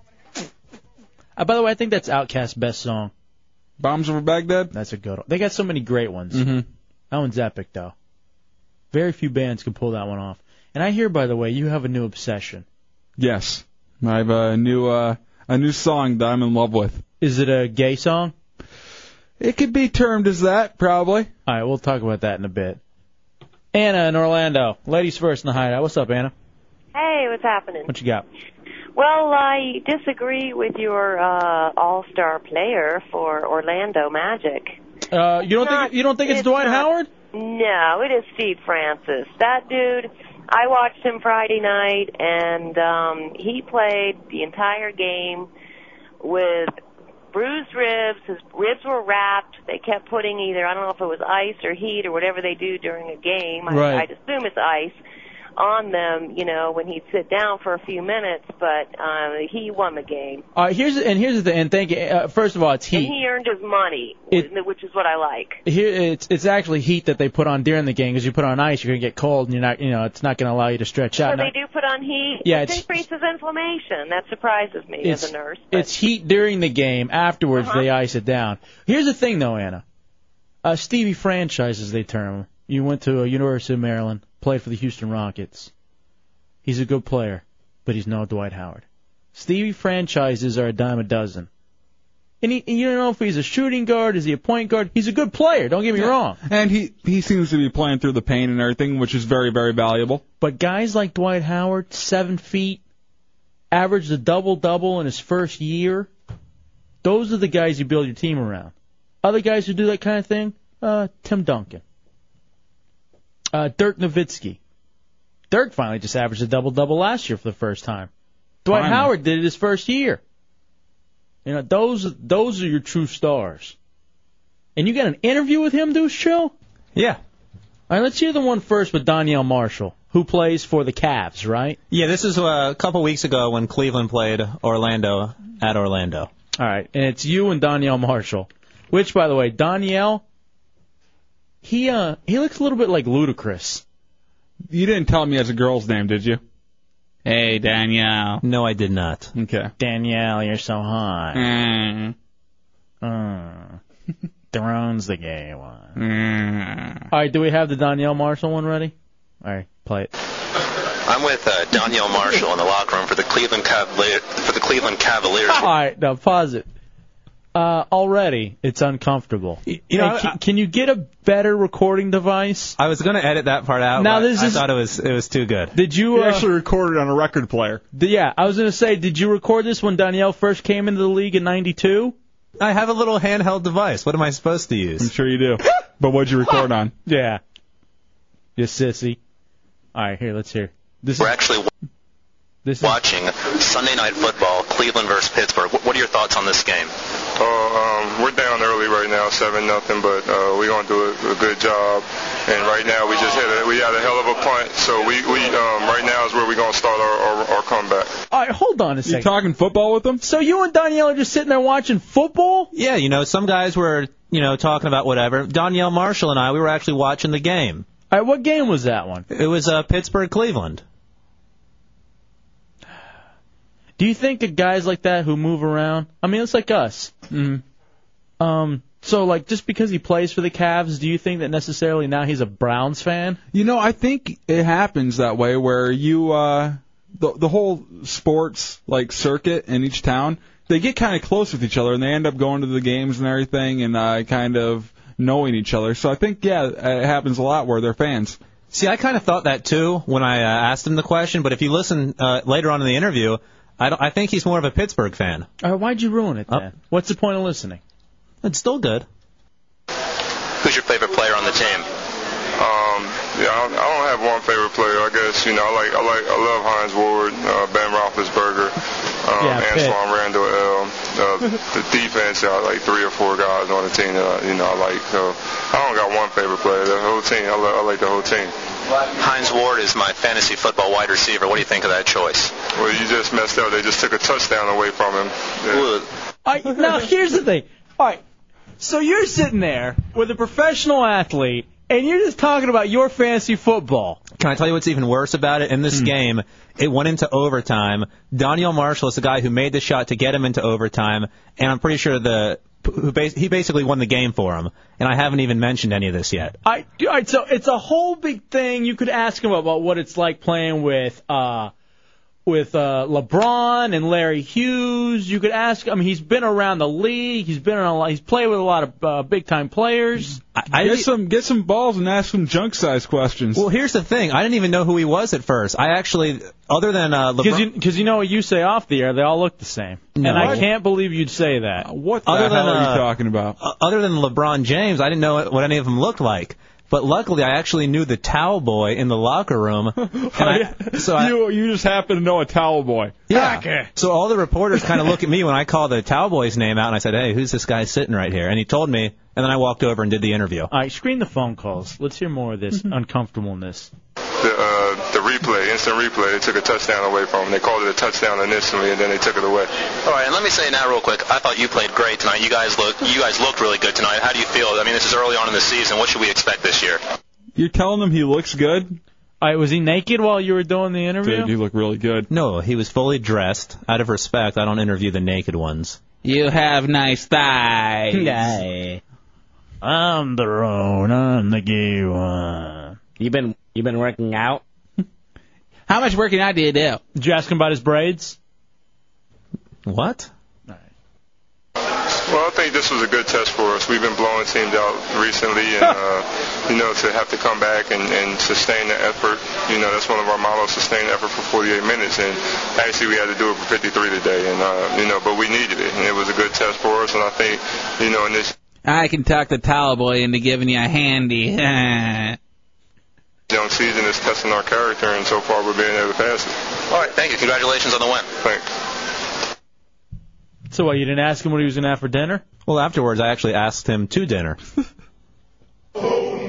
Speaker 2: uh, by the way, I think that's Outcast's best song.
Speaker 3: Bombs over Baghdad. Mm-hmm.
Speaker 2: That's a good one. They got so many great ones. That one's epic, though. Very few bands can pull that one off. And I hear, by the way, you have a new obsession.
Speaker 3: Yes, I have a new uh, a new song that I'm in love with.
Speaker 2: Is it a gay song?
Speaker 3: It could be termed as that, probably.
Speaker 2: All right, we'll talk about that in a bit. Anna in Orlando, ladies first in the hideout. What's up, Anna?
Speaker 18: Hey, what's happening?
Speaker 2: What you got?
Speaker 18: Well, I disagree with your uh, all-star player for Orlando Magic.
Speaker 2: Uh, you don't think you don't think it's, Dwight Howard?
Speaker 18: No, it is Steve Francis. That dude, I watched him Friday night, and um, he played the entire game with bruised ribs. His ribs were wrapped. They kept putting either I don't know if it was ice or heat or whatever they do during a game.
Speaker 30: Right.
Speaker 18: I, I'd assume it's ice on them. You know, when he'd sit down for a few minutes, but um, he won the game.
Speaker 2: All right, Uh, here's and here's the thing. And thank you. Uh, first of all, it's
Speaker 18: And
Speaker 2: heat.
Speaker 18: he earned his money,
Speaker 2: It-
Speaker 18: which is what I like.
Speaker 2: Here, it's it's actually heat that they put on during the game because you put on ice, you're gonna get cold, and you're not, you know, it's not gonna allow you to stretch out.
Speaker 18: So
Speaker 2: Not-
Speaker 18: they do put on heat.
Speaker 2: Yeah,
Speaker 18: it
Speaker 2: it's-
Speaker 18: increases inflammation. That surprises me as a nurse.
Speaker 2: It's heat during the game. Afterwards,
Speaker 18: Uh-huh.
Speaker 2: they ice it down. Here's the thing, though, Anna. Uh, Stevie franchise, as they term him. You went to uh, University of Maryland, played for the Houston Rockets. He's a good player, but he's no Dwight Howard. Stevie franchises are a dime a dozen. And, he, and you don't know if he's a shooting guard, is he a point guard? He's a good player. Don't get me wrong.
Speaker 3: And he he seems to be playing through the pain and everything, which is very very valuable.
Speaker 2: But guys like Dwight Howard, seven feet, averaged a double double in his first year. Those are the guys you build your team around. Other guys who do that kind of thing, uh, Tim Duncan, uh, Dirk Nowitzki. Dirk finally just averaged a double double last year for the first time. Dwight
Speaker 3: Finally.
Speaker 2: Howard did it his first year. You know those those are your true stars. And you got an interview with him, Deuce Chill?
Speaker 29: Yeah.
Speaker 2: All right, let's hear the one first with Danielle Marshall, who plays for the Cavs, right?
Speaker 29: Yeah, this is uh, a couple weeks ago when Cleveland played Orlando at Orlando.
Speaker 2: All right, and it's you and Danielle Marshall. Which, by the way, Danielle, he uh he looks a little bit like Ludacris.
Speaker 3: You didn't tell me as a girl's name, did you? Hey Danielle.
Speaker 29: No, I did not.
Speaker 3: Okay.
Speaker 2: Danielle, you're so hot. Mm. Thrones, the gay one. All right, do we have the Danielle Marshall one ready? All right, play it.
Speaker 14: I'm with uh, Danielle Marshall in the locker room for the Cleveland Cavalier, for the Cleveland Cavaliers.
Speaker 2: All right, now pause it. Uh, already, it's uncomfortable. You
Speaker 29: know,
Speaker 2: can, can you get a better recording device?
Speaker 29: I was gonna edit that part out.
Speaker 2: Now
Speaker 29: but
Speaker 2: this
Speaker 29: I
Speaker 2: is-
Speaker 29: thought it was it was too good.
Speaker 2: Did you?
Speaker 29: He
Speaker 2: uh,
Speaker 29: actually
Speaker 2: recorded on a record player. yeah, I was gonna say, did you record this when Danielle first came into the league in '92?
Speaker 29: I have a little handheld device. What am I supposed to use? I'm
Speaker 3: sure you do. But what'd you record on?
Speaker 2: Yeah. You sissy. All right, here, let's hear. This
Speaker 14: We're actually wa- watching Sunday Night Football, Cleveland versus Pittsburgh. What what are your thoughts on this game?
Speaker 19: Oh, um, we're down early right now, seven nothing, but uh, we're gonna do a, a good job. And right now, we just hit a, we had a hell of a punt, so we, we um, right now is where we're gonna start our, our, our comeback.
Speaker 2: All right, hold on a second.
Speaker 3: talking football with them?
Speaker 2: So you and Danielle are just sitting there watching football?
Speaker 29: Yeah, you know, some guys were you know talking about whatever. Danielle Marshall and I, we were actually watching the game.
Speaker 2: All right, what game was that one?
Speaker 29: It was uh, Pittsburgh Cleveland.
Speaker 2: Do you think of guys like that who move around? I mean, it's like us. Mm. Um, so like just because he plays for the Cavs, do you think that necessarily now he's a Browns fan?
Speaker 3: You know, I think it happens that way where you uh the the whole sports like circuit in each town, they get kind of close with each other and they end up going to the games and everything and uh kind of knowing each other. So I think yeah, it happens a lot where they're fans.
Speaker 29: See, I kind of thought that too when I uh, asked him the question, but if you listen uh, later on in the interview, I, don't, I think he's more of a Pittsburgh fan.
Speaker 2: All right, why'd you ruin it then? Uh, What's the point of listening?
Speaker 29: It's still good.
Speaker 14: Who's your favorite player on the team?
Speaker 19: Um, yeah, I don't, I don't have one favorite player. I guess you know, I like I like I love Heinz Ward, uh, Ben Roethlisberger, um,
Speaker 20: Yeah, Pitt.
Speaker 19: Antoine Randall, L. Uh, the defense. I like three or four guys on the team that I, you know I like. So I don't got one favorite player. The whole team. I, li- I like the whole team.
Speaker 14: Heinz Ward is my fantasy football wide receiver. What do you think of that choice?
Speaker 19: Well, you just messed up. They just took a touchdown away from him. Yeah.
Speaker 2: All right, now here's the thing. All right, so you're sitting there with a professional athlete, and you're just talking about your fantasy football.
Speaker 29: Can I tell you what's even worse about it? In this game, it went into overtime. Daniel Marshall is the guy who made the shot to get him into overtime, and I'm pretty sure the who bas- he basically won the game for him. And I haven't even mentioned any of this yet.
Speaker 2: I, all right, so it's a whole big thing. You could ask him about what it's like playing with uh, with uh, LeBron and Larry Hughes. You could ask. I mean, he's been around the league. He's been around. a lot- He's played with a lot of uh, big time players.
Speaker 3: I get some get some balls and ask some junk size questions.
Speaker 29: Well, here's the thing. I didn't even know who he was at first. I actually, other than uh, LeBron,
Speaker 2: Because you, 'cause you know what you say off the air, they all look the same.
Speaker 29: No.
Speaker 2: And I can't believe you'd say that.
Speaker 3: What
Speaker 29: other than uh,
Speaker 3: about?
Speaker 29: Other than LeBron James, I didn't know what any of them looked like. But luckily, I actually knew the towel boy in the locker room. And I, so I,
Speaker 3: you you just happen to know a towel boy.
Speaker 29: Yeah. So all the reporters kind of look at me when I call the towel boy's name out, and I said, "Hey, who's this guy sitting right here?" And he told me, and then I walked over and did the interview.
Speaker 2: All right, screen the phone calls. Let's hear more of this uncomfortableness.
Speaker 19: The uh, the replay, instant replay. They took a touchdown away from him. They called it a touchdown initially, and then they took it away.
Speaker 14: All right, and let me say now real quick. I thought you played great tonight. You guys look you guys looked really good tonight. How do you feel? I mean, this is early on in the season. What should we expect this year?
Speaker 3: You're telling him he looks good?
Speaker 2: All right, Uh, was he naked while you were doing the interview?
Speaker 3: Dude, you look really good.
Speaker 29: No, he was fully dressed. Out of respect, I don't interview the naked ones.
Speaker 21: You have nice thighs.
Speaker 2: I'm the road. I'm the gay one.
Speaker 21: You been you been working out? How much working out do you do?
Speaker 2: Did you ask him about his braids?
Speaker 29: What?
Speaker 19: Well, I think this was a good test for us. We've been blowing teams out recently, and uh, you know, to have to come back and, and sustain the effort, you know, that's one of our models: sustain the effort for 48 minutes. And actually, we had to do it for 53 today, and uh, you know, but we needed it, and it was a good test for us. And I think, you know, in this
Speaker 21: I can talk the towel boy into giving you a handy.
Speaker 19: young season, it's testing our character, and so far we're being able to pass it.
Speaker 14: All right, thank you. Congratulations on the win.
Speaker 19: Thanks.
Speaker 2: So what? You didn't ask him what he was gonna have for dinner?
Speaker 29: Well, afterwards, I actually asked him to dinner.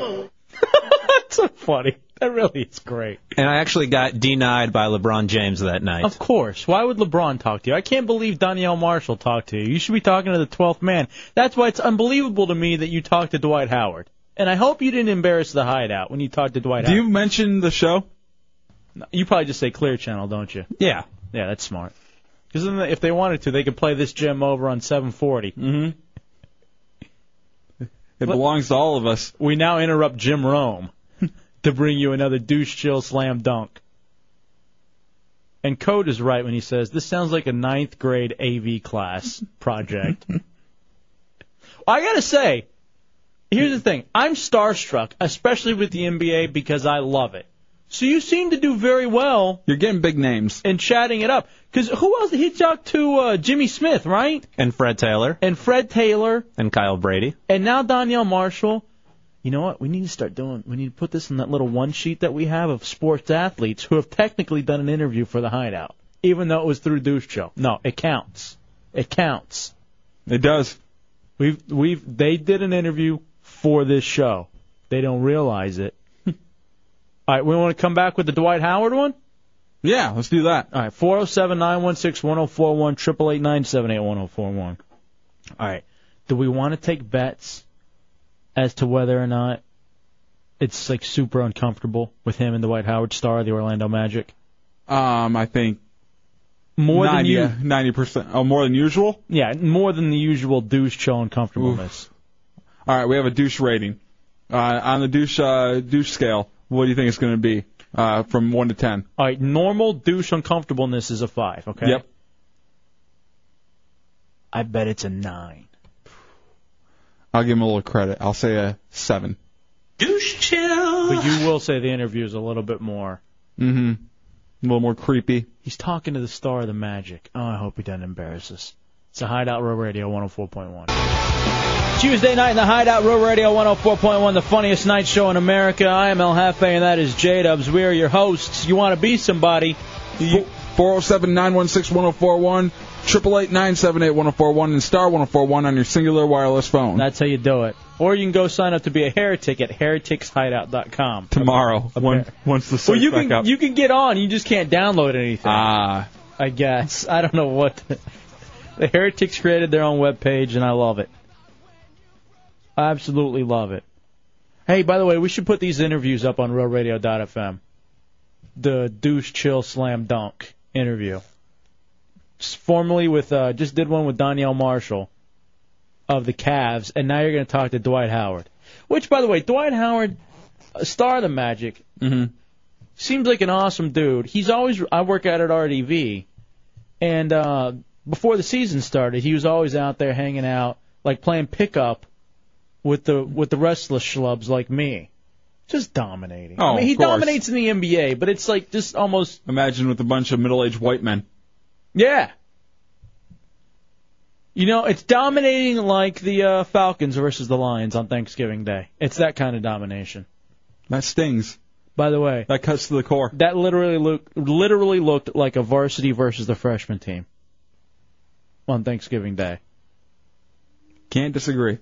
Speaker 2: That's so funny. That really is great.
Speaker 29: And I actually got denied by LeBron James that night.
Speaker 2: Of course. Why would LeBron talk to you? I can't believe Danielle Marshall talked to you. You should be talking to the 12th man. That's why it's unbelievable to me that you talked to Dwight Howard. And I hope you didn't embarrass the hideout when you talked to Dwight
Speaker 3: Do
Speaker 2: Howard.
Speaker 3: you mention the show?
Speaker 2: You probably just say Clear Channel, don't you?
Speaker 29: Yeah.
Speaker 2: Yeah, that's smart. Because then, if they wanted to, they could play this gem over on 740. Mm-hmm.
Speaker 3: It belongs to all of us.
Speaker 2: We now interrupt Jim Rome to bring you another douche chill slam dunk. And Code is right when he says this sounds like a ninth grade AV class project. I gotta say, here's the thing: I'm starstruck, especially with the NBA because I love it. So you seem to do very well.
Speaker 3: You're getting big names
Speaker 2: and chatting it up. Because who else? He talked to uh, Jimmy Smith, right?
Speaker 29: And Fred Taylor.
Speaker 2: And Fred Taylor.
Speaker 29: And Kyle Brady.
Speaker 2: And now Danielle Marshall. You know what? We need to start doing. We need to put this in that little one sheet that we have of sports athletes who have technically done an interview for the Hideout, even though it was through Douche Show. No, it counts. It counts.
Speaker 3: It does.
Speaker 2: We've we've they did an interview for this show. They don't realize it. All right, we want to come back with the Dwight Howard one.
Speaker 3: Yeah, let's do that.
Speaker 2: All right, four zero seven nine one six one zero four one triple eight nine seven eight one zero four one. All right, do we want to take bets as to whether or not it's like super uncomfortable with him and the Dwight Howard star of the Orlando Magic?
Speaker 3: Um, I think
Speaker 2: More than
Speaker 3: 90,
Speaker 2: you-
Speaker 3: ninety percent. Oh, more than usual.
Speaker 2: Yeah, more than the usual douche chill uncomfortableness.
Speaker 3: All right, we have a douche rating. Uh, on the douche uh, douche scale, what do you think it's going to be uh, from one to ten?
Speaker 2: All right, normal douche uncomfortableness is a five. Okay.
Speaker 3: Yep.
Speaker 2: I bet it's a nine.
Speaker 3: I'll give him a little credit. I'll say a seven.
Speaker 2: Douche chill. But you will say the interview is a little bit more.
Speaker 3: Mm-hmm. A little more creepy.
Speaker 2: He's talking to the star of the Magic. Oh, I hope he doesn't embarrass us. It's a Hideout Row Radio 104.1. Tuesday night in the Hideout Row Radio 104.1, the funniest night show in America. I am El Jefe, and that is J Dubs. We are your hosts. You want to be somebody?
Speaker 3: Four zero seven nine one six one zero four one triple eight nine seven eight one zero four one and star one zero four one on your singular wireless phone.
Speaker 2: That's how you do it. Or you can go sign up to be a heretic at hereticshideout.com.
Speaker 3: tomorrow when, once the
Speaker 2: Well,
Speaker 3: site's
Speaker 2: you
Speaker 3: back
Speaker 2: can
Speaker 3: up.
Speaker 2: you can get on. You just can't download anything.
Speaker 3: Ah.
Speaker 2: I guess I don't know what. The, the heretics created their own webpage, and I love it. I absolutely love it. Hey, by the way, we should put these interviews up on RealRadio.fm. The douche chill slam dunk interview. Just formerly with uh, just did one with Danielle Marshall of the Cavs, and now you're going to talk to Dwight Howard. Which, by the way, Dwight Howard, a star of the Magic,
Speaker 3: mm-hmm.
Speaker 2: seems like an awesome dude. He's always I work out at RDV, and uh, before the season started, he was always out there hanging out, like playing pickup with the with the restless schlubs like me, just dominating.
Speaker 3: Oh,
Speaker 2: I mean, he
Speaker 3: of course.
Speaker 2: dominates in the NBA, but it's like just almost
Speaker 3: Imagine with a bunch of middle-aged white men.
Speaker 2: yeah. You know, it's dominating like the uh, Falcons versus the Lions on Thanksgiving Day. It's that kind of domination.
Speaker 3: That stings.
Speaker 2: By the way,
Speaker 3: that cuts to the core.
Speaker 2: That literally looked literally looked like a varsity versus the freshman team on Thanksgiving Day.
Speaker 3: Can't disagree.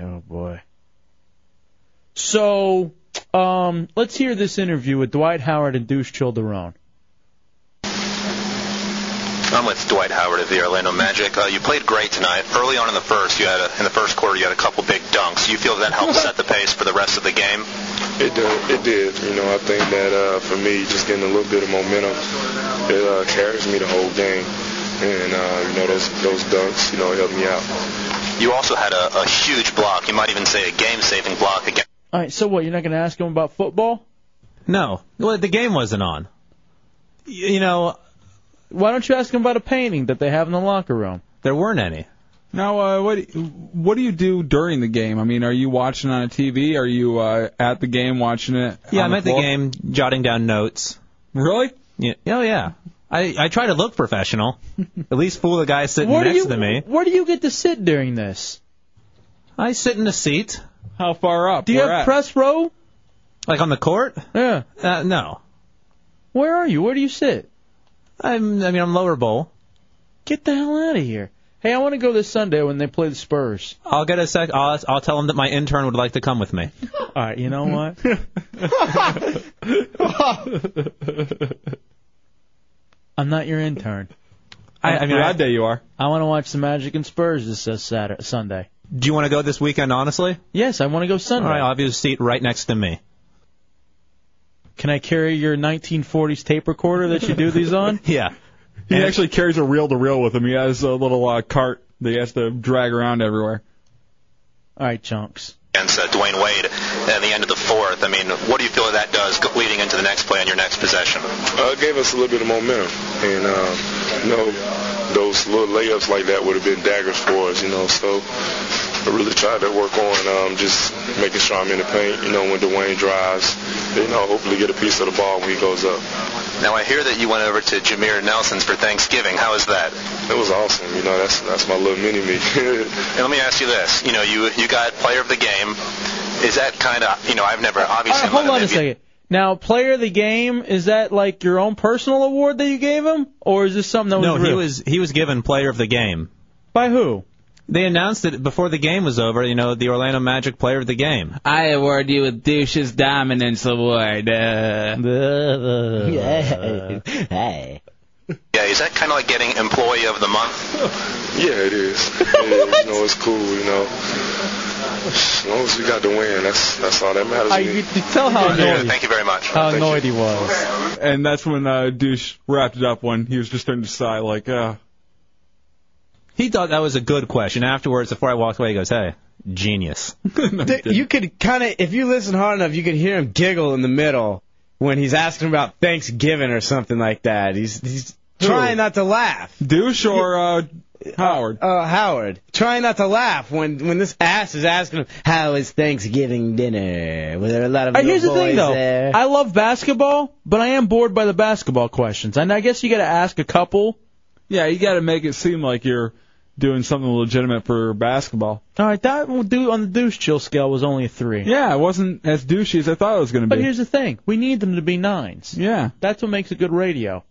Speaker 2: Oh boy. So, um, let's hear this interview with Dwight Howard and Deuce Childerone.
Speaker 14: I'm with Dwight Howard of the Orlando Magic. Uh, you played great tonight. Early on in the first, you had a, in the first quarter, you had a couple big dunks. You feel that helped set the pace for the rest of the game?
Speaker 19: It did. It did. You know, I think that uh, for me, just getting a little bit of momentum, it uh, carries me the whole game. And uh, you know, those those dunks, you know, helped me out.
Speaker 14: You also had a, a huge block. You might even say a game-saving block against.
Speaker 2: All right, so what? You're not going to ask him about football?
Speaker 29: No, well, the game wasn't on. Y- You know,
Speaker 2: why don't you ask him about a painting that they have in the locker room?
Speaker 29: There weren't any.
Speaker 3: Now, uh, what what do you do during the game? I mean, are you watching on a TV? Are you uh, at the game watching it?
Speaker 29: Yeah,
Speaker 3: on
Speaker 29: I'm at the
Speaker 3: floor?
Speaker 29: game jotting down notes.
Speaker 3: Really?
Speaker 29: Yeah. Oh yeah. I I try to look professional. at least fool the guy sitting
Speaker 2: Where do
Speaker 29: next
Speaker 2: you-
Speaker 29: to me.
Speaker 2: Where do you get to sit during this?
Speaker 29: I sit in a seat.
Speaker 3: How far up?
Speaker 2: Do you have press row?
Speaker 29: Like on the court?
Speaker 2: Yeah.
Speaker 29: Uh, no.
Speaker 2: Where are you? Where do you sit?
Speaker 29: I'm. I mean, I'm lower bowl.
Speaker 2: Get the hell out of here. Hey, I want to go this Sunday when they play the Spurs.
Speaker 29: I'll get a sec. I'll I'll tell him that my intern would like to come with me.
Speaker 2: All right, you know what? I'm not your intern.
Speaker 29: I- I mean, I- That day
Speaker 3: you are.
Speaker 2: I want to watch the Magic and Spurs this uh, Saturday, Sunday.
Speaker 29: Do you want to go this weekend? Honestly.
Speaker 2: Yes, I want to go Sunday.
Speaker 29: All right. I'll have you a seat right next to me.
Speaker 2: Can I carry your 1940s tape recorder that you do these on?
Speaker 29: yeah.
Speaker 3: He actually carries a reel to reel with him. He has a little uh, cart that he has to drag around everywhere.
Speaker 2: All right, chunks.
Speaker 14: against uh, Dwayne Wade at the end of the fourth. I mean, what do you feel that does go- leading into the next play on your next possession?
Speaker 19: Uh, it gave us a little bit of momentum, and uh, you know, those little layups like that would have been daggers for us, you know. So I really tried to work on um, just making sure I'm in the paint, you know, when Dwayne drives, you know, hopefully get a piece of the ball when he goes up.
Speaker 14: Now I hear that you went over to Jameer Nelson's for Thanksgiving. How is that?
Speaker 19: It was awesome, you know. That's that's my little mini me.
Speaker 14: And let me ask you this: you know, you you got player of the game. Is that kind of you know? I've never obviously.
Speaker 2: All right, hold on a second. Now, player of the game, is that like your own personal award that you gave him, or is this something that
Speaker 29: no,
Speaker 2: was
Speaker 29: he
Speaker 2: real?
Speaker 29: was he was given player of the game.
Speaker 2: By who?
Speaker 29: They announced it before the game was over. You know, the Orlando Magic player of the game.
Speaker 21: I award you a douche's dominance award. Uh.
Speaker 14: Hey. Yeah, is that kind of like getting employee of the month?
Speaker 19: Yeah, it is. It is. You know, it's cool. You know, as long as we got the win, that's that's all that matters.
Speaker 2: I, you can tell how annoyed. How
Speaker 19: Thank you.
Speaker 2: annoyed he was.
Speaker 3: And that's when uh, Douche wrapped it up when he was just starting to sigh, like, uh,
Speaker 29: He thought that was a good question. Afterwards, before I walked away, he goes, "Hey, genius."
Speaker 22: Th- you could kind of, if you listen hard enough, you could hear him giggle in the middle when he's asking about Thanksgiving or something like that. He's he's trying not to laugh.
Speaker 3: Douche or uh, Howard?
Speaker 22: Uh, Howard, trying not to laugh when when this ass is asking him how is Thanksgiving dinner. Were there a lot of
Speaker 2: All
Speaker 22: little
Speaker 2: right, here's the
Speaker 22: boys uh,
Speaker 2: thing, though.
Speaker 22: there?
Speaker 2: I love basketball, but I am bored by the basketball questions. And I guess you got to ask a couple.
Speaker 3: Yeah, you got to make it seem like you're doing something legitimate for basketball.
Speaker 2: All right, that one do on the douche chill scale was only a three.
Speaker 3: Yeah, it wasn't as douchey as I thought it was going to
Speaker 2: But
Speaker 3: be.
Speaker 2: here's the thing: we need them to be nines.
Speaker 3: Yeah,
Speaker 2: that's what makes a good radio.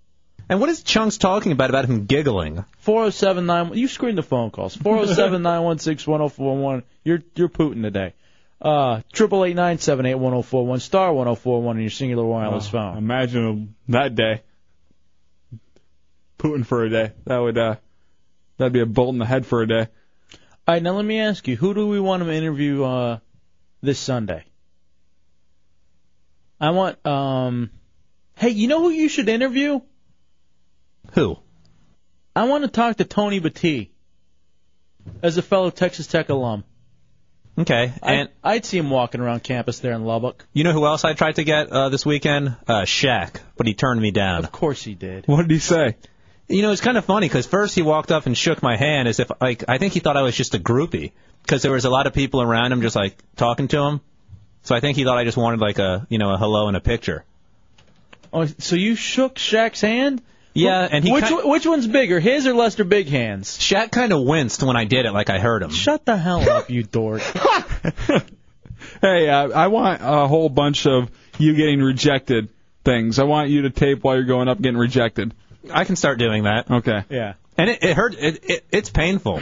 Speaker 29: And what is Chunks talking about about him giggling?
Speaker 2: Four zero seven nine. You screen the phone calls. Four zero seven nine one six one zero four one. You're you're Putin today. Uh, triple eight nine seven eight one zero four one star one zero four one on your singular wireless
Speaker 3: Oh,
Speaker 2: phone.
Speaker 3: Imagine that day. Putin for a day. That would uh, that'd be a bolt in the head for a day.
Speaker 2: All right, now let me ask you: Who do we want to interview uh, this Sunday? I want. um Hey, you know who you should interview?
Speaker 29: Who?
Speaker 2: I want to talk to Tony Battee, as a fellow Texas Tech alum.
Speaker 29: Okay, and
Speaker 2: I, would see him walking around campus there in Lubbock.
Speaker 29: you know who else I tried to get uh, this weekend? Uh, Shaq, but he turned me down. Of
Speaker 2: course he did.
Speaker 3: What did he say?
Speaker 29: You know, it's kind of funny because first he walked up and shook my hand as if like I think he thought I was just a groupie because there was a lot of people around him just like talking to him. So I think he thought I just wanted like a you know a hello and a picture.
Speaker 2: Oh, so you shook Shaq's hand?
Speaker 29: Yeah, and he
Speaker 2: which
Speaker 29: ki-
Speaker 2: one- which one's bigger, his or Lester Big Hands?
Speaker 29: Shaq kind of winced when I did it, like I heard him.
Speaker 2: Shut the hell up, you dork.
Speaker 3: Hey, uh, I want a whole bunch of you getting rejected things. I want you to tape while you're going up getting rejected.
Speaker 29: I can start doing that.
Speaker 3: Okay.
Speaker 2: Yeah.
Speaker 29: And it, it hurt. It, it it's painful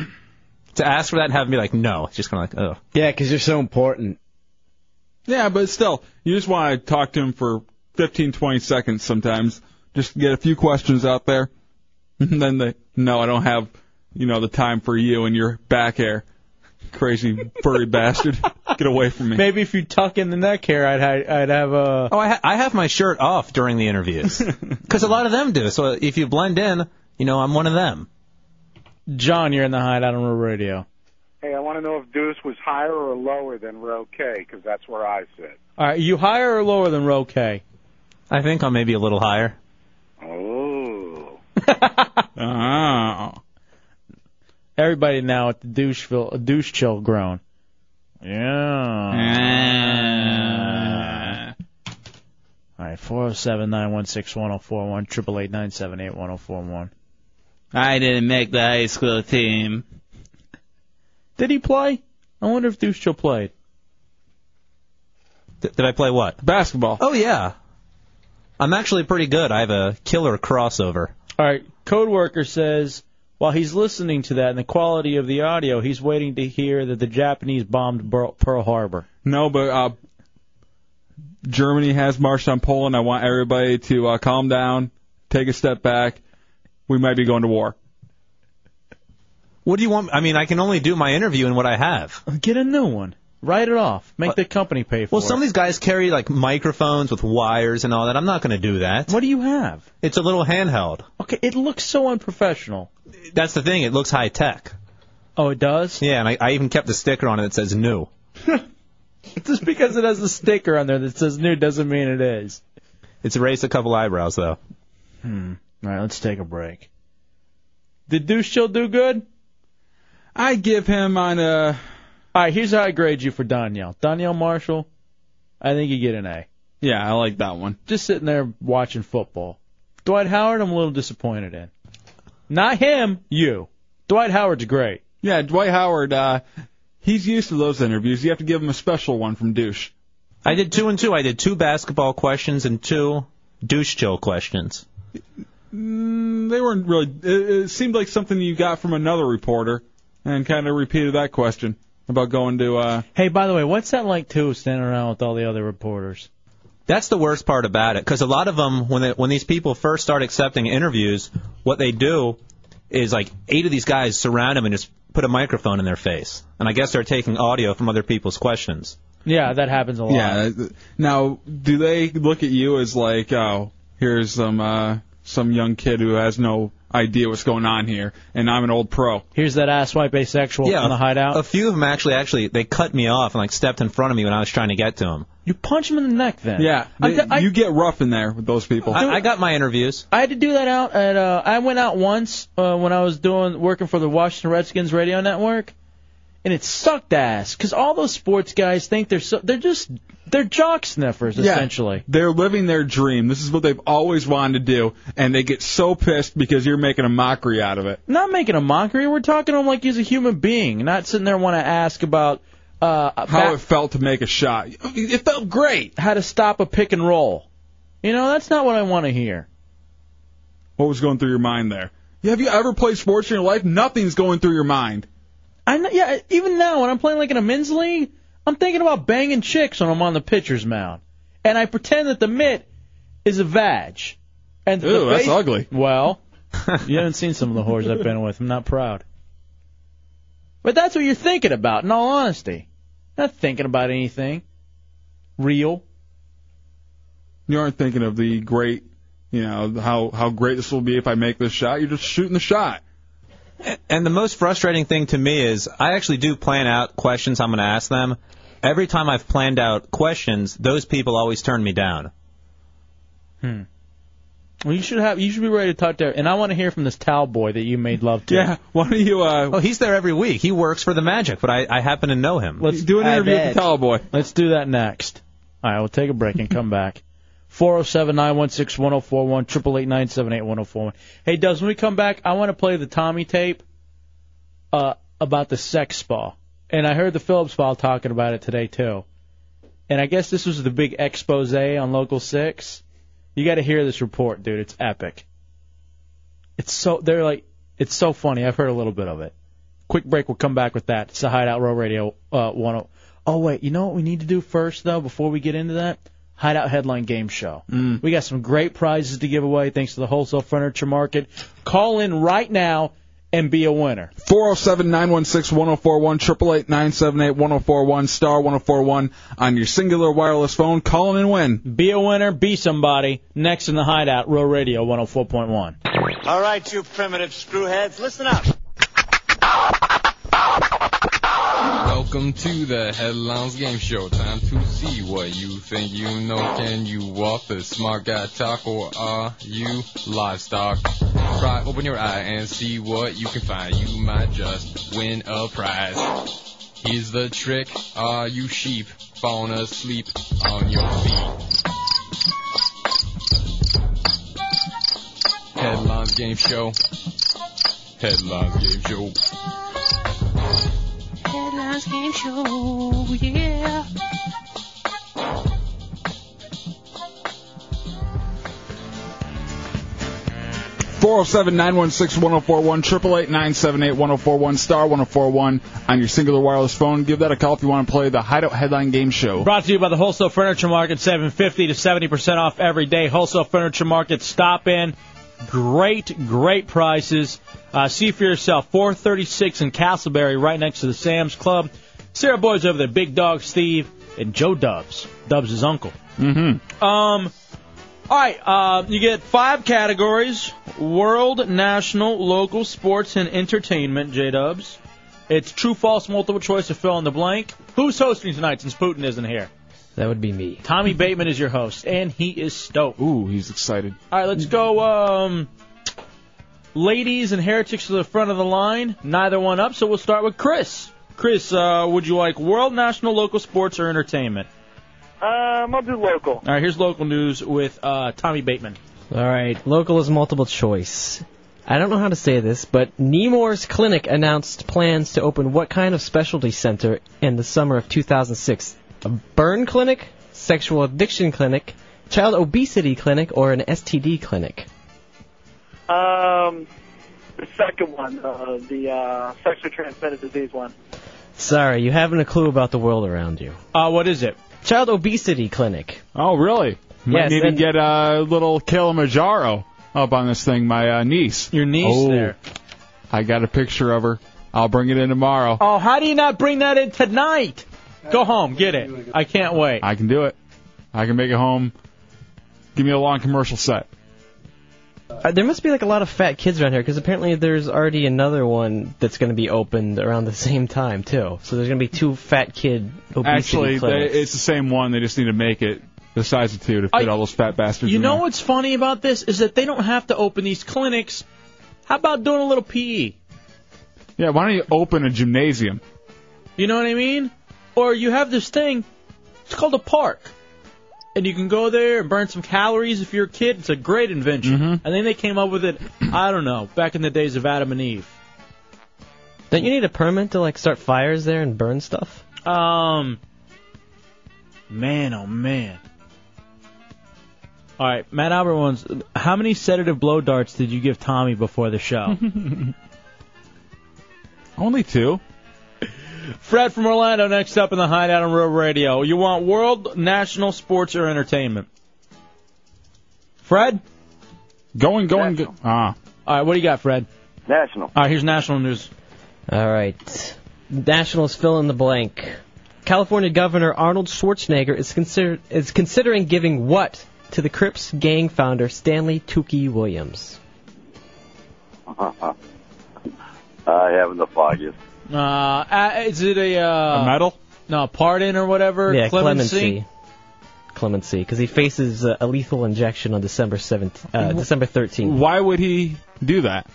Speaker 29: to ask for that and have me like no. It's just kind of like oh.
Speaker 22: Yeah, 'cause you're so important.
Speaker 3: Yeah, but still, you just want to talk to him for 15, 20 seconds sometimes. Just get a few questions out there. And then they, no, I don't have, you know, the time for you and your back hair. Crazy furry bastard. Get away from me.
Speaker 2: Maybe if you tuck in the neck hair, I'd ha- I'd have a.
Speaker 29: Oh, I, ha- I have my shirt off during the interviews because a lot of them do. So if you blend in, you know, I'm one of them.
Speaker 2: John, you're in the hideout on Real Radio.
Speaker 1: Hey, I want to know if Deuce was higher or lower than Row K, because that's where I sit.
Speaker 2: All right, you higher or lower than Roe K?
Speaker 29: I think I'm maybe a little higher.
Speaker 1: Oh.
Speaker 3: oh.
Speaker 2: Uh-huh. Everybody now at the douche fil- douche chill groan. Yeah. All right, four zero seven nine one six one zero four one triple eight nine seven eight one zero four one.
Speaker 21: I didn't make the high school team.
Speaker 2: Did he play? I wonder if Douche Chill played.
Speaker 29: Th- did I play what?
Speaker 3: Basketball.
Speaker 29: Oh yeah. I'm actually pretty good. I have a killer crossover.
Speaker 2: All right, Code Worker says while he's listening to that and the quality of the audio, he's waiting to hear that the Japanese bombed Bur- Pearl Harbor.
Speaker 3: No, but uh, Germany has marched on Poland. I want everybody to uh, calm down, take a step back. We might be going to war.
Speaker 29: What do you want? I mean, I can only do my interview in what I have.
Speaker 2: Get a new one. Write it off. Make the company pay for
Speaker 29: Well,
Speaker 2: it.
Speaker 29: some of these guys carry like microphones with wires and all that. I'm not going to do that. What
Speaker 2: do you have?
Speaker 29: It's a little handheld.
Speaker 2: Okay, it looks so unprofessional.
Speaker 29: That's the thing. It looks high tech.
Speaker 2: Oh, it does.
Speaker 29: Yeah, and I, I even kept a sticker on it that says new.
Speaker 2: Just because it has a sticker on there that says new doesn't mean it is.
Speaker 29: It's raised a couple eyebrows though.
Speaker 2: Hmm. All right, let's take a break. Did Deuce Chill do good?
Speaker 3: I give him on a.
Speaker 2: All right, here's how I grade you for Danielle. Danielle Marshall, I think you get an A.
Speaker 3: Yeah, I like that one.
Speaker 2: Just sitting there watching football. Dwight Howard, I'm a little disappointed in. Not him, you. Dwight Howard's great.
Speaker 3: Yeah, Dwight Howard. Uh, he's used to those interviews. You have to give him a special one from douche.
Speaker 29: I did two and two. I did two basketball questions and two douche chill questions.
Speaker 3: Mm, they weren't really. It, it seemed like something you got from another reporter, and kind of repeated that question about going to. Uh,
Speaker 2: Hey, by the way, what's that like too, standing around with all the other reporters?
Speaker 29: That's the worst part about it, because a lot of them, when they, when these people first start accepting interviews, what they do is like eight of these guys surround them and just put a microphone in their face, and I guess they're taking audio from other people's questions.
Speaker 2: Yeah, that happens a lot.
Speaker 3: Yeah. uh, Now, do they look at you as like, oh, here's some uh, some young kid who has no idea what's going on here, and I'm an old pro?
Speaker 2: Here's that asswipe asexual from the hideout.
Speaker 29: A few of them actually, actually, they cut me off and like stepped in front of me when I was trying to get to them.
Speaker 2: You punch him in the neck then.
Speaker 3: Yeah,
Speaker 2: I-
Speaker 3: they-
Speaker 2: I-
Speaker 3: you get rough in there with those people.
Speaker 29: I, I got my interviews.
Speaker 2: I had to do that out at. Uh, I went out once uh, when I was doing working for the Washington Redskins radio network, and it sucked ass because all those sports guys think they're so they're just they're jock sniffers essentially.
Speaker 3: They're living their dream. This is what they've always wanted to do, and they get so pissed because you're making a mockery out of it.
Speaker 2: Not making a mockery. We're talking to him like he's a human being, not sitting there want to ask about uh,
Speaker 3: How
Speaker 2: ba-
Speaker 3: it felt to make a shot. It felt great.
Speaker 2: How to stop a pick and roll. You know, that's not what I want to hear.
Speaker 3: What was going through your mind there? Have you ever played sports in your life? Nothing's going through your mind.
Speaker 2: I know, yeah, even now when I'm playing like in a men's league, I'm thinking about banging chicks when I'm on the pitcher's mound, and I pretend that the mitt is a vag. And the
Speaker 3: Ew, that's
Speaker 2: base-
Speaker 3: ugly.
Speaker 2: Well, you haven't seen some of the whores I've been with. I'm not proud. But that's what you're thinking about, in all honesty. Not thinking about anything real.
Speaker 3: You aren't thinking of the great, you know, how how great this will be if I make this shot. You're just shooting the shot.
Speaker 29: And the most frustrating thing to me is I actually do plan out questions I'm going to ask them. Every time I've planned out questions, those people always turn me down.
Speaker 2: Hmm. Well, you should have. You should be ready to talk to. And I want to hear from this towel boy that you made love to.
Speaker 3: Yeah. Why don't you? Uh,
Speaker 29: oh, he's there every week. He works for the Magic, but I, I happen to know him.
Speaker 2: Let's
Speaker 29: I bet.
Speaker 3: boy.
Speaker 2: Let's do that next. All right, we'll take a break and come back. 407-916-1041, 888 oh Hey, Does, when we come back, I want to play the Tommy tape uh, about the sex spa. And I heard the Phillips file talking about it today, too. And I guess this was the big expose on Local 6. You got to hear this report, dude. It's epic. It's so, they're like, it's so funny. I've heard a little bit of it. Quick break. We'll come back with that. It's the Hideout Row Radio uh, 10. Oh, wait. You know what we need to do first, though, before we get into that? Hideout Headline Game Show. We got some great prizes to give away thanks to the Wholesale Furniture Market. Call in right now and be a winner.
Speaker 3: 407 916 1041, 888 978 1041, star 1041 on your singular wireless phone. Call in and win.
Speaker 2: Be a winner, be somebody. Next in the Hideout, Row Radio 104.1.
Speaker 5: All right, you primitive screwheads, listen up.
Speaker 6: Welcome to the Headlines Game Show. Time to see what you think you know. Can you walk the smart guy talk or are you livestock? Try open your eye and see what you can find. You might just win a prize. Here's the trick. Are you sheep falling asleep on your feet? Headlines Game Show. Headlines Game Show.
Speaker 7: Headlines Game Show, yeah.
Speaker 3: Four zero seven nine one six one zero four one triple eight nine seven eight one zero four one star 1041 on your singular wireless phone. Give that a call if you want to play the Hideout Headline Game Show.
Speaker 2: Brought to you by the Wholesale Furniture Market, 750 to 70% off every day. Wholesale Furniture Market, stop in. Great, great prices. Uh, see for yourself. 436 in Castleberry, right next to the Sam's Club. Sarah Boyd's over there. Big Dog Steve and Joe Dubs. Dubs' his uncle.
Speaker 3: Mm-hmm.
Speaker 2: Um, all right, uh, you get five categories: world, national, local, sports, and entertainment. J Dubs. It's true, false, multiple choice to fill in the blank. Who's hosting tonight since Putin isn't here?
Speaker 9: That would be me.
Speaker 2: Tommy Bateman is your host, and he is stoked.
Speaker 3: Ooh, he's excited.
Speaker 2: All right, let's go. Um, ladies and heretics to the front of the line. Neither one up, so we'll start with Chris. Chris, uh, would you like world, national, local, sports, or entertainment?
Speaker 4: Um, I'll do local.
Speaker 2: All right, here's local news with uh, Tommy Bateman.
Speaker 9: All right, local is multiple choice. I don't know how to say this, but Nemours Clinic announced plans to open what kind of specialty center in the summer of 2006? A burn clinic, sexual addiction clinic, child obesity clinic, or an STD clinic?
Speaker 4: Um, the second one, uh, the uh, sexually transmitted disease one.
Speaker 9: Sorry, you haven't a clue about the world around you.
Speaker 2: Uh, what is it?
Speaker 9: Child obesity clinic.
Speaker 3: Oh, really? Might
Speaker 9: Yes,
Speaker 3: need to
Speaker 9: and-
Speaker 3: get a little Kilimanjaro up on this thing. My uh, niece. Your
Speaker 2: niece there.
Speaker 3: I got a picture of her. I'll bring it in tomorrow.
Speaker 2: Oh, how do you not bring that in tonight? Go home, get it. I can't wait.
Speaker 3: I can do it. I can make it home. um, Give me a long commercial set.
Speaker 9: Uh, there must be like a lot of fat kids around here because apparently there's already another one that's going to be opened around the same time too. So there's going to be two fat kid obesity
Speaker 3: Actually, they,
Speaker 9: clinics.
Speaker 3: it's the same one. They just need to make it the size of two to fit all those fat bastards.
Speaker 2: You
Speaker 3: in
Speaker 2: know
Speaker 3: there.
Speaker 2: what's funny about this is that they don't have to open these clinics. How about doing a little E? PE?
Speaker 3: Yeah. Why don't you open a gymnasium?
Speaker 2: You know what I mean? Or you have this thing, it's called a park. And you can go there and burn some calories if you're a kid. It's a great invention. And then they came up with it, I don't know, back in the days of Adam and Eve.
Speaker 9: Don't you need a permit to like start fires there and burn stuff?
Speaker 3: Uh,
Speaker 2: Um, man, oh man. All right, Matt Albert wants. How many sedative blow darts did you give Tommy before the show?
Speaker 3: Only two.
Speaker 2: Fred from Orlando next up in the Hideout on Real Radio. You want world, national, sports, or entertainment? Fred?
Speaker 3: Going, going, go- ah.
Speaker 2: All right, what do you got, Fred?
Speaker 4: National.
Speaker 2: All right, here's national news.
Speaker 9: All right. Nationals fill in the blank. California Governor Arnold Schwarzenegger is consider is considering giving what to the Crips gang founder Stanley Tukey Williams.
Speaker 10: I haven't the foggiest.
Speaker 2: Uh, uh, is it a uh,
Speaker 9: A medal?
Speaker 2: No, pardon or whatever.
Speaker 9: Yeah,
Speaker 2: clemency.
Speaker 9: clemency. Clemency, because he faces uh, a lethal injection on December 7th, uh,
Speaker 3: Wh-
Speaker 9: December 13th.
Speaker 3: Why would he do that?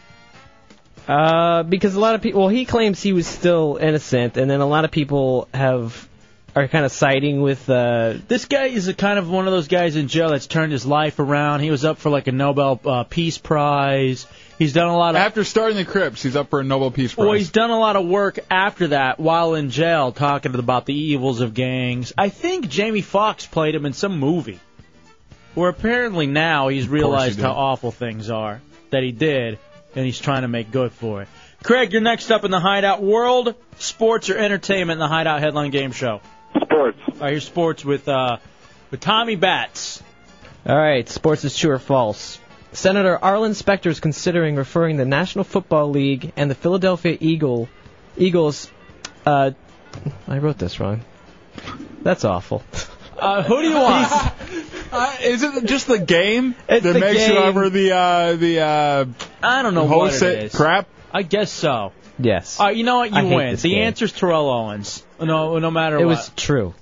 Speaker 9: Uh, because a lot of people, well, he claims he was still innocent, and then a lot of people have are kind of siding with. Uh,
Speaker 2: This guy is a kind of one of those guys in jail that's turned his life around. He was up for like a Nobel uh, Peace Prize. He's done a lot of
Speaker 3: After starting the Crips, he's up for a Nobel Peace Prize.
Speaker 2: Well, he's done a lot of work after that while in jail talking about the evils of gangs. I think Jamie Foxx played him in some movie where apparently now he's realized
Speaker 3: did.
Speaker 2: how awful things are that he did and he's trying to make good for it. Craig, you're next up in the Hideout World, Sports, or Entertainment in the Hideout Headline Game Show.
Speaker 10: Sports.
Speaker 2: All right, here's sports with, uh, with Tommy Batts.
Speaker 9: All right, sports is true or false. Senator Arlen Specter is considering referring the National Football League and the Philadelphia Eagle, Eagles. Uh, I wrote this wrong. That's awful.
Speaker 2: Uh, who do you want?
Speaker 3: Uh, is it just the game
Speaker 9: It's
Speaker 3: that
Speaker 9: the
Speaker 3: makes
Speaker 9: game.
Speaker 3: you over the uh, the uh,
Speaker 2: I don't know what
Speaker 3: host
Speaker 2: it is.
Speaker 3: crap?
Speaker 2: I guess so.
Speaker 9: Yes.
Speaker 2: All right, you know what? You
Speaker 9: I hate
Speaker 2: win.
Speaker 9: this
Speaker 2: The
Speaker 9: game.
Speaker 2: answer's Terrell Owens. No, no matter
Speaker 9: it
Speaker 2: what.
Speaker 9: was true.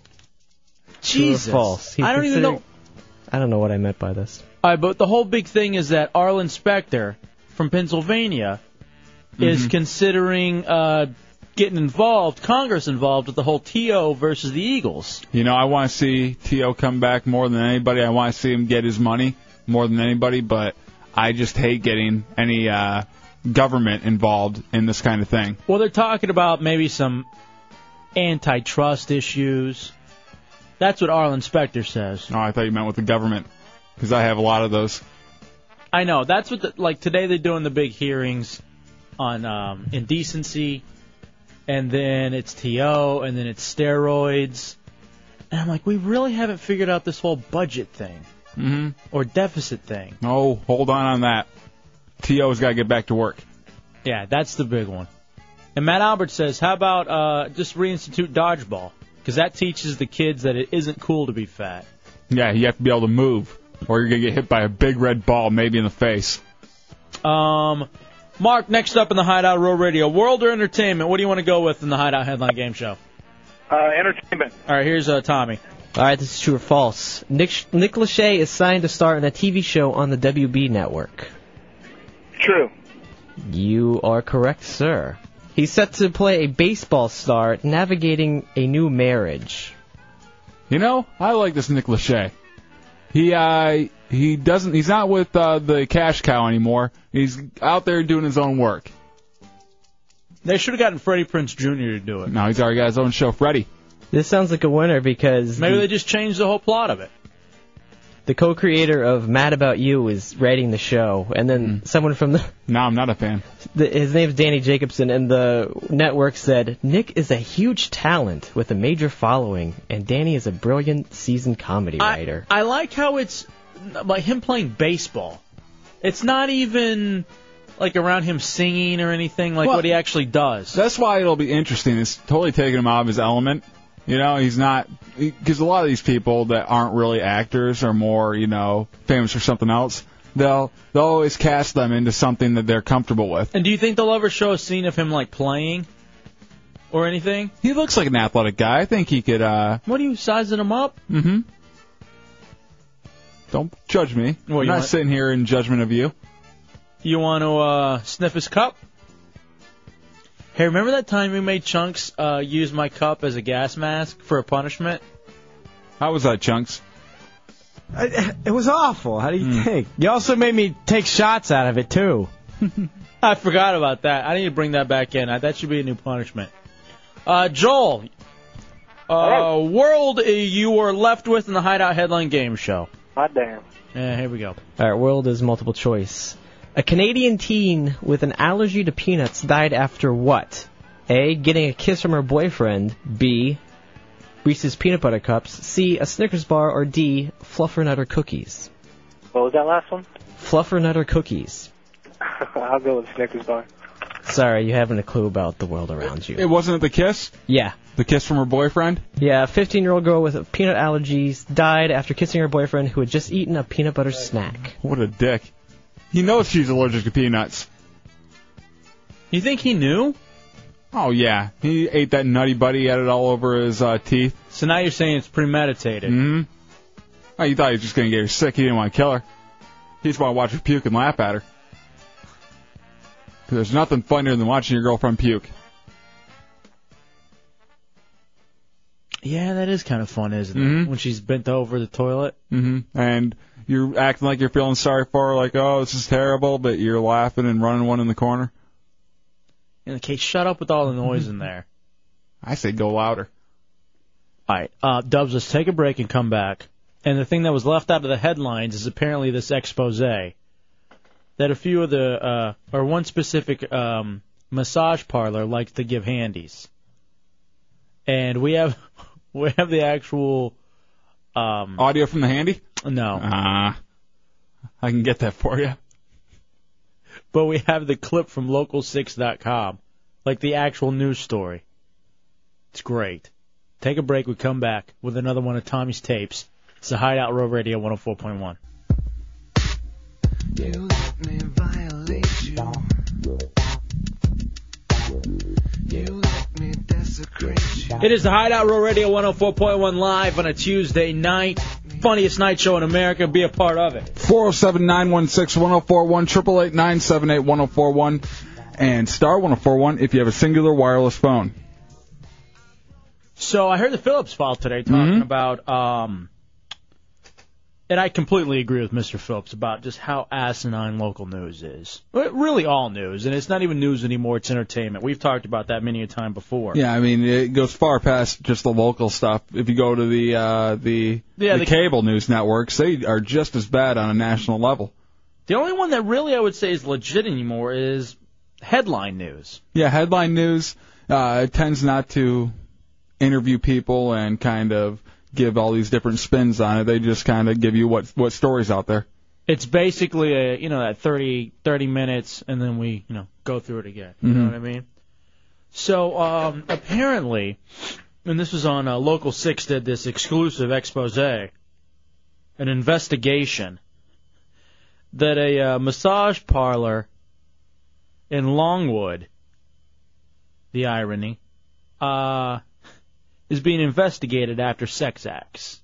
Speaker 2: Jesus.
Speaker 9: True or false? He's
Speaker 2: I don't even know.
Speaker 9: considering- I don't know what I meant by this.
Speaker 2: All right, but the whole big thing is that Arlen Specter from Pennsylvania is
Speaker 9: Mhm.
Speaker 2: considering uh, getting involved, Congress involved with the whole TO versus the Eagles.
Speaker 3: You know, I want to see T.O. come back more than anybody. I want to see him get his money more than anybody, but I just hate getting any uh, government involved in this kind of thing.
Speaker 2: Well, they're talking about maybe some antitrust issues. That's what Arlen Specter says.
Speaker 3: Oh, I thought you meant with the government, because I have a lot of those.
Speaker 2: I know. That's what the, like today they're doing the big hearings on um, indecency, and then it's to, and then it's steroids, and I'm like, we really haven't figured out this whole budget thing
Speaker 3: Mm-hmm.
Speaker 2: or deficit thing.
Speaker 3: Oh, hold on on that. T.O.'s got to get back to work.
Speaker 2: Yeah, that's the big one. And Matt Albert says, how about uh, just reinstitute dodgeball? Because that teaches the kids that it isn't cool to be fat.
Speaker 3: Yeah, you have to be able to move, or you're gonna get hit by a big red ball, maybe in the face.
Speaker 2: Um, Mark, next up in the Hideout Row Radio, world or entertainment? What do you want to go with in the Hideout Headline Game Show?
Speaker 27: Uh, entertainment.
Speaker 2: All right, here's uh, Tommy.
Speaker 9: All right, this is true or false. Nick Nick Lachey is signed to star in a TV show on the WB network.
Speaker 27: True.
Speaker 9: You are correct, sir. He's set to play a baseball star navigating a new marriage.
Speaker 3: You know, I like this Nick Lachey. He uh, he doesn't. He's not with uh, the cash cow anymore. He's out there doing his own work.
Speaker 2: They should have gotten Freddie Prince Jr. to do it.
Speaker 3: No, he's already got his own show, Freddie.
Speaker 9: This sounds like a winner because
Speaker 2: Maybe
Speaker 9: the,
Speaker 2: they just changed the whole plot of it.
Speaker 9: the co-creator of Mad About You is writing the show, and then someone from the
Speaker 3: Hmm. no, I'm not a fan.
Speaker 9: The, his name's Danny Jacobson, and the network said Nick is a huge talent with a major following, and Danny is a brilliant, seasoned comedy writer.
Speaker 2: I like how it's like him playing baseball. It's not even like around him singing or anything like
Speaker 3: Well-
Speaker 2: what he actually does.
Speaker 3: That's why it'll be interesting. It's totally taking him out of his element. You know, he's not because a lot of these people that aren't really actors are more, you know, famous for something else. They'll they'll always cast them into something that they're comfortable with.
Speaker 2: And do you think they'll ever show a scene of him like playing or anything?
Speaker 3: He looks like an athletic guy. I think he could. uh
Speaker 2: What are you sizing him up?
Speaker 3: Mm-hmm. Don't judge me.
Speaker 2: Well,
Speaker 3: I'm
Speaker 2: you
Speaker 3: not
Speaker 2: want-
Speaker 3: sitting here in judgment of you.
Speaker 2: You want to uh, sniff his cup? Hey, remember that time we made Chunks uh, use my cup as a gas mask for a punishment?
Speaker 3: How was that, Chunks?
Speaker 22: I, it was awful. How do
Speaker 2: Hmm.
Speaker 22: you think? You also made me take shots out of it too.
Speaker 2: I forgot about that. I need to bring that back in. I, that should be a new punishment. Uh, Joel, uh, world uh, you were left with in the Hideout Headline Game Show.
Speaker 27: Hot damn.
Speaker 2: Yeah, Uh, here we go.
Speaker 9: All right, world is multiple choice. A Canadian teen with an allergy to peanuts died after what? A. Getting a kiss from her boyfriend. B. Reese's peanut butter cups. C. A Snickers bar. Or D. Fluffernutter cookies.
Speaker 4: What was that last one?
Speaker 9: Fluffernutter cookies.
Speaker 4: I'll go with Snickers bar.
Speaker 9: Sorry, you haven't a clue about the world around you.
Speaker 3: It wasn't the kiss.
Speaker 9: Yeah.
Speaker 3: The kiss from her boyfriend.
Speaker 9: Yeah, a 15-year-old girl with peanut allergies died after kissing her boyfriend who had just eaten a peanut butter snack.
Speaker 3: What a dick. He knows she's allergic to peanuts.
Speaker 2: You think he knew?
Speaker 3: Oh yeah, he ate that nutty buddy. He had it all over his uh, teeth.
Speaker 2: So now you're saying it's premeditated.
Speaker 3: Hmm. Oh, you thought he was just gonna get her sick. He didn't want to kill her. He just wanted to watch her puke and laugh at her. 'Cause there's nothing funnier than watching your girlfriend puke.
Speaker 2: Yeah, that is kind of fun, isn't it? When she's bent over the toilet.
Speaker 3: hmm Mm-hmm. And you're acting like you're feeling sorry for her, like, oh, this is terrible, but you're laughing and running one in the corner.
Speaker 2: And okay, shut up with all the noise in there.
Speaker 3: I say go louder.
Speaker 2: All right, uh, Dubs, let's take a break and come back. And the thing that was left out of the headlines is apparently this expose that a few of the uh, or one specific um, massage parlor likes to give handies, and we have we have the actual um,
Speaker 3: audio from the handy.
Speaker 2: No,
Speaker 3: ah, I can get that for you.
Speaker 2: but we have the clip from local6.com, like the actual news story. It's great. Take a break. We come back with another one of Tommy's tapes. It's the Hideout Row Radio 104.1.
Speaker 17: You let me violate you. You let me desecrate you.
Speaker 2: It is the Hideout Row Radio 104.1 live on a Tuesday night. Funniest night show in America. Be a part of it.
Speaker 3: 407 916 1041, 888 978 1041, and star 1041 if you have a singular wireless phone.
Speaker 2: So I heard the Phillips file today talking about, um, and I completely agree with Mr. Phillips about just how asinine local news is. Well, Really, all news, and it's not even news anymore. It's entertainment. We've talked about that many a time before.
Speaker 3: Yeah, I mean, it goes far past just the local stuff. If you go to the uh, the,
Speaker 2: Yeah,
Speaker 3: the,
Speaker 2: the-
Speaker 3: cable news networks, they are just as bad on a national level.
Speaker 2: The only one that really I would say is legit anymore is headline news.
Speaker 3: Yeah, headline news uh, tends not to interview people and kind of give all these different spins on it. They just kind of give you what what stories out there.
Speaker 2: It's basically a you know that 30, 30 minutes, and then we you know go through it again. You know
Speaker 3: Mhm.
Speaker 2: what I mean? So um, apparently, and this was on uh, Local 6 did this exclusive expose, an investigation that a uh, massage parlor in Longwood, the irony, uh, is being investigated after sex acts.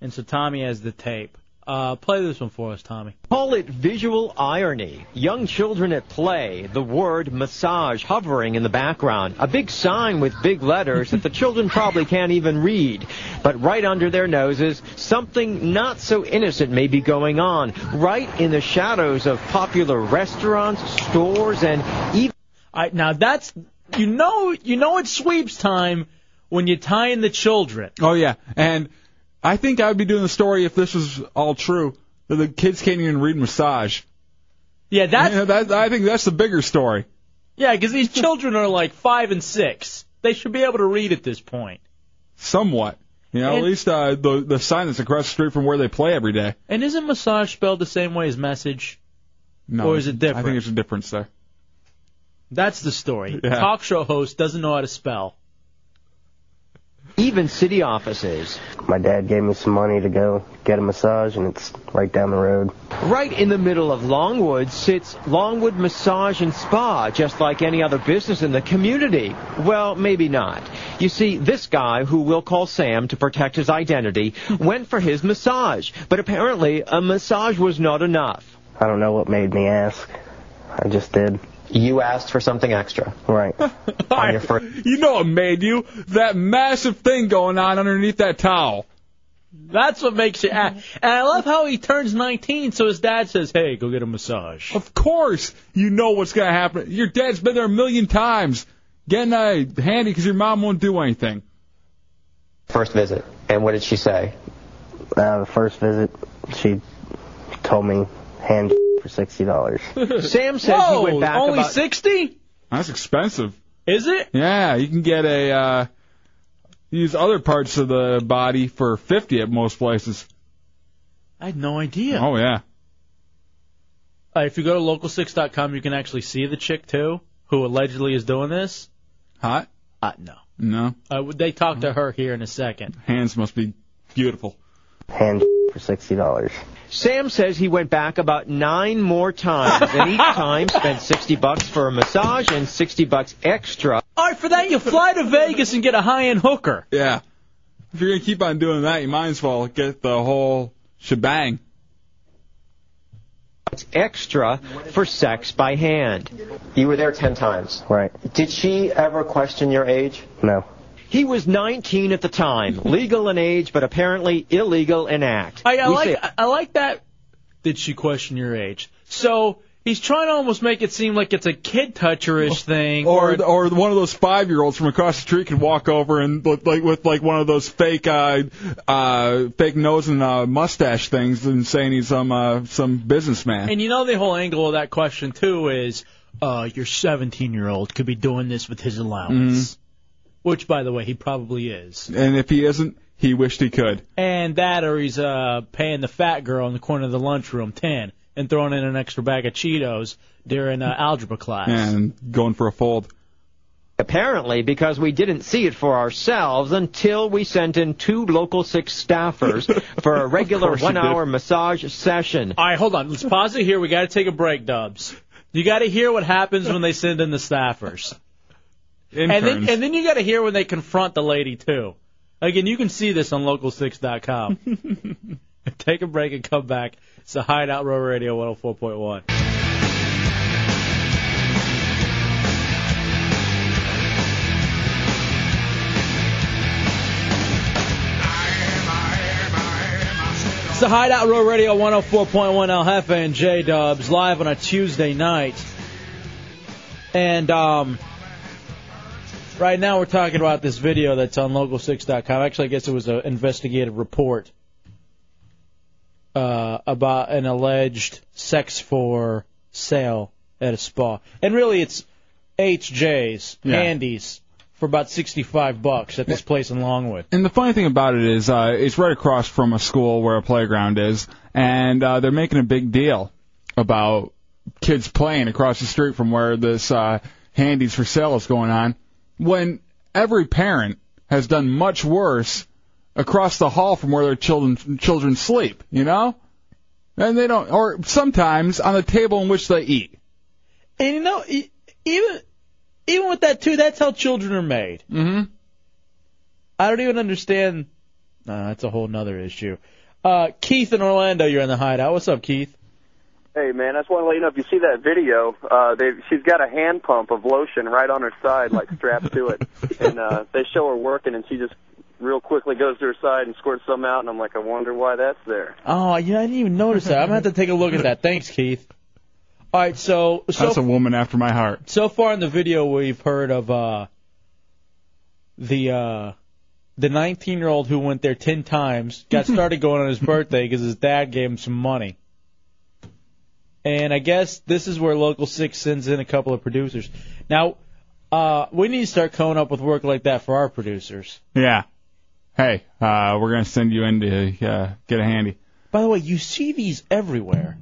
Speaker 2: And so Tommy has the tape. Uh, play this one for us, Tommy.
Speaker 8: Call it visual irony. Young children at play, the word massage hovering in the background. A big sign with big letters that the children probably can't even read. But right under their noses, something not so innocent may be going on. Right in the shadows of popular restaurants, stores, and even.
Speaker 2: I, now that's you know you know it's sweeps time when you tie in the children.
Speaker 3: Oh yeah, and I think I would be doing the story if this was all true. That the kids can't even read massage.
Speaker 2: Yeah, that's.
Speaker 3: that, I think that's the bigger story.
Speaker 2: Yeah, because these children are like five and six. They should be able to read at this point.
Speaker 3: Somewhat. You know, at
Speaker 2: And-
Speaker 3: least uh, the the sign that's across the street from where they play every day.
Speaker 2: And isn't massage spelled the same way as message?
Speaker 3: No,
Speaker 2: Or is it different?
Speaker 3: I think there's a difference there.
Speaker 2: That's the story.
Speaker 8: Yeah.
Speaker 2: Talk show host doesn't know how to spell.
Speaker 8: even city offices.
Speaker 11: My dad gave me some money to go get a massage, and it's right down the road.
Speaker 8: Right in the middle of Longwood sits Longwood Massage and Spa, just like any other business in the community. Well, maybe not. You see, this guy, who we'll call Sam to protect his identity, went for his massage, but apparently a massage was not enough.
Speaker 11: I don't know what made me ask. I just did.
Speaker 8: You asked for something extra.
Speaker 11: Right.
Speaker 3: I- you know what made you? That massive thing going on underneath that towel.
Speaker 2: That's what makes you act. And I love how he turns 19, so his dad says, "Hey, go get a massage."
Speaker 3: Of course, you know what's going to happen. Your dad's been there a million times, getting uh, handy because your mom won't do anything.
Speaker 8: First visit. And what did she say?
Speaker 11: Uh, the first visit, she told me hand for sixty dollars.
Speaker 8: Sam
Speaker 11: says he went back
Speaker 2: only
Speaker 11: about-
Speaker 2: 60?
Speaker 3: That's expensive.
Speaker 2: Is it?
Speaker 3: Yeah, you can get a uh, use other parts of the body for fifty at most places.
Speaker 2: I had no idea.
Speaker 3: Oh yeah.
Speaker 2: Uh, if you go to local6.com, you can actually see the chick too, who allegedly is doing this.
Speaker 3: Hot?
Speaker 2: Uh, no.
Speaker 3: No.
Speaker 2: Uh, they talk to her here in a second.
Speaker 3: Hands must be beautiful.
Speaker 11: Hand for sixty dollars.
Speaker 8: Sam says he went back about nine more times, and each time spent 60 bucks for a massage and 60 bucks extra.
Speaker 2: All right, for that you fly to Vegas and get a high-end hooker.
Speaker 3: Yeah. If you're gonna keep on doing that, you might as well get the whole shebang.
Speaker 8: extra for sex by hand. You were there 10 times.
Speaker 11: Right.
Speaker 8: Did she ever question your age?
Speaker 11: No.
Speaker 8: He was 19 at the time, legal in age, but apparently illegal in act.
Speaker 2: I, I
Speaker 8: We
Speaker 2: like
Speaker 8: say-
Speaker 2: I- I like that. Did she question your age? So he's trying to almost make it seem like it's a kid toucherish thing,
Speaker 3: Or or one of those five year olds from across the street could walk over and look like with like one of those fake uh, uh, fake nose and uh, mustache things and saying he's some uh, some businessman.
Speaker 2: And you know the whole angle of that question too is, uh, your 17 year old could be doing this with his allowance,
Speaker 3: Mm-hmm.
Speaker 2: which by the way he probably is.
Speaker 3: And if he isn't, he wished he could.
Speaker 2: And that or he's uh paying the fat girl in the corner of the lunchroom 10 and throwing in an extra bag of Cheetos during uh, algebra class.
Speaker 3: And going for a fold.
Speaker 8: Apparently, because we didn't see it for ourselves until we sent in two local six staffers for a regular
Speaker 2: course you did.
Speaker 8: one-hour massage session.
Speaker 2: All right, hold on. Let's pause it here. We got to take a break, Dubs. You got to hear what happens when they send in the staffers. And then,
Speaker 3: Interns.
Speaker 2: and then you got to hear when they confront the lady too. Again, you can see this on local6.com. Take a break and come back. It's the Hideout Row Radio 104.1. It's the Hideout Row Radio 104.1 El Jefe and J Dubs live on a Tuesday night. And um, right now we're talking about this video that's on local6.com. Actually, I guess it was an investigative report uh, about an alleged sex for sale at a spa. And really, it's HJ's,
Speaker 3: Yeah.
Speaker 2: Andy's, for about 65 bucks at this place in Longwood.
Speaker 3: And the funny thing about it is, uh, it's right across from a school where a playground is, and uh, they're making a big deal about kids playing across the street from where this uh, handies for sale is going on when every parent has done much worse across the hall from where their children children sleep, you know? And they don't or sometimes on the table in which they eat.
Speaker 2: And you know, e- even even with that too, that's how children are made.
Speaker 3: Mm-hmm.
Speaker 2: I don't even understand. No, that's a whole nother issue. Uh, Keith in Orlando, you're in the hideout. What's up, Keith?
Speaker 12: Hey man, I just want to let you know if you see that video, uh, they she's got a hand pump of lotion right on her side, like strapped to it, and uh, they show her working, and she just real quickly goes to her side and squirts some out, and I'm like, I wonder why that's there.
Speaker 2: Oh, yeah, I didn't even notice that. I'm gonna have to take a look at that. Thanks, Keith. All right, so so
Speaker 3: That's a woman after my heart.
Speaker 2: so far in the video we've heard of uh the uh the 19 year old who went there 10 times got started going on his birthday because his dad gave him some money and i guess this is where local 6 sends in a couple of producers now uh we need to start coming up with work like that for our producers
Speaker 3: Yeah. Hey, uh, we're gonna send you in to uh, get a handy.
Speaker 2: by the way you see these everywhere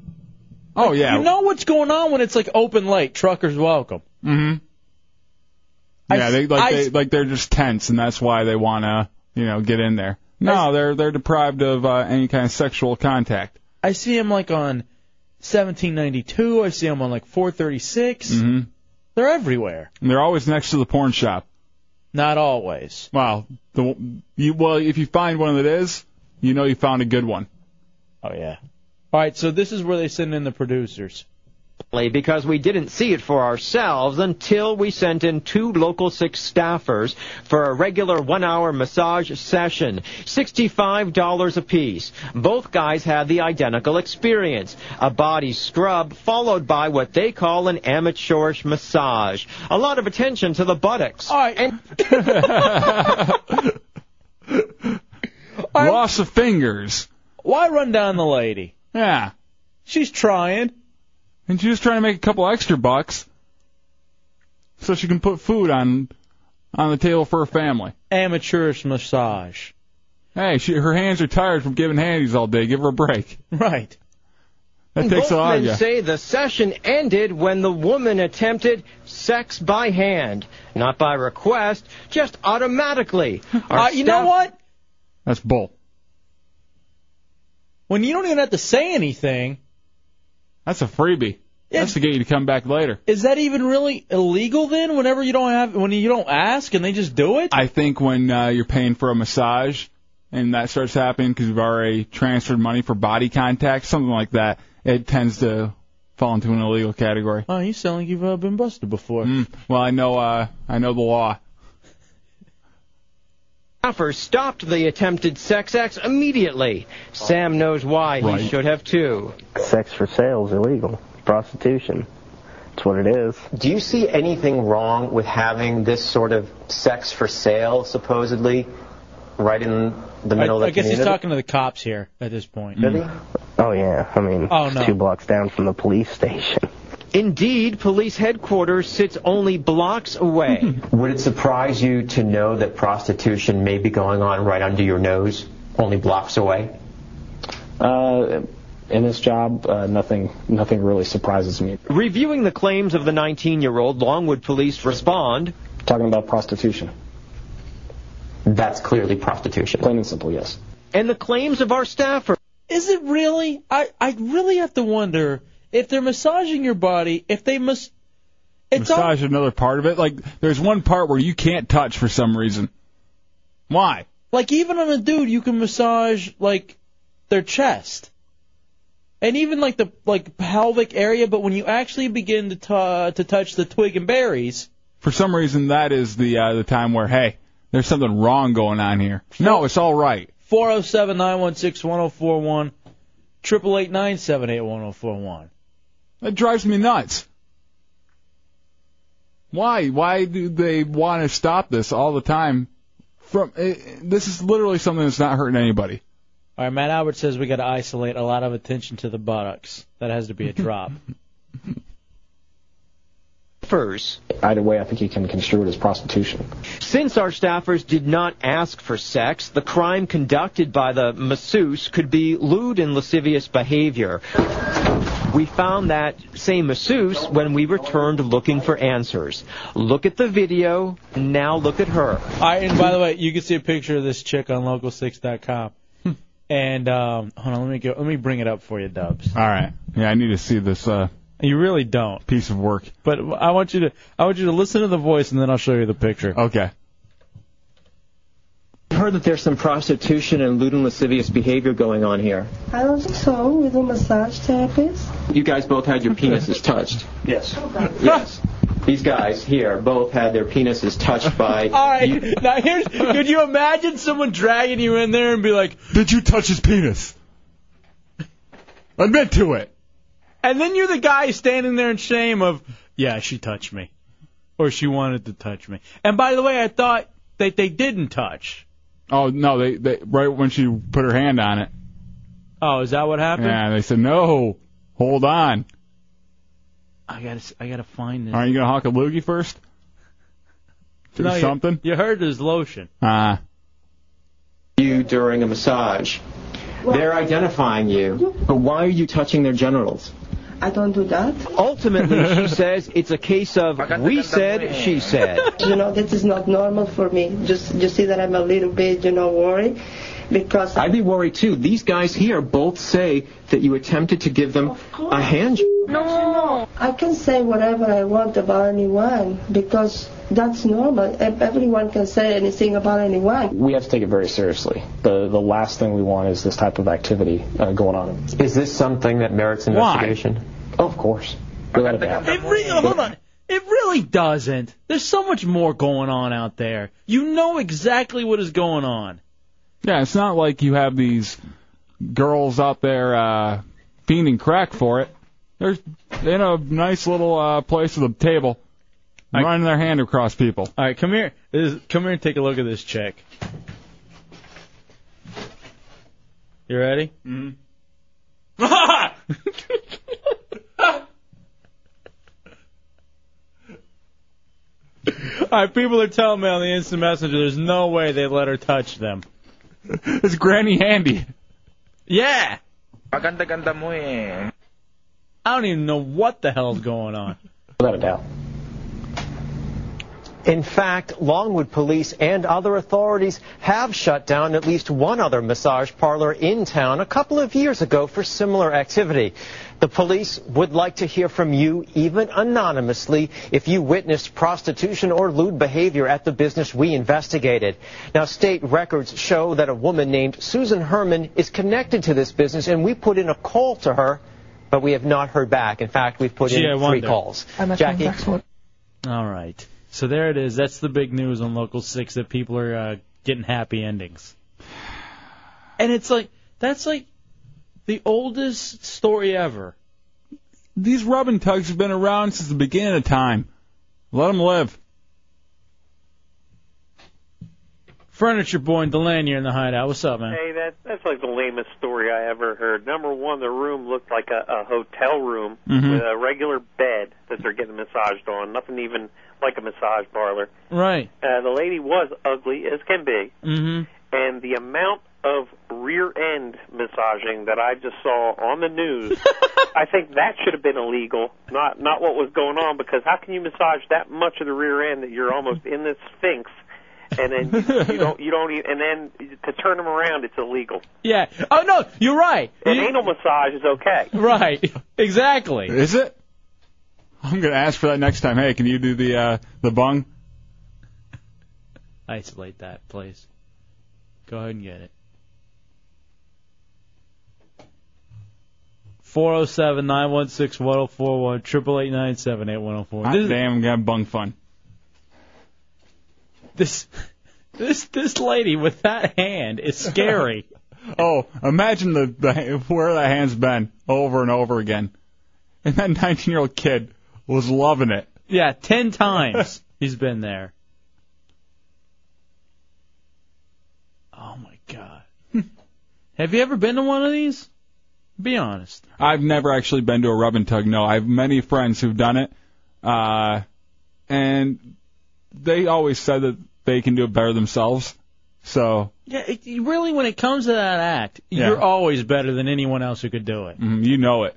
Speaker 3: Oh yeah.
Speaker 2: you know what's going on when it's like open late truckers welcome
Speaker 3: Mm-hmm. Yeah, they like
Speaker 2: I-
Speaker 3: they like they're just tense, and that's why they wanna you know get in there. No, they're they're deprived of uh, any kind of sexual contact.
Speaker 2: I see him like on 1792. I see him on like 436.
Speaker 3: hmm
Speaker 2: They're everywhere.
Speaker 3: And they're always next to the porn shop.
Speaker 2: Not always.
Speaker 3: Wow. The you well, if you find one that is, you know you found a good one.
Speaker 2: Oh yeah. All right, so this is where they send in the producers.
Speaker 8: because we didn't see it for ourselves until we sent in two local six staffers for a regular one hour massage session, $65 apiece. Both guys had the identical experience, a body scrub followed by what they call an amateurish massage. A lot of attention to the buttocks.
Speaker 2: All right.
Speaker 3: Loss of fingers.
Speaker 2: Why run down the lady?
Speaker 3: Yeah.
Speaker 2: She's trying.
Speaker 3: And she's trying to make a couple extra bucks so she can put food on on the table for her family.
Speaker 2: Amateurish massage.
Speaker 3: Hey, she, her hands are tired from giving handies all day. Give her a break.
Speaker 2: Right.
Speaker 3: That takes a lot of
Speaker 8: Goldman
Speaker 3: you.
Speaker 8: say the session ended when the woman attempted sex by hand, not by request, just automatically.
Speaker 2: Uh, you know what?
Speaker 3: That's bull.
Speaker 2: When you don't even have to say anything,
Speaker 3: That's a freebie. That's to get you to come back later.
Speaker 2: is that even really illegal then? Whenever you don't have, when you don't ask and they just do it?
Speaker 3: I think when uh, you're paying for a massage and that starts happening because you've already transferred money for body contact, something like that, it tends to fall into an illegal category.
Speaker 2: Oh, you sound like you've uh, been busted before.
Speaker 3: Mm, well, I know, uh, I know the law.
Speaker 8: Staffer stopped the attempted sex acts immediately. Sam knows why. He should have too.
Speaker 11: Sex for sale is illegal. Prostitution. That's what it is.
Speaker 28: Do you see anything wrong with having this sort of sex for sale, supposedly, right in the middle
Speaker 2: I,
Speaker 28: of the
Speaker 2: I guess
Speaker 28: community?
Speaker 2: he's talking to the cops here at this point.
Speaker 11: Oh yeah, I mean,
Speaker 2: Oh,
Speaker 11: it's
Speaker 2: no.
Speaker 11: two blocks down from the police station.
Speaker 8: Indeed, police headquarters sits only blocks away.
Speaker 28: Would it surprise you to know that prostitution may be going on right under your nose, only blocks away?
Speaker 20: Uh, in this job, uh, nothing nothing really surprises me.
Speaker 8: Reviewing the claims of the 19-year-old, Longwood police respond.
Speaker 20: Talking about prostitution.
Speaker 28: That's clearly prostitution.
Speaker 20: Plain and simple, yes.
Speaker 8: And the claims of our staffer.
Speaker 2: Is it really? I I really have to wonder if they're massaging your body, if they must. It's all,
Speaker 3: Massage another part of it. Like there's one part where you can't touch for some reason. Why?
Speaker 2: like even on a dude, you can massage like their chest, and even like the like pelvic area. But when you actually begin to t- to touch the twig and berries,
Speaker 3: For some reason, that is the uh, the time where hey, there's something wrong going on here. No, it's all right.
Speaker 2: four zero seven nine one six one zero four one, triple eight nine seven eight one zero four one.
Speaker 3: That drives me nuts. Why? Why do they want to stop this all the time? From eh, eh, this is literally something that's not hurting anybody.
Speaker 2: All right, Matt Albert says we got to isolate a lot of attention to the buttocks. That has to be a drop.
Speaker 8: First.
Speaker 20: Either way, I think you can construe it as prostitution.
Speaker 8: Since our staffers did not ask for sex, the crime conducted by the masseuse could be lewd and lascivious behavior. We found that same masseuse when we returned looking for answers. Look at the video, now look at her.
Speaker 2: All right, and by the way, you can see a picture of this chick on local6.com. and um, hold on, let me go. Let me bring it up for you, Dubs.
Speaker 3: All right. Yeah, I need to see this. Uh,
Speaker 2: you really don't.
Speaker 3: Piece of work.
Speaker 2: But I want you to I want you to listen to the voice, and then I'll show you the picture.
Speaker 3: Okay.
Speaker 31: Heard that there's some prostitution and lewd and lascivious behavior going on here.
Speaker 28: I don't think so. With a massage therapist.
Speaker 31: You guys both had your penises touched. Yes. Yes. These guys here both had their penises touched by.
Speaker 2: All right. Now here's. Could you imagine someone dragging you in there and be like,
Speaker 3: "Did you touch his penis? Admit to it."
Speaker 2: And then you're the guy standing there in shame of, "Yeah, she touched me," or "She wanted to touch me." And by the way, I thought that they didn't touch.
Speaker 3: Oh no, they they right when she put her hand on it.
Speaker 2: Oh, is that what happened?
Speaker 3: Yeah, they said no. Hold on.
Speaker 2: I gotta s- I gotta find this.
Speaker 3: Aren't you gonna hawk a loogie first? Do
Speaker 2: No, you-
Speaker 3: something.
Speaker 2: You, heard his lotion.
Speaker 3: Ah.
Speaker 31: You during a massage. They're identifying you, but why are you touching their genitals?
Speaker 28: I don't do that.
Speaker 8: Ultimately, she says it's a case of we said, she said.
Speaker 28: you know, this is not normal for me. Just you see that I'm a little bit, you know, worried because
Speaker 31: I'd be worried too. These guys here both say that you attempted to give them a hand. j-
Speaker 28: No, I can say whatever I want about anyone because that's normal. E- Everyone can say anything about anyone.
Speaker 9: We have to take it very seriously. The the last thing we want is this type of activity uh, going on. Is this something that merits
Speaker 31: investigation?
Speaker 9: Of course. Without a doubt.
Speaker 2: It really, hold on. It really doesn't. There's so much more going on out there. You know exactly what is going on.
Speaker 3: Yeah, it's not like you have these girls out there uh, fiending crack for it. They're in a nice little uh, place with a table, running their hand across people.
Speaker 2: All right, come here. This is- come here and take a look at this chick. You ready? Mm-hmm. All right, people are telling me on the instant messenger there's no way they let her touch them.
Speaker 3: It's Granny Handy.
Speaker 2: Yeah.
Speaker 31: eh.
Speaker 2: I don't even know what the hell's going on.
Speaker 31: Without a doubt.
Speaker 8: In fact, Longwood police and other authorities have shut down at least one other massage parlor in town a couple of years ago for similar activity. The police would like to hear from you, even anonymously, if you witnessed prostitution or lewd behavior at the business we investigated. Now, state records show that a woman named Susan Herman is connected to this business, and we put in a call to her, but we have not heard back. In fact, we've put
Speaker 2: Gee, I
Speaker 8: in three
Speaker 2: wonder.
Speaker 8: calls.
Speaker 2: I'm a
Speaker 8: Jackie?
Speaker 2: All right. So there it is. That's the big news on Local 6 that people are uh, getting happy endings. And it's like, that's like the oldest story ever.
Speaker 3: These rub and tugs have been around since the beginning of time. Let them live.
Speaker 2: Furniture Boy and Delaney in the hideout. What's up, man?
Speaker 32: Hey, that, that's like the lamest story I ever heard. Number one, the room looked like a, a hotel room
Speaker 2: Mhm.
Speaker 32: with a regular bed that they're getting massaged on. Nothing even like a massage parlor.
Speaker 2: Right.
Speaker 32: Uh, the lady was ugly as can be,
Speaker 2: Mm-hmm.
Speaker 32: and the amount of rear end massaging that I just saw on the news, I think that should have been illegal. Not not what was going on because how can you massage that much of the rear end that you're almost in the sphinx? and then you, you don't you don't e and then to turn them around it's illegal.
Speaker 2: Yeah. Oh, no, you're right.
Speaker 32: An anal massage is okay.
Speaker 2: Right. Exactly.
Speaker 3: Is it? I'm gonna ask for that next time. Hey, can you do the uh, the bung?
Speaker 2: Isolate that, please. Go ahead and get it. 407 916 1041 888 978
Speaker 3: Hot
Speaker 2: 1041.
Speaker 3: damn, I'm gonna have bung fun.
Speaker 2: This this this lady with that hand is scary.
Speaker 3: Oh, imagine the, the where that hand's been over and over again, and that 19 year old kid was loving it.
Speaker 2: yeah, 10 times he's been there. Oh my god. Have you ever been to one of these? Be honest.
Speaker 3: I've never actually been to a rub and tug. No, I have many friends who've done it, uh, and they always said that they can do it better themselves. So
Speaker 2: Yeah, it, you really, when it comes to that act,
Speaker 3: Yeah.
Speaker 2: you're always better than anyone else who could do it.
Speaker 3: mm, you know it.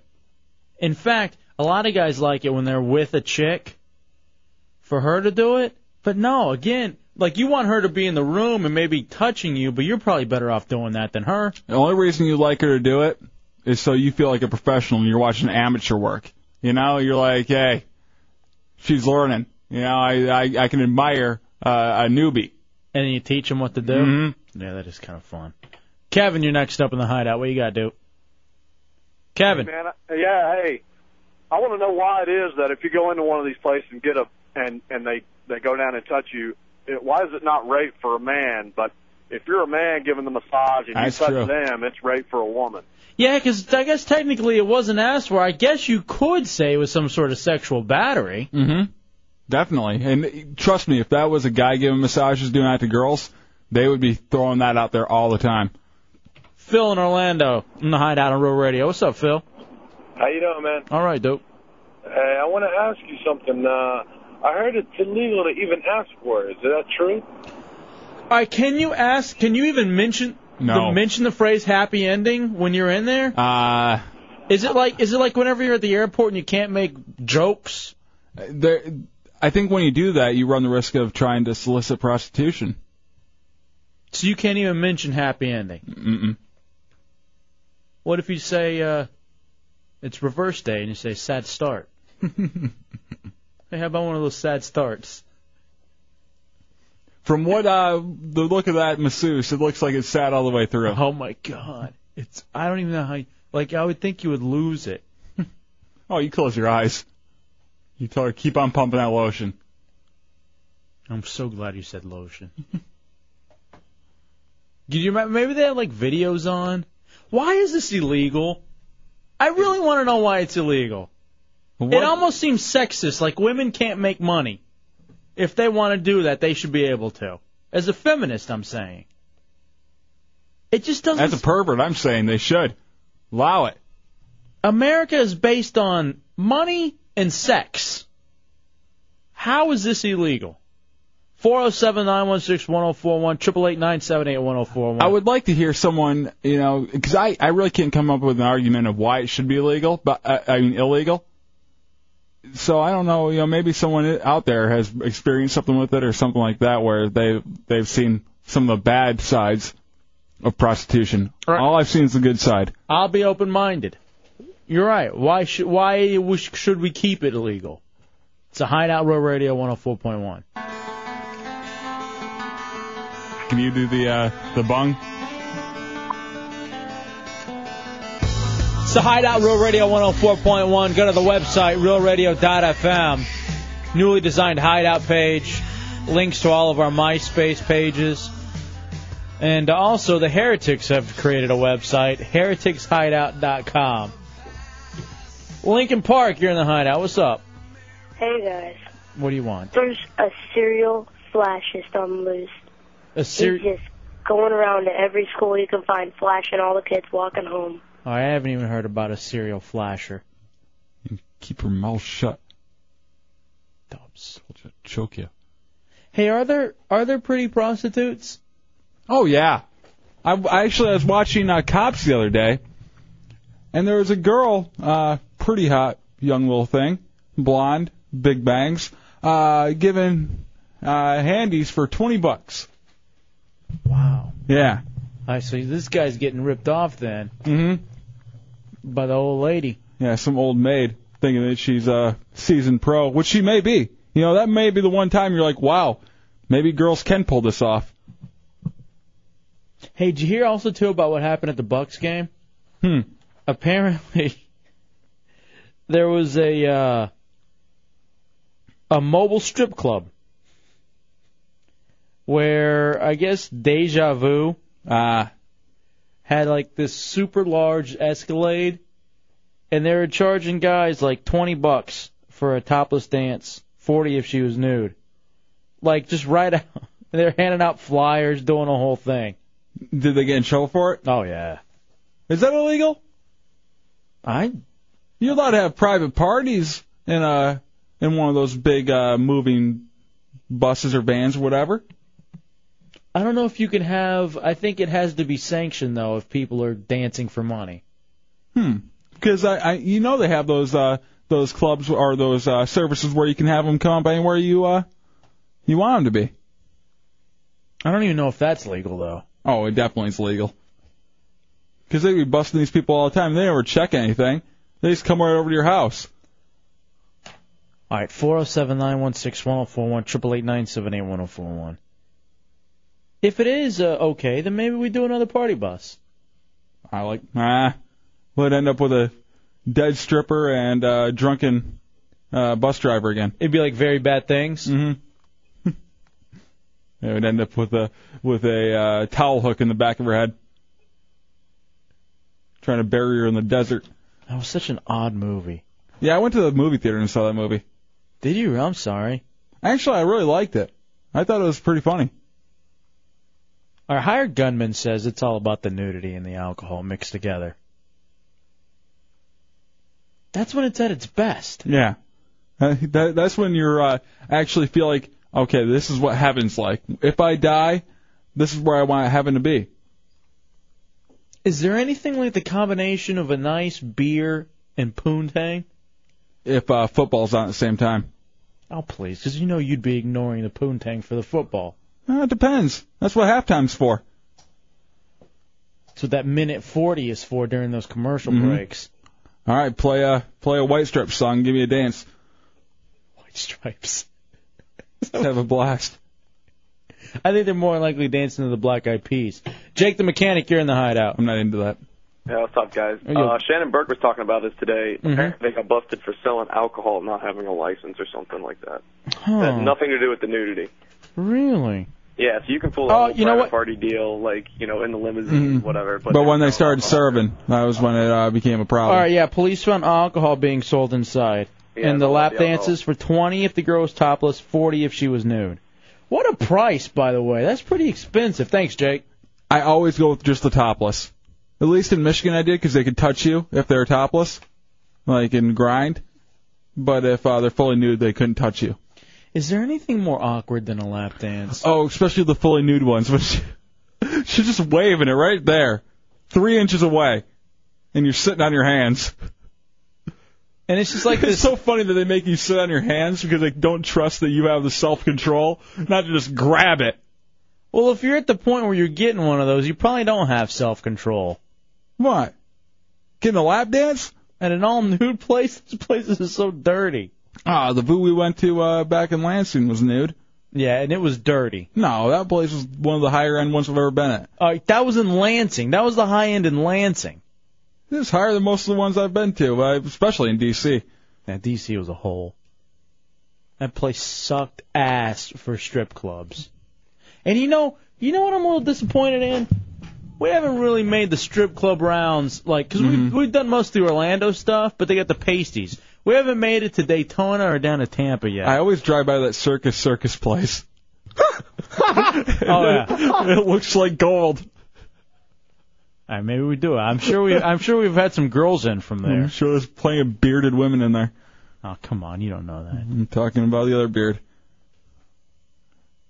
Speaker 2: In fact, a lot of guys like it when they're with a chick for her to do it. But no, again, like you want her to be in the room and maybe touching you, but you're probably better off doing that than her.
Speaker 3: The only reason you like her to do it is so you feel like a professional and you're watching amateur work. You know, you're like, hey, she's learning. You know, I I, I can admire uh, a newbie.
Speaker 2: And then you teach them what to do.
Speaker 3: Mhm.
Speaker 2: Yeah, that is kind of fun. Kevin, you're next up in the hideout. What you got, dude? Kevin.
Speaker 1: Man, I, yeah, hey, I want to know why it is that if you go into one of these places and get a and and they they go down and touch you, it, why is it not rape for a man? But if you're a man giving the massage and
Speaker 2: That's
Speaker 1: you touch
Speaker 2: true.
Speaker 1: them, it's rape for a woman.
Speaker 2: Yeah, 'cause I guess technically it wasn't asked for. I guess you could say it was some sort of sexual battery.
Speaker 3: Mm-hmm. Definitely. And trust me, if that was a guy giving massages doing that to girls, they would be throwing that out there all the time.
Speaker 2: Phil in Orlando in the hideout on Real Radio. What's up, Phil?
Speaker 19: How you doing, man?
Speaker 2: All right, dope.
Speaker 19: Hey, I want to ask you something. Uh, I heard it's illegal to even ask for it. Is that true?
Speaker 2: All right, can you ask? Can you even mention
Speaker 3: No.
Speaker 2: the, mention the phrase "happy ending" when you're in there?
Speaker 3: Uh,
Speaker 2: is it like is it like whenever you're at the airport and you can't make jokes?
Speaker 3: There, I think when you do that, you run the risk of trying to solicit prostitution.
Speaker 2: So you can't even mention happy ending.
Speaker 3: Mm-mm.
Speaker 2: What if you say uh, it's reverse day and you say sad start? Hey, how about one of those sad starts?
Speaker 3: From what uh, the look of that masseuse, it looks like it's sad all the way through.
Speaker 2: Oh my God, it's I don't even know how. You, like I would think you would lose it.
Speaker 3: Oh, you close your eyes. You tell her keep on pumping that lotion.
Speaker 2: I'm so glad you said lotion. Do you remember? Maybe they had like videos on. Why is this illegal? I really want to know why it's illegal. It almost seems sexist. Like women can't make money. If they want to do that, they should be able to. As a feminist, I'm saying. It just doesn't.
Speaker 3: As a pervert, I'm saying they should allow it.
Speaker 2: America is based on money and sex. How is this illegal? 407 916 1041, 888 978 1041.
Speaker 3: I would like to hear someone, you know, because I, I really can't come up with an argument of why it should be illegal, but uh, I mean illegal. So I don't know, you know, maybe someone out there has experienced something with it or something like that, where they they've seen some of the bad sides of prostitution. All I've seen is the good side.
Speaker 2: I'll be open minded. You're right. Why should why we- should we keep it illegal? It's a Hideout Row Radio 104.1.
Speaker 3: Can you do the uh, the bung?
Speaker 2: It's the Hideout Real Radio 104.1. Go to the website, realradio.fm. Newly designed Hideout page. Links to all of our MySpace pages. And also, the Heretics have created a website, hereticshideout.com. Lincoln Park, you're in the Hideout. What's up?
Speaker 23: Hey guys,
Speaker 2: What do you want?
Speaker 23: there's a serial flashist on the loose.
Speaker 2: A ser-
Speaker 23: He's just going around to every school you can find, flashing all the kids walking home.
Speaker 2: Oh, I haven't even heard about a serial flasher.
Speaker 3: Keep your mouth shut. Dubs. I'll ch- choke you.
Speaker 2: Hey, are there are there pretty prostitutes?
Speaker 3: Oh yeah. I I actually I was watching uh, Cops the other day, and there was a girl, uh, pretty hot, young little thing, blonde, big bangs, uh, giving uh, handies for twenty bucks. Wow. Yeah.
Speaker 2: All right, so this guy's getting ripped off then
Speaker 3: Mm-hmm.
Speaker 2: by the old lady.
Speaker 3: Yeah, some old maid thinking that she's a seasoned pro, which she may be. You know, that may be the one time you're like, wow, maybe girls can pull this off.
Speaker 2: Hey, did you hear also too about what happened at the Bucks game?
Speaker 3: Hmm.
Speaker 2: Apparently, there was a uh, a mobile strip club where I guess Deja Vu
Speaker 3: uh,
Speaker 2: had like this super large Escalade, and they were charging guys like twenty bucks for a topless dance, forty if she was nude. Like just right out, they're handing out flyers, doing a whole thing.
Speaker 3: Did they get in trouble for it?
Speaker 2: Oh yeah.
Speaker 3: Is that illegal?
Speaker 2: I.
Speaker 3: You're allowed to have private parties in a in one of those big uh, moving buses or vans or whatever.
Speaker 2: I don't know if you can have. I think it has to be sanctioned though if people are dancing for money.
Speaker 3: Hmm. because I, I, you know, they have those uh, those clubs or those uh, services where you can have them come up anywhere you uh, you want them to be.
Speaker 2: I don't even know if that's legal though.
Speaker 3: Oh, it definitely is legal. Because they be busting these people all the time. They never check anything. They just come right over to your house.
Speaker 2: All right, four zero seven nine one six one zero four one triple eight nine seven eight one zero four one. If it is uh, okay, then maybe we do another party bus.
Speaker 3: I like ah, would end up with a dead stripper and uh, drunken uh, bus driver again.
Speaker 2: It'd be like very bad things.
Speaker 3: Mm-hmm. it would end up with a with a uh, towel hook in the back of her head, trying to bury her in the desert.
Speaker 2: That was such an odd movie.
Speaker 3: Yeah, I went to the movie theater and saw that movie.
Speaker 2: Did you? I'm sorry.
Speaker 3: Actually, I really liked it. I thought it was pretty funny.
Speaker 2: Our hired gunman says it's all about the nudity and the alcohol mixed together. That's when it's at its best.
Speaker 3: Yeah, Uh, that, that's when you're uh, actually feel like, okay, this is what heaven's like. If I die, this is where I want heaven to be.
Speaker 2: Is there anything like the combination of a nice beer and poontang?
Speaker 3: If uh, football's on at the same time,
Speaker 2: Oh, please, because you know you'd be ignoring the poontang for the football.
Speaker 3: uh, it depends. That's what halftime's for.
Speaker 2: So that minute 40 is for during those commercial
Speaker 3: Mhm.
Speaker 2: breaks.
Speaker 3: All right, play a play a White Stripes song. Give me a dance.
Speaker 2: White Stripes.
Speaker 3: Have a blast.
Speaker 2: I think they're more likely dancing to the Black Eyed Peas. Jake the Mechanic, you're in the hideout.
Speaker 3: I'm not into that.
Speaker 12: Yeah, what's up, guys?
Speaker 2: Hey, yo.
Speaker 12: Uh, Shannon Burke was talking about this today.
Speaker 2: Mhm.
Speaker 12: Apparently, they got busted for selling alcohol and not having a license or something like that. That had nothing to do with the nudity.
Speaker 2: Really?
Speaker 12: Yeah, so you can pull
Speaker 2: Oh,
Speaker 12: out a
Speaker 2: you know
Speaker 12: private
Speaker 2: what? Mm-hmm.
Speaker 12: party deal, like you know, in the limousine,
Speaker 3: Mhm.
Speaker 12: whatever. But,
Speaker 3: But when they started serving, that was when it uh, became a problem.
Speaker 2: All right, yeah. Police found alcohol being sold inside,
Speaker 12: Yeah,
Speaker 2: and the
Speaker 12: the-
Speaker 2: lap
Speaker 12: the
Speaker 2: dances for twenty if the girl was topless, forty if she was nude. What a price, by the way. That's pretty expensive. Thanks, Jake.
Speaker 3: I always go with just the topless. At least in Michigan, I did because they could touch you if they're topless, like in grind. But if uh, they're fully nude, they couldn't touch you.
Speaker 2: Is there anything more awkward than a lap dance?
Speaker 3: Oh, especially the fully nude ones. When she, she's just waving it right there, three inches away, and you're sitting on your hands.
Speaker 2: And it's just like
Speaker 3: it's so funny that they make you sit on your hands because they don't trust that you have the self control not to just grab it.
Speaker 2: Well, if you're at the point where you're getting one of those, you probably don't have self control.
Speaker 3: What? Getting a lap dance?
Speaker 2: At an all nude place? This place is so dirty.
Speaker 3: Ah, the boo we went to uh, back in Lansing was nude.
Speaker 2: Yeah, and it was dirty.
Speaker 3: No, that place was one of the higher end ones I've ever been at.
Speaker 2: Uh, that was in Lansing. That was the high end in Lansing.
Speaker 3: This is higher than most of the ones I've been to, uh, especially in D.C.
Speaker 2: Now, D.C. was a hole. That place sucked ass for strip clubs. And you know, you know what I'm a little disappointed in? We haven't really made the strip club rounds, like, because
Speaker 3: Mm-hmm.
Speaker 2: we've, we've done most of the Orlando stuff, but they got the pasties. We haven't made it to Daytona or down to Tampa yet.
Speaker 3: I always drive by that circus circus place.
Speaker 2: oh, yeah.
Speaker 3: it looks like gold.
Speaker 2: All right, maybe we do. I'm sure we. I'm sure we've had some girls in from there.
Speaker 3: I'm sure there's plenty of bearded women in there.
Speaker 2: Oh, come on, you don't know that.
Speaker 3: I'm talking about the other beard.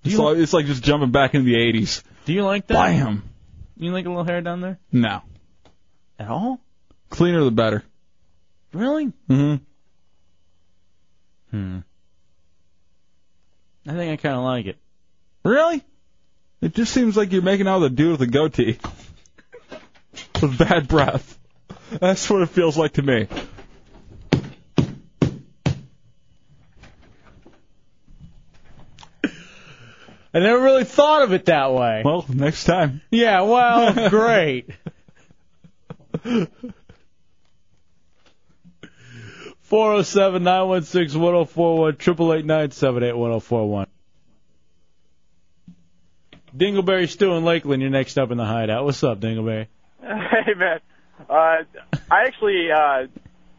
Speaker 3: It's, like, it's like just jumping back into the 80s.
Speaker 2: Do you like that?
Speaker 3: Blam!
Speaker 2: You like a little hair down there?
Speaker 3: No.
Speaker 2: At all?
Speaker 3: Cleaner the better.
Speaker 2: Really?
Speaker 3: hmm
Speaker 2: Hmm. I think I kind of like it.
Speaker 3: Really? It just seems like you're making out with a dude with a goatee. with bad breath. That's what it feels like to me.
Speaker 2: I never really thought of it that way.
Speaker 3: Well, next time.
Speaker 2: Yeah, well, great. Four zero seven nine one six one zero four one triple eight nine seven eight one zero four one. Dingleberry Stew in Lakeland, you're next up in the hideout. What's up, Dingleberry?
Speaker 5: Hey man, uh, I actually uh,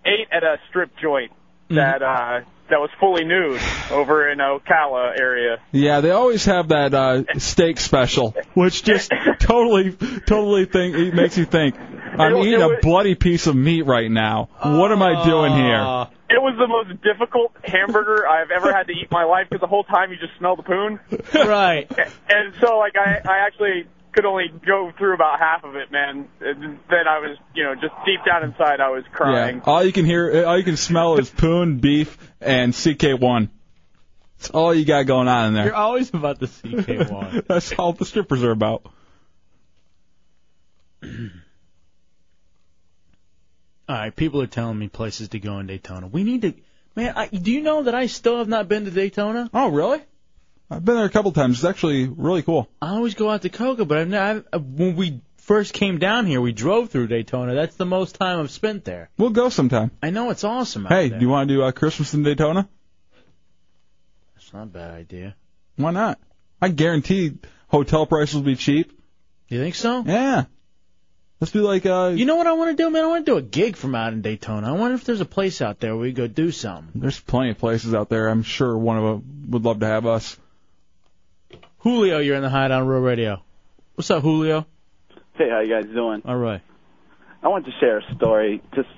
Speaker 5: ate at a strip joint
Speaker 2: Mm-hmm.
Speaker 5: that uh, that was fully nude over in Ocala area.
Speaker 3: Yeah, they always have that uh, steak special, which just totally, totally think it makes you think. I'm
Speaker 5: It- it
Speaker 3: eating a
Speaker 5: was-
Speaker 3: bloody piece of meat right now. What am I doing here?
Speaker 5: It was the most difficult hamburger I've ever had to eat in my life because the whole time you just smell the poon.
Speaker 2: right.
Speaker 5: And so like I I actually could only go through about half of it, man. And then I was, you know, just deep down inside, I was crying.
Speaker 3: Yeah. All you can hear, all you can smell is poon, beef, and CK1. That's all you got going on in
Speaker 2: You're
Speaker 3: there.
Speaker 2: always about the CK one.
Speaker 3: That's all the strippers are about.
Speaker 2: All right, people are telling me places to go in Daytona. We need to, man. I, do you know that I still have not been to Daytona?
Speaker 3: Oh, really? I've been there a couple times. It's actually really cool.
Speaker 2: I always go out to Cocoa, but I've never. I've, uh, when we first came down here, we drove through Daytona. That's the most time I've spent there.
Speaker 3: We'll go sometime.
Speaker 2: I know it's awesome. out
Speaker 3: Hey,
Speaker 2: there.
Speaker 3: do you want to do uh, Christmas in Daytona?
Speaker 2: It's not a bad idea.
Speaker 3: Why not? I guarantee hotel prices will be cheap.
Speaker 2: You think so?
Speaker 3: Yeah. Let's do like uh
Speaker 2: You know what I want to do, man? I want to do a gig from out in Daytona. I wonder if there's a place out there where we go do something.
Speaker 3: There's plenty of places out there. I'm sure one of them would love to have us.
Speaker 2: Julio, you're in the Hideout on Real Radio. What's up, Julio?
Speaker 6: Hey, how you guys doing?
Speaker 2: All right.
Speaker 6: I wanted to share a story, just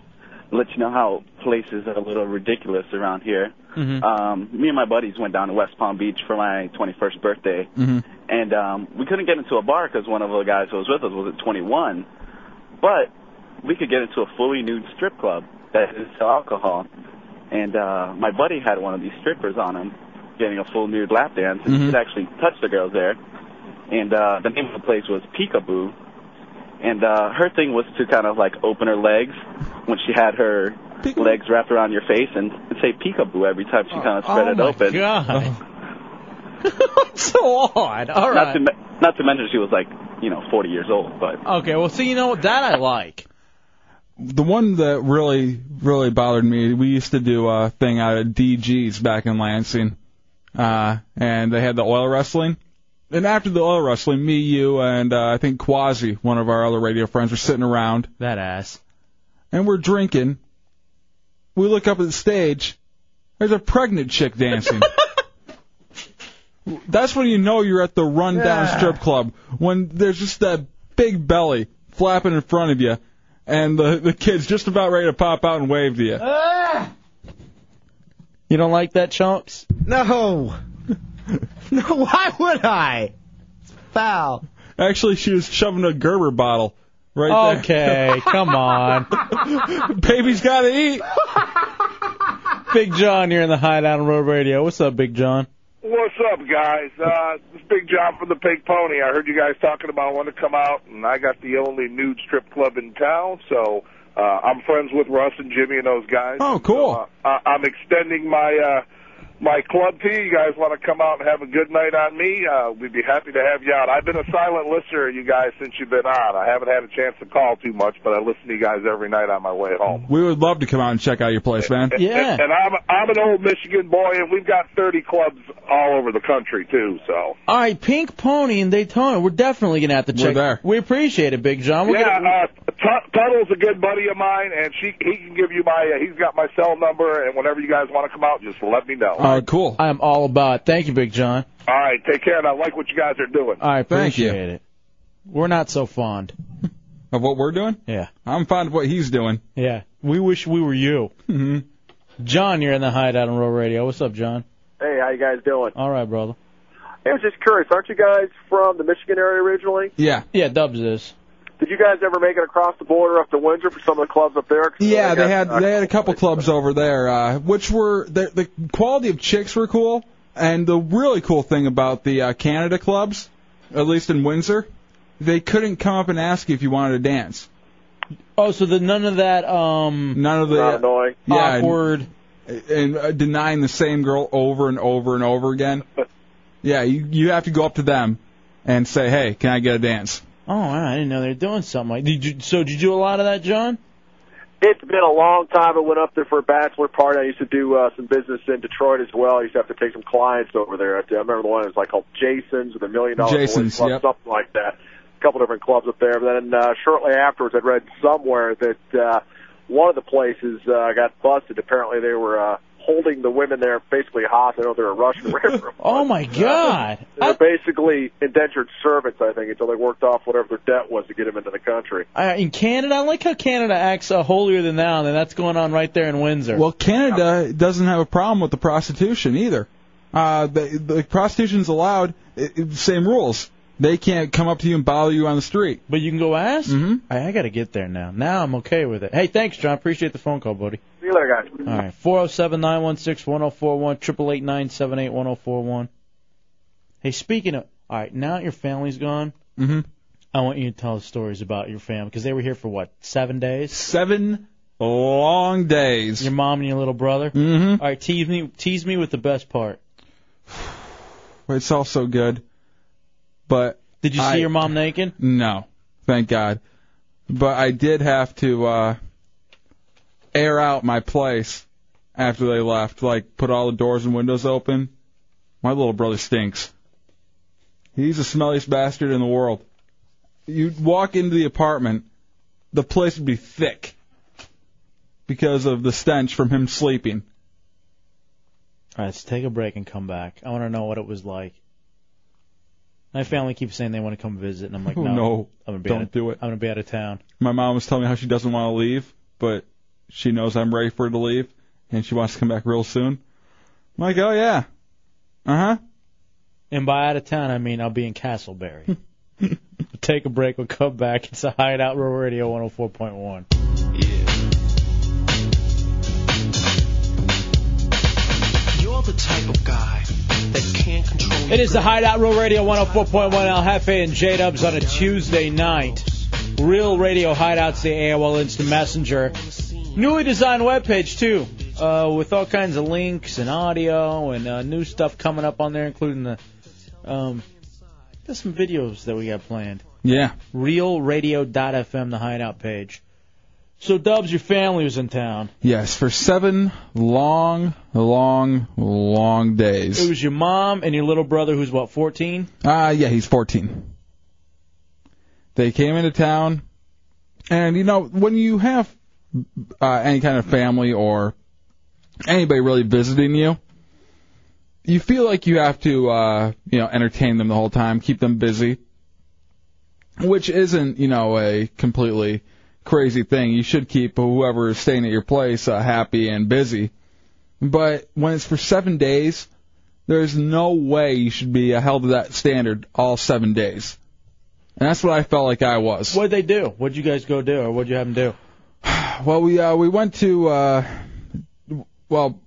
Speaker 6: to let you know how places are a little ridiculous around here.
Speaker 2: Mm-hmm.
Speaker 6: Um, me and my buddies went down to West Palm Beach for my 21st birthday, and um, we couldn't get into a bar because one of the guys who was with us wasn't 21. But we could get into a fully nude strip club that is alcohol. And uh, my buddy had one of these strippers on him, getting a full nude lap dance, and
Speaker 2: Mm-hmm.
Speaker 6: he could actually touch the girls there. And uh, the name of the place was Peekaboo. And uh, her thing was to kind of like open her legs when she had her legs wrapped around your face and, and say peekaboo every time she kind of spread
Speaker 2: oh
Speaker 6: it
Speaker 2: my
Speaker 6: open.
Speaker 2: God. so odd. All right.
Speaker 6: Not to, me- not to mention she was like, you know, 40 years old, but
Speaker 2: Okay, well, see, you know what? That I like.
Speaker 3: The one that really, really bothered me, we used to do a thing out at DG's back in Lansing, uh, and they had the oil wrestling. And after the oil wrestling, me, you, and uh, I think Quasi, one of our other radio friends, were sitting around.
Speaker 2: That ass.
Speaker 3: And we're drinking. We look up at the stage. There's a pregnant chick dancing. That's when you know you're at the rundown
Speaker 29: Yeah.
Speaker 3: strip club when there's just that big belly flapping in front of you, and the the kid's just about ready to pop out and wave to you.
Speaker 2: You don't like that, chumps?
Speaker 22: No. no, why would I? Foul.
Speaker 3: Actually, she was shoving a Gerber bottle right there.
Speaker 2: Okay, come on.
Speaker 3: Baby's gotta eat.
Speaker 2: Big John, you're in the Hideout on Road Radio. What's up, Big John?
Speaker 21: What's up, guys? Uh, this is Big John from the Pink Pony. I heard you guys talking about wanting to come out, and I got the only nude strip club in town, so uh, I'm friends with Russ and Jimmy and those guys.
Speaker 3: Oh, cool.
Speaker 21: So, uh, I- I'm extending my uh, my club to you. You guys want to come out and have a good night on me? Uh, we'd be happy to have you out. I've been a silent listener, of you guys, since you've been on. I haven't had a chance to call too much, but I listen to you guys every night on my way home.
Speaker 3: We would love to come out and check out your place, man.
Speaker 21: And- And, and I'm I'm an old Michigan boy, and we've got 30 clubs all over the country too. So
Speaker 2: All right, Pink Pony in Daytona. We're definitely gonna have to check.
Speaker 21: there.
Speaker 2: We appreciate it, Big John. We're
Speaker 21: yeah,
Speaker 2: gonna-
Speaker 21: uh, Tut- Tuttle's a good buddy of mine, and she he can give you my uh, he's got my cell number, and whenever you guys want to come out, just let me know.
Speaker 2: All right,
Speaker 3: cool.
Speaker 2: I'm all about it. Thank you, Big John.
Speaker 21: All right, take care, and I like what you guys are doing.
Speaker 2: I appreciate it. We're not so fond.
Speaker 3: Of what we're doing?
Speaker 2: Yeah.
Speaker 3: I'm fond of what he's doing.
Speaker 2: Yeah. We wish we were you.
Speaker 3: Mm-hmm.
Speaker 2: John, you're in the Hideout on Road Radio. What's up, John?
Speaker 24: Hey, how you guys doing?
Speaker 2: All right, brother.
Speaker 24: Hey, I was just curious, aren't you guys from the Michigan area originally?
Speaker 3: Yeah.
Speaker 2: Yeah, Dubs is.
Speaker 24: Did you guys ever make it across the border up to Windsor for some of the clubs up there? 'Cause
Speaker 3: Yeah,
Speaker 24: I
Speaker 3: they
Speaker 24: got-
Speaker 3: had they had a couple clubs over there, uh, which were the the quality of chicks were cool, and the really cool thing about the uh, Canada clubs, at least in Windsor, they couldn't come up and ask you if you wanted to dance.
Speaker 2: Oh, so the none of that um
Speaker 3: none of the
Speaker 24: Illinois.
Speaker 3: yeah,
Speaker 2: awkward.
Speaker 3: and, and uh, denying the same girl over and over and over again. yeah, you you have to go up to them and say, hey, can I get a dance?
Speaker 2: Oh, wow, I didn't know they were doing something like. Did you, so did you do a lot of that, John?
Speaker 24: It's been a long time. I went up there for a bachelor party. I used to do uh, some business in Detroit as well. I used to have to take some clients over there. I remember the one that was like called Jason's or the Million Dollar Boys
Speaker 3: Jason's,
Speaker 24: Club,
Speaker 3: yep.
Speaker 24: something like that. A couple different clubs up there. But then uh, shortly afterwards, I read somewhere that uh, one of the places uh, got busted. Apparently, they were uh, holding the women there basically hostage. I know they're a Russian railroad.
Speaker 2: Oh my God.
Speaker 24: They were basically indentured servants, I think, until they worked off whatever their debt was to get them into the country.
Speaker 2: Uh, in Canada, I like how Canada acts uh, holier than thou, and that's going on right there in Windsor.
Speaker 3: Well, Canada doesn't have a problem with the prostitution either. Uh, the, the prostitution's allowed. i i- same rules. They can't come up to you and bother you on the street.
Speaker 2: But you can go ask. Mm-hmm. I, I got to get there now. Now I'm okay with it. Hey, thanks, John. Appreciate the phone call, buddy.
Speaker 24: See you later, guys.
Speaker 2: All right, four zero seven nine one six one zero four one triple eight nine seven eight one zero four one. Hey, speaking of, all right, now that your family's gone,
Speaker 3: Mm-hmm.
Speaker 2: I want you to tell us stories about your family because they were here for what seven days?
Speaker 3: Seven long days.
Speaker 2: Your mom and your little brother. Mm-hmm. All right, tease me, tease me with the best part.
Speaker 3: It's all so good. But
Speaker 2: Did you see your mom naked?
Speaker 3: No, thank God. But I did have to uh air out my place after they left, like put all the doors and windows open. My little brother stinks. He's the smelliest bastard in the world. You'd walk into the apartment, the place would be thick because of the stench from him sleeping.
Speaker 2: All right, let's take a break and come back. I want to know what it was like. My family keeps saying they want to come visit, and I'm like,
Speaker 3: Oh,
Speaker 2: no,
Speaker 3: no.
Speaker 2: I'm gonna be
Speaker 3: Don't
Speaker 2: out of,
Speaker 3: do it.
Speaker 2: I'm gonna be out of town.
Speaker 3: My mom was telling me how she doesn't want to leave, but she knows I'm ready for her to leave, and she wants to come back real soon. I'm like, oh yeah, uh huh.
Speaker 2: And by out of town, I mean I'll be in Castleberry. We'll Take a break. We'll come back. It's a Hideout Rural Radio 104.1.
Speaker 17: You're the type of guy that can't control.
Speaker 2: It is the Hideout Real Radio 104.1 El Jefe and J Dubs on a Tuesday night. Real Radio Hideouts, the AOL Instant Messenger. Newly designed webpage, too, uh, with all kinds of links and audio and uh, new stuff coming up on there, including the um, there's some videos that we got planned.
Speaker 3: Yeah.
Speaker 2: RealRadio.fm, the Hideout page. So, Dubs, your family was in town.
Speaker 3: Yes, for seven long, long, long
Speaker 2: It
Speaker 3: days.
Speaker 2: was your mom and your little brother, who's what, 14?
Speaker 3: Ah, yeah, he's 14. They came into town, and you know when you have uh, any kind of family or anybody really visiting you, you feel like you have to, uh, you know, entertain them the whole time, keep them busy, which isn't, you know, a completely crazy thing. You should keep whoever is staying at your place uh, happy and busy. But when it's for seven days, there's no way you should be uh, held to that standard all seven days. And that's what I felt like I was.
Speaker 2: What'd they do? What'd you guys go do, or what'd you have them do?
Speaker 3: Well, we uh, we went to uh, well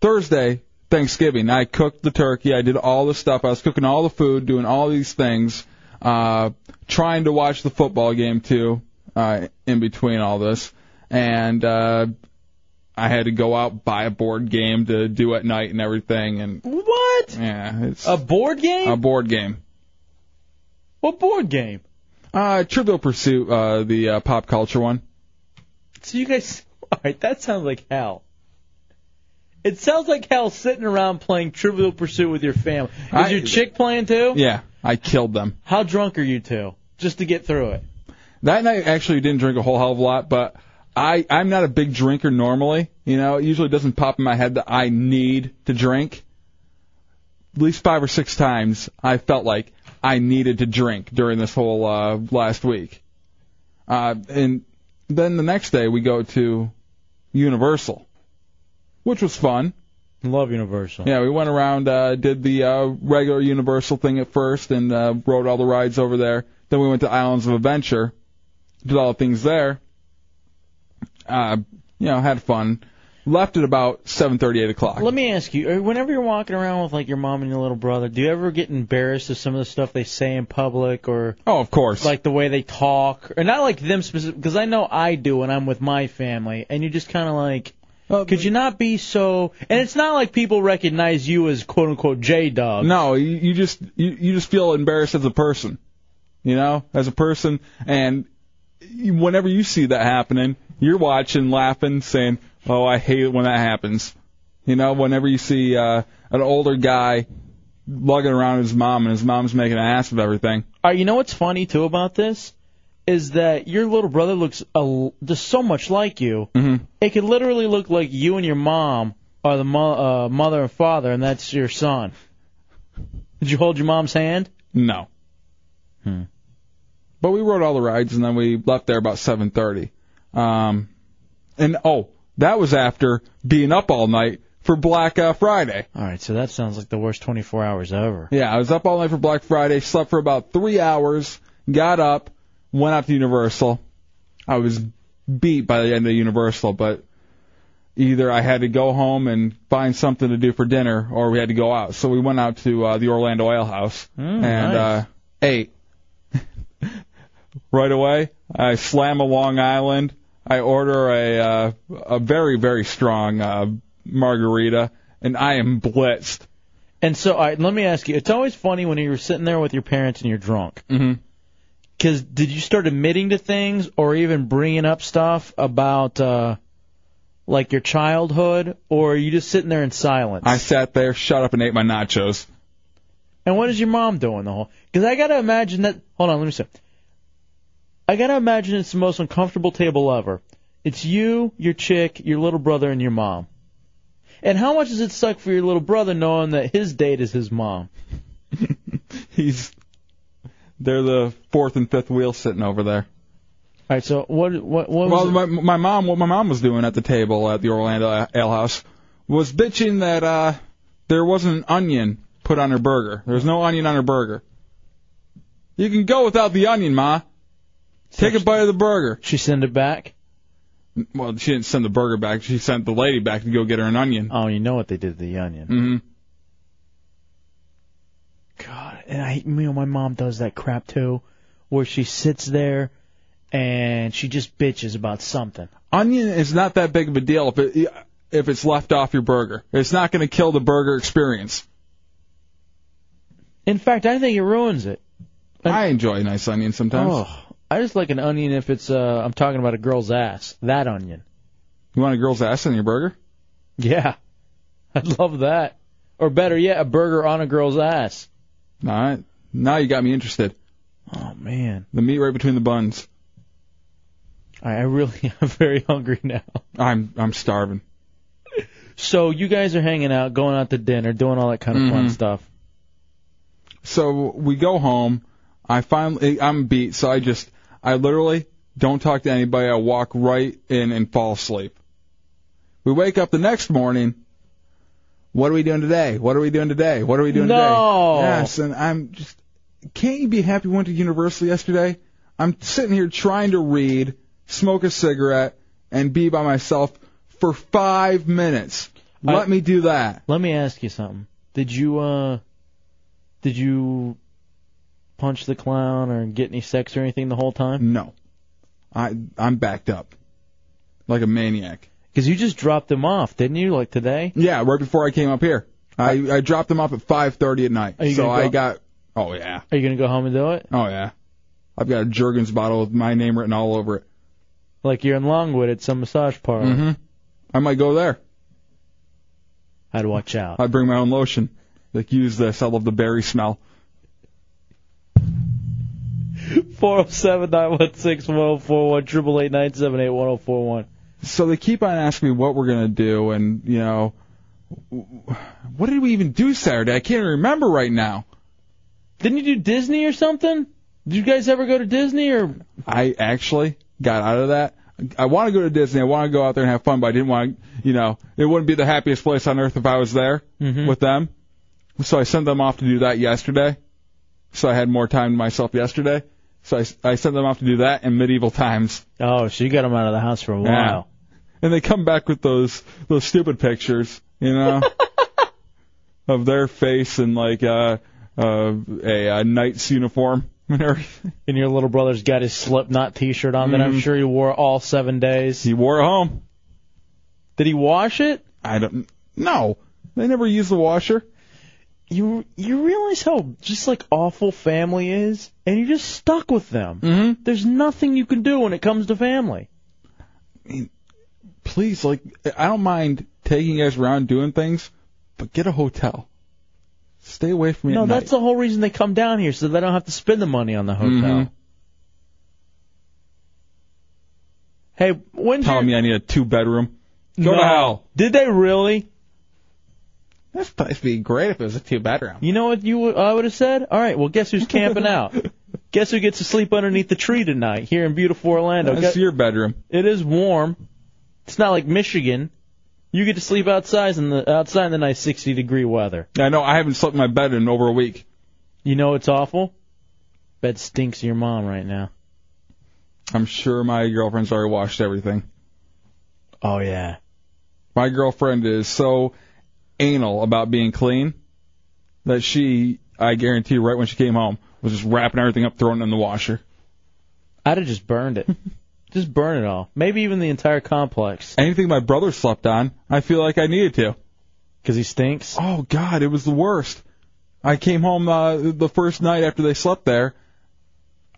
Speaker 3: Thursday Thanksgiving. I cooked the turkey. I did all the stuff. I was cooking all the food, doing all these things, uh, trying to watch the football game too. Uh, in between all this, and uh, I had to go out buy a board game to do at night and everything. And
Speaker 2: what?
Speaker 3: Yeah, it's
Speaker 2: a board game.
Speaker 3: A board game.
Speaker 2: What board game?
Speaker 3: Uh, Trivial Pursuit, uh, the uh, pop culture one.
Speaker 2: So you guys, all right, that sounds like hell. It sounds like hell sitting around playing Trivial Pursuit with your family. Is
Speaker 3: I-
Speaker 2: your chick playing too?
Speaker 3: Yeah, I killed them.
Speaker 2: How drunk are you two? Just to get through it.
Speaker 3: That night actually didn't drink a whole hell of a lot, but I I'm not a big drinker normally. You know, it usually doesn't pop in my head that I need to drink. At least five or six times I felt like I needed to drink during this whole uh, last week. Uh, and then the next day we go to Universal, which was fun.
Speaker 2: Love Universal.
Speaker 3: Yeah, we went around, uh, did the uh, regular Universal thing at first, and uh, rode all the rides over there. Then we went to Islands of Adventure, did all the things there. Uh, you know, had fun. Left at about 7:38 o'clock.
Speaker 2: Let me ask you, uh, whenever you're walking around with like your mom and your little brother, do you ever get embarrassed of some of the stuff they say in public or
Speaker 3: Oh, of course.
Speaker 2: like the way they talk or not like them specific because I know I do when I'm with my family and you're just kind of like could you not be so and it's not like people recognize you as quote unquote J Dog.
Speaker 3: No, you, you just you, you just feel embarrassed as a person, you know, as a person. And you, whenever you see that happening, you're watching, laughing, saying, "Oh, I hate it when that happens." You know, whenever you see uh, an older guy lugging around his mom and his mom's making an ass of everything.
Speaker 2: All right, you know what's funny too about this is that your little brother looks a l just so much like you.
Speaker 3: Mm-hmm.
Speaker 2: It could literally look like you and your mom are the mo- uh, mother and father, and that's your son. Did you hold your mom's hand?
Speaker 3: No. Hmm. But we rode all the rides and then we left there about 7:30. Um, and oh, that was after being up all night for Black uh, Friday.
Speaker 2: All right, so that sounds like the worst 24 hours ever.
Speaker 3: Yeah, I was up all night for Black Friday, slept for about three hours, got up, went up to Universal. I was beat by the end of Universal, but either I had to go home and find something to do for dinner, or we had to go out. So we went out to uh, the Orlando Ale House and
Speaker 2: nice.
Speaker 3: uh, ate. right away, I slam a Long Island. I order a uh, a very very strong uh, margarita, and I am blitzed.
Speaker 2: And so, all right, let me ask you. It's always funny when you're sitting there with your parents and you're drunk. Mm-hmm. Because did you start admitting to things or even bringing up stuff about uh, like your childhood, or are you just sitting there in silence?
Speaker 3: I sat there, shut up, and ate my nachos.
Speaker 2: And what is your mom doing the whole? Because I gotta imagine that. Hold on, let me see. I gotta imagine it's the most uncomfortable table ever. It's you, your chick, your little brother, and your mom. And how much does it suck for your little brother knowing that his date is his mom?
Speaker 3: He's they're the fourth and fifth wheel sitting over there.
Speaker 2: All right, so what what what was
Speaker 3: well, my, my mom, what my mom was doing at the table at the Orlando Ale House was bitching that uh, there wasn't an onion put on her burger. There was no onion on her burger. You can go without the onion, ma. Take a bite of the burger.
Speaker 2: She sent it back.
Speaker 3: Well, she didn't send the burger back. She sent the lady back to go get her an onion.
Speaker 2: Oh, you know what they did to the onion.
Speaker 3: hmm
Speaker 2: and I you know my mom does that crap too, where she sits there and she just bitches about something.
Speaker 3: Onion is not that big of a deal if it if it's left off your burger. It's not going to kill the burger experience.
Speaker 2: In fact, I think it ruins it.
Speaker 3: I enjoy nice onion sometimes.
Speaker 2: Oh, I just like an onion if it's uh I'm talking about a girl's ass. That onion.
Speaker 3: You want a girl's ass in your burger?
Speaker 2: Yeah. I'd love that. Or better yet, a burger on a girl's ass.
Speaker 3: All right. Now you got me interested.
Speaker 2: Oh man.
Speaker 3: The meat right between the buns.
Speaker 2: I I really am very hungry now.
Speaker 3: I'm I'm starving.
Speaker 2: So you guys are hanging out, going out to dinner, doing all that kind of fun
Speaker 3: Mhm.
Speaker 2: stuff.
Speaker 3: So we go home. I finally eh, I'm beat, so I just I literally don't talk to anybody. I walk right in and fall asleep. We wake up the next morning. What are we doing today? What are we doing today? What are we doing
Speaker 2: No.
Speaker 3: today? Yes, and I'm just can't you be happy we went to university yesterday? I'm sitting here trying to read, smoke a cigarette, and be by myself for five minutes. Let
Speaker 2: I-
Speaker 3: me do that.
Speaker 2: Let me ask you something. Did you uh did you punch the clown or get any sex or anything the whole time?
Speaker 3: No. I I'm backed up. Like a maniac.
Speaker 2: Cuz you just dropped them off, didn't you? Like today?
Speaker 3: Yeah, right before I came up here. I I dropped them off at 5:30 at night.
Speaker 2: Are you
Speaker 3: so
Speaker 2: gonna
Speaker 3: I
Speaker 2: go-
Speaker 3: got Oh yeah.
Speaker 2: Are you going to go home and do it?
Speaker 3: Oh yeah. I've got a Jergens bottle with my name written all over it.
Speaker 2: Like you're in Longwood at some massage parlor.
Speaker 3: Mhm. I might go there.
Speaker 2: I'd watch out.
Speaker 3: I bring my own lotion. Like use this. I love the berry smell.
Speaker 2: 407 916 1041 888 978 1041.
Speaker 3: So they keep on asking me what we're gonna do, and you know, what did we even do Saturday? I can't even remember right now.
Speaker 2: Didn't you do Disney or something? Did you guys ever go to Disney or?
Speaker 3: I actually got out of that. I want to go to Disney. I want to go out there and have fun, but I didn't want to, you know, it wouldn't be the happiest place on earth if I was there
Speaker 2: Mm-hmm.
Speaker 3: with them. So I sent them off to do that yesterday. So I had more time to myself yesterday. So I, I sent them off to do that in medieval times.
Speaker 2: Oh, so you got them out of the house for a while.
Speaker 3: And they come back with those those stupid pictures, you know, of their face and like uh, uh, a, a knight's uniform and everything.
Speaker 2: And your little brother's got his Slipknot T-shirt on that I'm
Speaker 3: Mhm.
Speaker 2: sure he wore all seven days. He
Speaker 3: wore it home.
Speaker 2: Did he wash it?
Speaker 3: I don't. No, they never use the washer.
Speaker 2: You you realize how just like awful family is, and you're just stuck with them. Mm-hmm. There's nothing you can do when it comes to family.
Speaker 3: please, like, I don't mind taking you guys around doing things, but get a hotel. Stay away from me
Speaker 2: No,
Speaker 3: at
Speaker 2: that's the whole reason they come down here, so they don't have to spend the money on the hotel.
Speaker 3: Mhm.
Speaker 2: Hey, when
Speaker 3: night. Telling me I need a two bedroom. Go
Speaker 2: No.
Speaker 3: to hell.
Speaker 2: Did they really?
Speaker 3: This place would be great if it was a two bedroom.
Speaker 2: You know what you would- I would have said? All right, well, guess who's camping out? guess who gets to sleep underneath the tree tonight here in beautiful Orlando?
Speaker 3: That's
Speaker 2: Gu-
Speaker 3: your bedroom.
Speaker 2: It is warm. It's not like Michigan. You get to sleep outside in the outside in the nice 60 degree weather.
Speaker 3: I know. I haven't slept in my bed in over a week.
Speaker 2: You know it's awful. Bed stinks of your mom right now.
Speaker 3: I'm sure my girlfriend's already washed everything.
Speaker 2: Oh yeah.
Speaker 3: My girlfriend is so anal about being clean that she, I guarantee, right when she came home, was just wrapping everything up, throwing it in the washer.
Speaker 2: I'd have just burned it. just burn it all. Maybe even the entire complex.
Speaker 3: Anything my brother slept on, I feel like I needed to.
Speaker 2: Because he stinks?
Speaker 3: Oh, God, it was the worst. I came home uh, the first night after they slept there.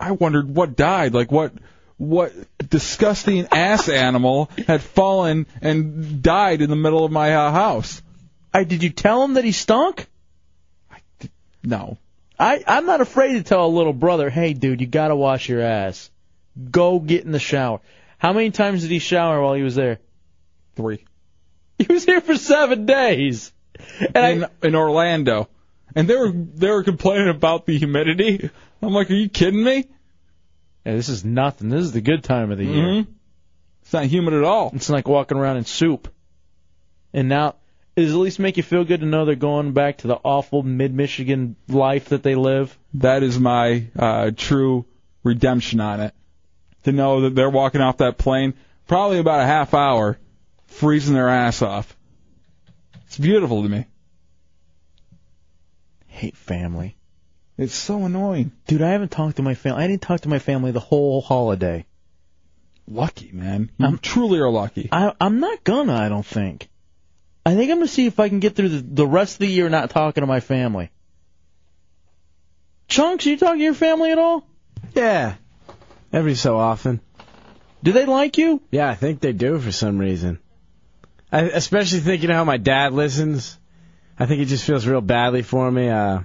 Speaker 3: I wondered what died, like what what disgusting ass animal had fallen and died in the middle of my uh, house.
Speaker 2: I did you tell him that he stunk?
Speaker 3: No.
Speaker 2: I I'm not afraid to tell a little brother, hey dude, you gotta wash your ass. Go get in the shower. How many times did he shower while he was there?
Speaker 3: Three.
Speaker 2: He was here for seven days. And
Speaker 3: in, in Orlando, and they were they were complaining about the humidity. I'm like, are you kidding me?
Speaker 2: Yeah, this is nothing. This is the good time of the year.
Speaker 3: It's not humid at all.
Speaker 2: Mm-hmm. It's like walking around in soup. And now, does it at least make you feel good to know they're going back to the awful mid-Michigan life that they live?
Speaker 3: That is my uh, true redemption on it. To know that they're walking off that plane probably about a half hour, freezing their ass off. It's beautiful to me.
Speaker 2: Hate family.
Speaker 3: It's so annoying.
Speaker 2: Dude, I haven't talked to my family. I didn't talk to my family the whole holiday.
Speaker 3: Lucky, man. You truly are lucky.
Speaker 2: I, I'm not gonna, I don't think. I think I'm gonna see if I can get through the, the rest of the year not talking to my family. Chunks, you talking to your family at all?
Speaker 22: Yeah. Every so often.
Speaker 2: Do they like you?
Speaker 22: Yeah, I think they do for some reason. I, especially thinking how my dad listens. I think he just feels real badly for me, uh,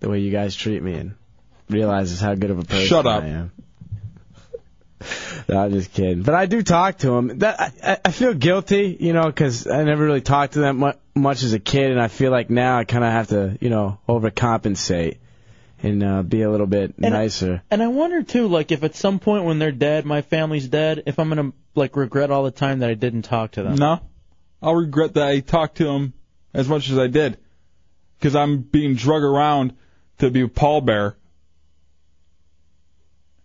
Speaker 22: the way you guys treat me and realizes how good of a person
Speaker 3: Shut up.
Speaker 22: I am. No, I'm just kidding. But I do talk to him. That, I- I, I feel guilty, you know, 'cause I never really talked to them mu- much as a kid, and I feel like now I kind of have to, you know, overcompensate and uh, be a little bit nicer.
Speaker 2: And I wonder too, like if at some point when they're dead, my family's dead, if I'm gonna like regret all the time that I didn't talk to them.
Speaker 3: No. I'll regret that I talked to him as much as I did. Because I'm being drug around to be a pallbearer.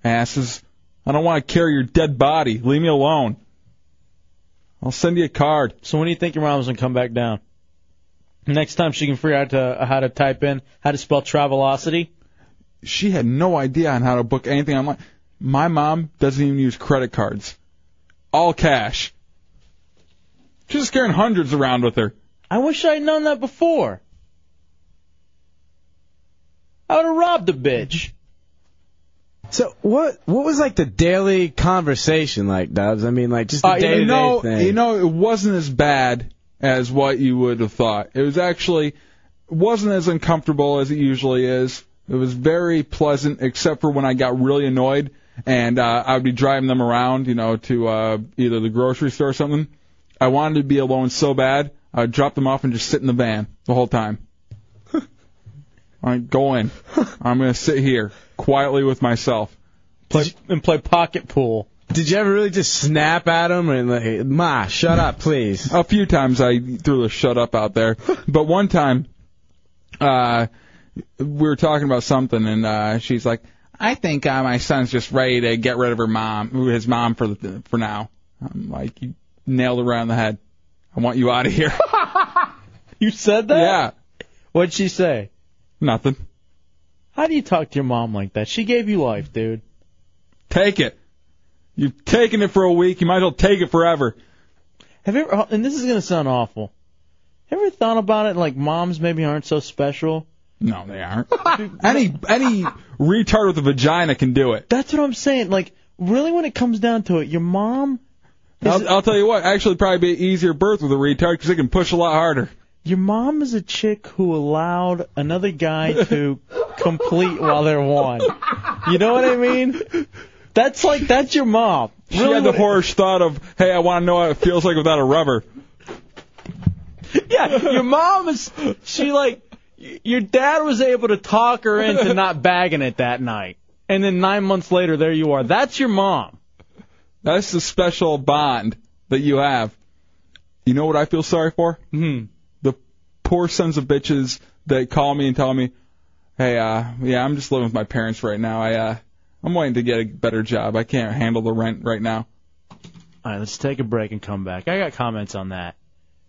Speaker 3: Asses. I don't want to carry your dead body. Leave me alone. I'll send you a card.
Speaker 2: So when do you think your mom's gonna come back down? Next time she can figure out to, how to type in how to spell travelocity.
Speaker 3: She had no idea on how to book anything online. My mom doesn't even use credit cards. All cash. She's carrying hundreds around with her.
Speaker 2: I wish I'd known that before. I would have robbed the bitch.
Speaker 22: So what? What was like the daily conversation like, Dubs? I mean, like just the
Speaker 3: Uh,
Speaker 22: day
Speaker 3: you
Speaker 22: to day
Speaker 3: know,
Speaker 22: thing.
Speaker 3: you know, it wasn't as bad as what you would have thought. It was actually wasn't as uncomfortable as it usually is. It was very pleasant, except for when I got really annoyed and uh, I would be driving them around, you know, to uh, either the grocery store or something. I wanted to be alone so bad. I would drop them off and just sit in the van the whole time. All right, go in. I'm gonna sit here quietly with myself.
Speaker 2: Play and play pocket pool.
Speaker 22: Did you ever really just snap at him and like, Ma, shut up, please?
Speaker 3: A few times I threw the shut up out there, but one time, uh, we were talking about something and, uh, she's like, I think, uh, my son's just ready to get rid of her mom, his mom for the, for now. I'm like, you nailed it right on the head. I want you out of here.
Speaker 2: You said that?
Speaker 3: Yeah.
Speaker 2: What'd she say?
Speaker 3: Nothing.
Speaker 2: How do you talk to your mom like that? She gave you life, dude.
Speaker 3: Take it. You've taken it for a week. You might as well take it forever.
Speaker 2: Have you ever? oh, And this is gonna sound awful. Ever thought about it? Like moms maybe aren't so special.
Speaker 3: No, they aren't. any any retard with a vagina can do it.
Speaker 2: That's what I'm saying. Like really, when it comes down to it, your mom,
Speaker 3: I'll, I'll tell you what, actually, it'd probably be an easier birth with a retard because they can push a lot harder.
Speaker 2: your mom is a chick who allowed another guy to complete while they're one. You know what I mean? That's like that's your mom.
Speaker 3: She had the harsh thought of, hey, I want to know how it feels like without a rubber.
Speaker 2: Yeah, your mom is. She like y- your dad was able to talk her into not bagging it that night, and then nine months later, there you are. That's your mom.
Speaker 3: That's the special bond that you have. You know what I feel sorry for?
Speaker 2: Hmm.
Speaker 3: The poor sons of bitches that call me and tell me, "Hey, uh, yeah, I'm just living with my parents right now. I, uh, I'm waiting to get a better job. I can't handle the rent right now."
Speaker 2: All right, let's take a break and come back. I got comments on that.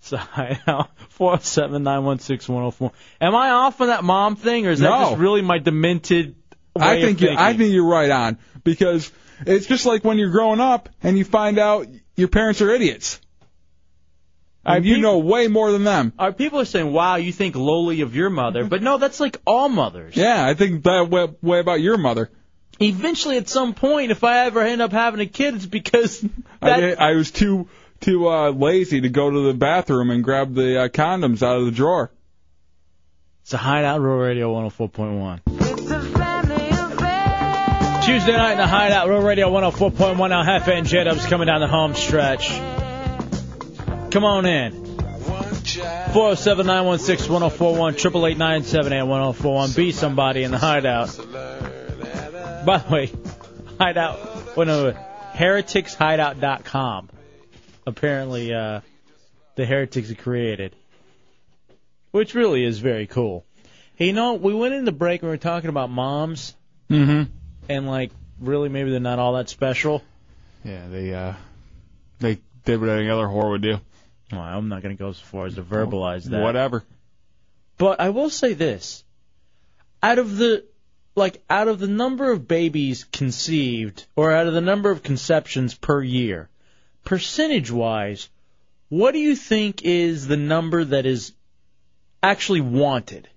Speaker 2: So I four oh seven nine one six one zero four. Am I off on that mom thing, or is that
Speaker 3: No.
Speaker 2: just really my demented? Way
Speaker 3: I think
Speaker 2: of
Speaker 3: you, I think you're right on because it's just like when you're growing up and you find out your parents are idiots. And you know way more than them.
Speaker 2: Our people are saying, "Wow, you think lowly of your mother," but no, that's like all mothers.
Speaker 3: Yeah, I think that way, way about your mother.
Speaker 2: Eventually, at some point, if I ever end up having a kid, it's because
Speaker 3: I, did- I was too too uh, lazy to go to the bathroom and grab the uh, condoms out of the drawer.
Speaker 2: It's a Hideout Rural Radio 104.1. Tuesday night in the Hideout, Real Radio 104.1. Now, Half and J Dubs coming down the home stretch. Come on in. 407 916 1041, 888 978 1041. Be somebody in the Hideout. By the way, Hideout, wait, no, wait, hereticshideout.com. Apparently, uh, the heretics are created, which really is very cool. Hey, you know, we went into break and we were talking about moms
Speaker 3: Mm-hmm.
Speaker 2: and like really maybe they're not all that special.
Speaker 3: Yeah, they uh, they did what any other whore would do.
Speaker 2: Well, I'm not going to go as far as to verbalize that.
Speaker 3: Whatever.
Speaker 2: But I will say this: out of the like out of the number of babies conceived, or out of the number of conceptions per year, percentage wise, what do you think is the number that is actually wanted?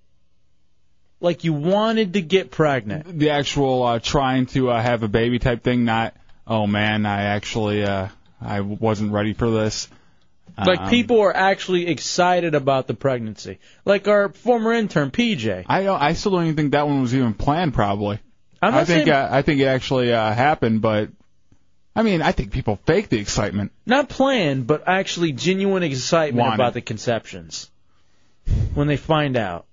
Speaker 2: Like you wanted to get pregnant.
Speaker 3: The actual uh, trying to uh, have a baby type thing, not oh man, I actually uh, I wasn't ready for this.
Speaker 2: Like
Speaker 3: Um,
Speaker 2: people are actually excited about the pregnancy. Like our former intern PJ.
Speaker 3: I don't, I still don't even think that one was even planned. Probably.
Speaker 2: I'm not
Speaker 3: I think
Speaker 2: saying-
Speaker 3: uh, I think it actually uh, happened, but I mean I think people fake the excitement.
Speaker 2: Not planned, but actually genuine excitement
Speaker 3: Wanted.
Speaker 2: about the conceptions when they find out.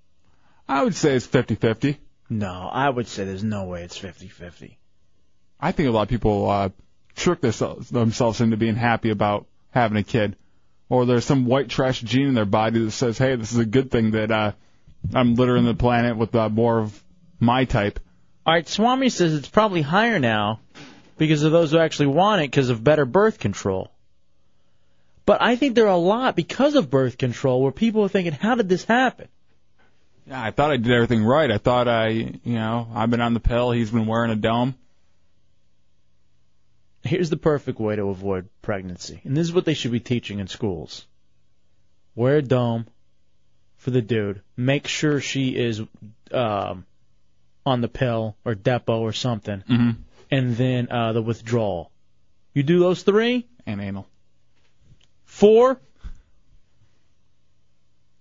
Speaker 3: I would say it's fifty-fifty.
Speaker 2: No, I would say there's no way it's 50-50.
Speaker 3: I think a lot of people uh, trick themselves, themselves into being happy about having a kid, or there's some white trash gene in their body that says, "Hey, this is a good thing that uh, I'm littering the planet with uh, more of my type."
Speaker 2: All right, Swami says it's probably higher now because of those who actually want it because of better birth control. But I think there are a lot because of birth control where people are thinking, how did this happen?
Speaker 3: Yeah, I thought I did everything right. I thought I, you know, I've been on the pill. He's been wearing a dome.
Speaker 2: Here's the perfect way to avoid pregnancy, and this is what they should be teaching in schools. Wear a dome for the dude. Make sure she is um, on the pill or depo or something,
Speaker 3: Mm-hmm.
Speaker 2: and then uh, the withdrawal. You do those three,
Speaker 3: And anal.
Speaker 2: four.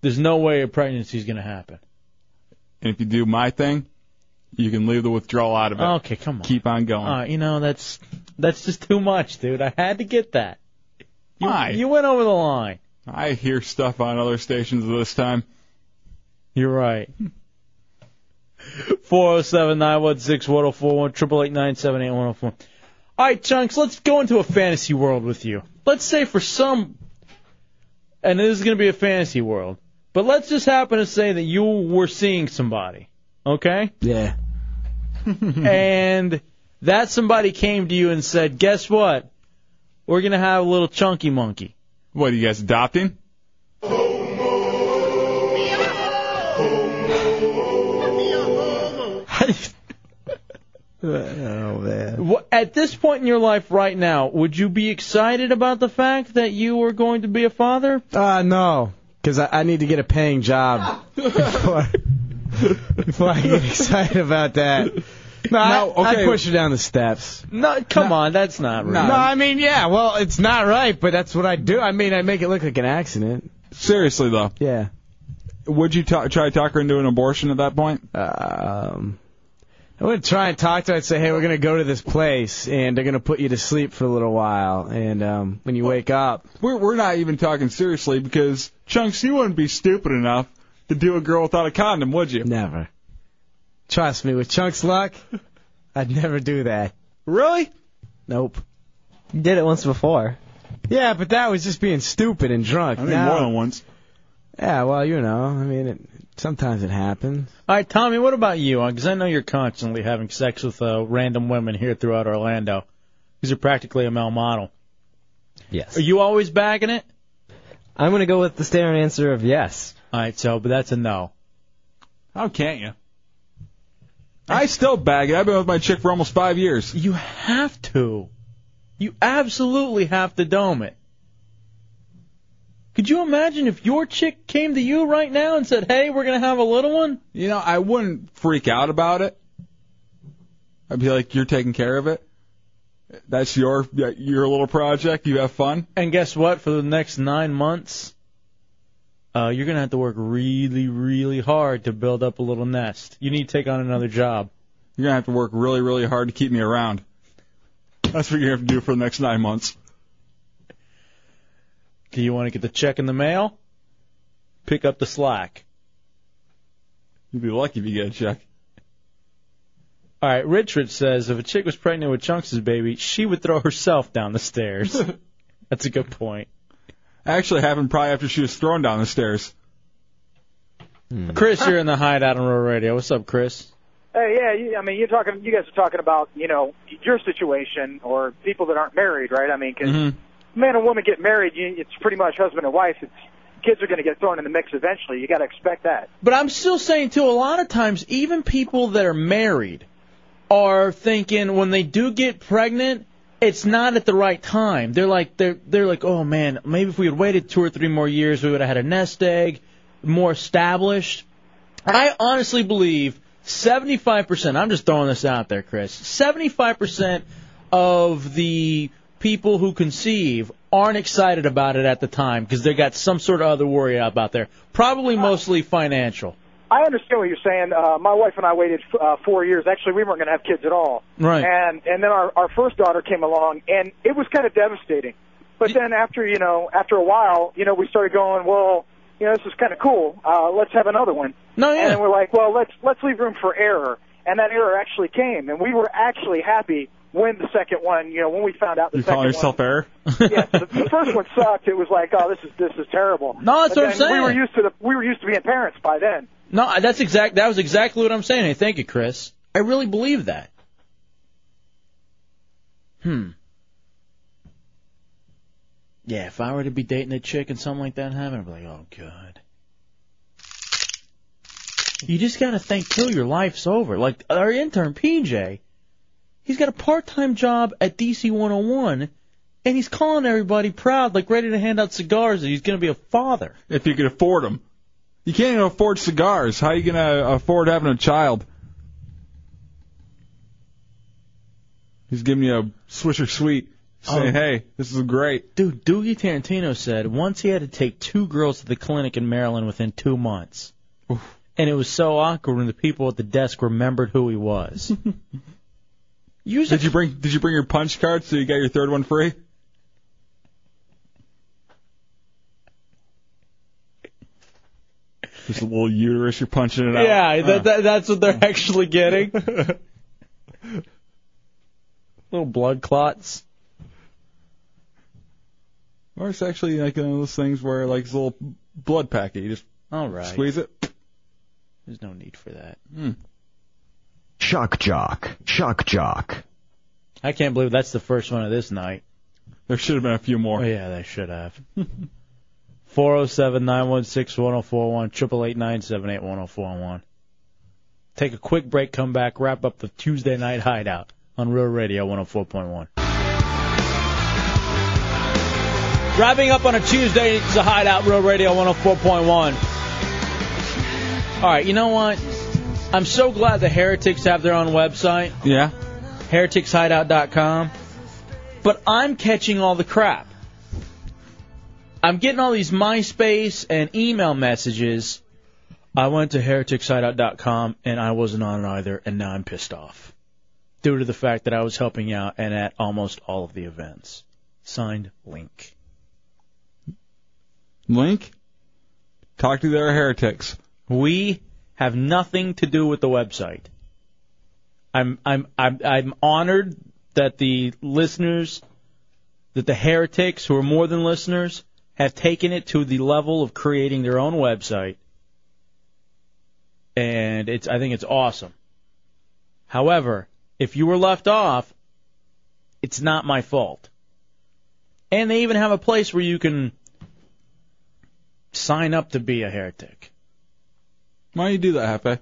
Speaker 2: There's no way a pregnancy is going to happen.
Speaker 3: And if you do my thing, you can leave the withdrawal out of it.
Speaker 2: Okay, come on.
Speaker 3: Keep on going.
Speaker 2: Uh, you know that's that's just too much, dude. I had to get that. You,
Speaker 3: Why?
Speaker 2: You went over the line.
Speaker 3: I hear stuff on other stations this time. Hmm.
Speaker 2: You're right. Four zero seven nine one six one zero four one triple eight nine seven eight one zero four. All right, chunks. Let's go into a fantasy world with you. Let's say for some, and this is going to be a fantasy world, but let's just happen to say that you were seeing somebody, okay?
Speaker 22: Yeah.
Speaker 2: and that somebody came to you and said, "Guess what? We're going to have a little chunky monkey."
Speaker 3: What are you guys adopting?
Speaker 22: Oh man.
Speaker 2: Wha- At this point in your life right now, would you be excited about the fact that you were going to be a father?
Speaker 22: Uh no, because I, I need to get a paying job before, before I get excited about that. No,
Speaker 2: No,
Speaker 22: I,
Speaker 2: okay.
Speaker 22: I push her down the steps.
Speaker 2: No, come on, that's not right.
Speaker 22: No, I mean, yeah, well, it's not right, but that's what I do. I mean, I make it look like an accident.
Speaker 3: Seriously though.
Speaker 22: Yeah.
Speaker 3: Would you ta- try to talk her into an abortion at that point?
Speaker 22: Um. I would try and talk to her and say, hey, we're going to go to this place, and they're going to put you to sleep for a little while, and um, when you wake up.
Speaker 3: We're we're not even talking seriously because chunks, you wouldn't be stupid enough to do a girl without a condom, would you?
Speaker 22: Never. Trust me, with Chunk's luck, I'd never do that.
Speaker 2: Really?
Speaker 22: Nope.
Speaker 9: You did it once before.
Speaker 22: Yeah, but that was just being stupid and drunk.
Speaker 3: I think
Speaker 22: Now-
Speaker 3: more than once.
Speaker 22: Yeah, well, you know, I mean, it, sometimes it happens.
Speaker 2: All right, Tommy, what about you? Because I know you're constantly having sex with uh, random women here throughout Orlando. These are practically a male model.
Speaker 33: Yes.
Speaker 2: Are you always bagging it?
Speaker 33: I'm going to go with the standard answer of yes.
Speaker 2: All right, so, but that's a no.
Speaker 3: How can't you? I still bag it. I've been with my chick for almost five years.
Speaker 2: You have to. You absolutely have to dome it. Could you imagine if your chick came to you right now and said, "Hey, we're gonna have a little one"?
Speaker 3: You know, I wouldn't freak out about it. I'd be like, "You're taking care of it. That's your your little project. You have fun."
Speaker 2: And guess what? For the next nine months, uh, you're gonna have to work really, really hard to build up a little nest. You need to take on another job.
Speaker 3: You're gonna have to work really, really hard to keep me around. That's what you're gonna have to do for the next nine months.
Speaker 2: Do you want to get the check in the mail? Pick up the slack.
Speaker 3: You'd be lucky if you get a check.
Speaker 2: All right, Richard says if a chick was pregnant with Chunks' baby, she would throw herself down the stairs. That's a good point.
Speaker 3: Actually, happened probably after she was thrown down the stairs.
Speaker 2: Chris, you're in the hideout on Rural Radio. What's up, Chris?
Speaker 5: Hey, yeah, you, I mean, you're talking. You guys are talking about you know your situation or people that aren't married, right? I mean, 'cause man and woman get married, you, it's pretty much husband and wife. It's kids are going to get thrown in the mix eventually. You got to expect that.
Speaker 2: But I'm still saying too. A lot of times, even people that are married are thinking when they do get pregnant, it's not at the right time. They're like they're they're like, oh man, maybe if we had waited two or three more years, we would have had a nest egg, more established. I honestly believe 75%. I'm just throwing this out there, Chris. 75% of the people who conceive aren't excited about it at the time because they got some sort of other worry about there. Probably mostly financial.
Speaker 5: I understand what you're saying. Uh, my wife and I waited f- uh, four years. Actually, we weren't going to have kids at all.
Speaker 2: Right.
Speaker 5: And and then our our first daughter came along, and it was kind of devastating. But then after you know after a while, you know we started going, well, you know this is kind of cool. Uh, let's have another one.
Speaker 2: No, yeah.
Speaker 5: And then we're like, well, let's let's leave room for error. And that error actually came, and we were actually happy when the second one, you know, when we found out the
Speaker 3: You
Speaker 5: second
Speaker 3: calling yourself error?
Speaker 5: one, the first one sucked. It was like, oh, this is this is terrible.
Speaker 2: No, that's
Speaker 5: But
Speaker 2: what I'm
Speaker 5: then
Speaker 2: saying.
Speaker 5: We were used to the we were used to being parents by then.
Speaker 2: No, that's exact. That was exactly what I'm saying. Hey, thank you, Chris. I really believe that. Hmm. Yeah, if I were to be dating a chick and something like that happened, I'd be like, oh god. You just gotta think till your life's over. Like our intern PJ, he's got a part-time job at DC 101, and he's calling everybody proud, like ready to hand out cigars, that he's gonna be a father.
Speaker 3: If you could afford them, you can't even afford cigars. How are you gonna afford having a child? He's giving you a Swisher Sweet, saying,
Speaker 2: Oh.
Speaker 3: "Hey, this is great."
Speaker 2: Dude, Doogie Tarantino said once he had to take two girls to the clinic in Maryland within two months. And it was so awkward when the people at the desk remembered who he was.
Speaker 3: did you bring Did you bring your punch card so you got your third one free? Just a little uterus you're punching it out.
Speaker 2: yeah,
Speaker 3: Uh.
Speaker 2: that, that, that's what they're actually getting. Little blood clots.
Speaker 3: Or it's actually like one of those things where like it's a little blood packet. You just
Speaker 2: All right.
Speaker 3: squeeze it.
Speaker 2: There's no need for that.
Speaker 3: Hmm.
Speaker 34: Shock jock. Shock jock.
Speaker 2: I can't believe that's the first one of this night.
Speaker 3: There should have been a few more.
Speaker 2: Oh, yeah, there should have. 407 916 1041, 888 978 1041. Take a quick break, come back, wrap up the Tuesday night hideout on Real Radio 104.1. Wrapping up on a Tuesday, it's a hideout, Real Radio 104.1. All right, you know what? I'm so glad the Heretics have their own website.
Speaker 3: Yeah.
Speaker 2: HereticsHideout.com. But I'm catching all the crap. I'm getting all these MySpace and email messages. I went to hereticshideout.com and I wasn't on it either, and now I'm pissed off due to the fact that I was helping out and at almost all of the events. Signed, Link.
Speaker 3: Link, talk to their heretics.
Speaker 2: We have nothing to do with the website. I'm I'm I'm I'm honored that the listeners that the heretics, who are more than listeners, have taken it to the level of creating their own website. And it's I think it's awesome. However, if you were left off, it's not my fault. And they even have a place where you can sign up to be a heretic.
Speaker 3: Why do you do that, Hefe?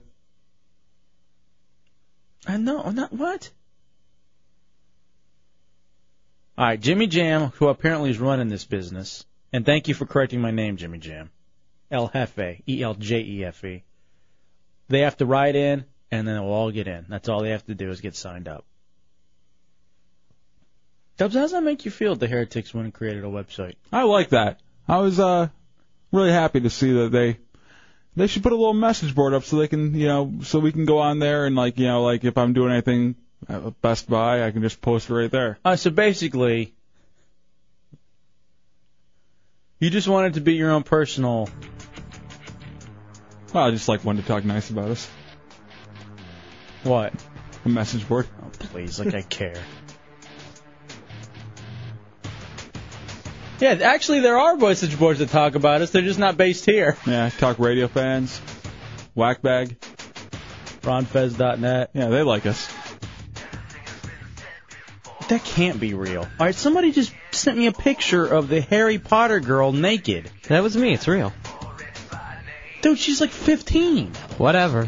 Speaker 2: I know, I'm not what? All right, Jimmy Jam, who apparently is running this business, and thank you for correcting my name, Jimmy Jam. El Jefe, E L J E F E. They have to write in, and then we'll all get in. That's all they have to do is get signed up. Dubs, how does that make you feel that the heretics went and created a website?
Speaker 3: I like that. I was uh really happy to see that they they should put a little message board up so they can you know so we can go on there and like you know like if I'm doing anything at Best Buy I can just post it right there.
Speaker 2: Uh, so basically, you just wanted to be your own personal.
Speaker 3: Well, I just like one to talk nice about us.
Speaker 2: What?
Speaker 3: A message board.
Speaker 2: Oh, please, like I care. Yeah, actually, there are message boards that talk about us. They're just not based here.
Speaker 3: Yeah, talk radio fans, whackbag,
Speaker 2: ronfez.net.
Speaker 3: Yeah, they like us.
Speaker 2: That can't be real. All right, somebody just sent me a picture of the Harry Potter girl naked.
Speaker 9: That was me. It's real.
Speaker 2: Dude, she's like 15.
Speaker 9: Whatever.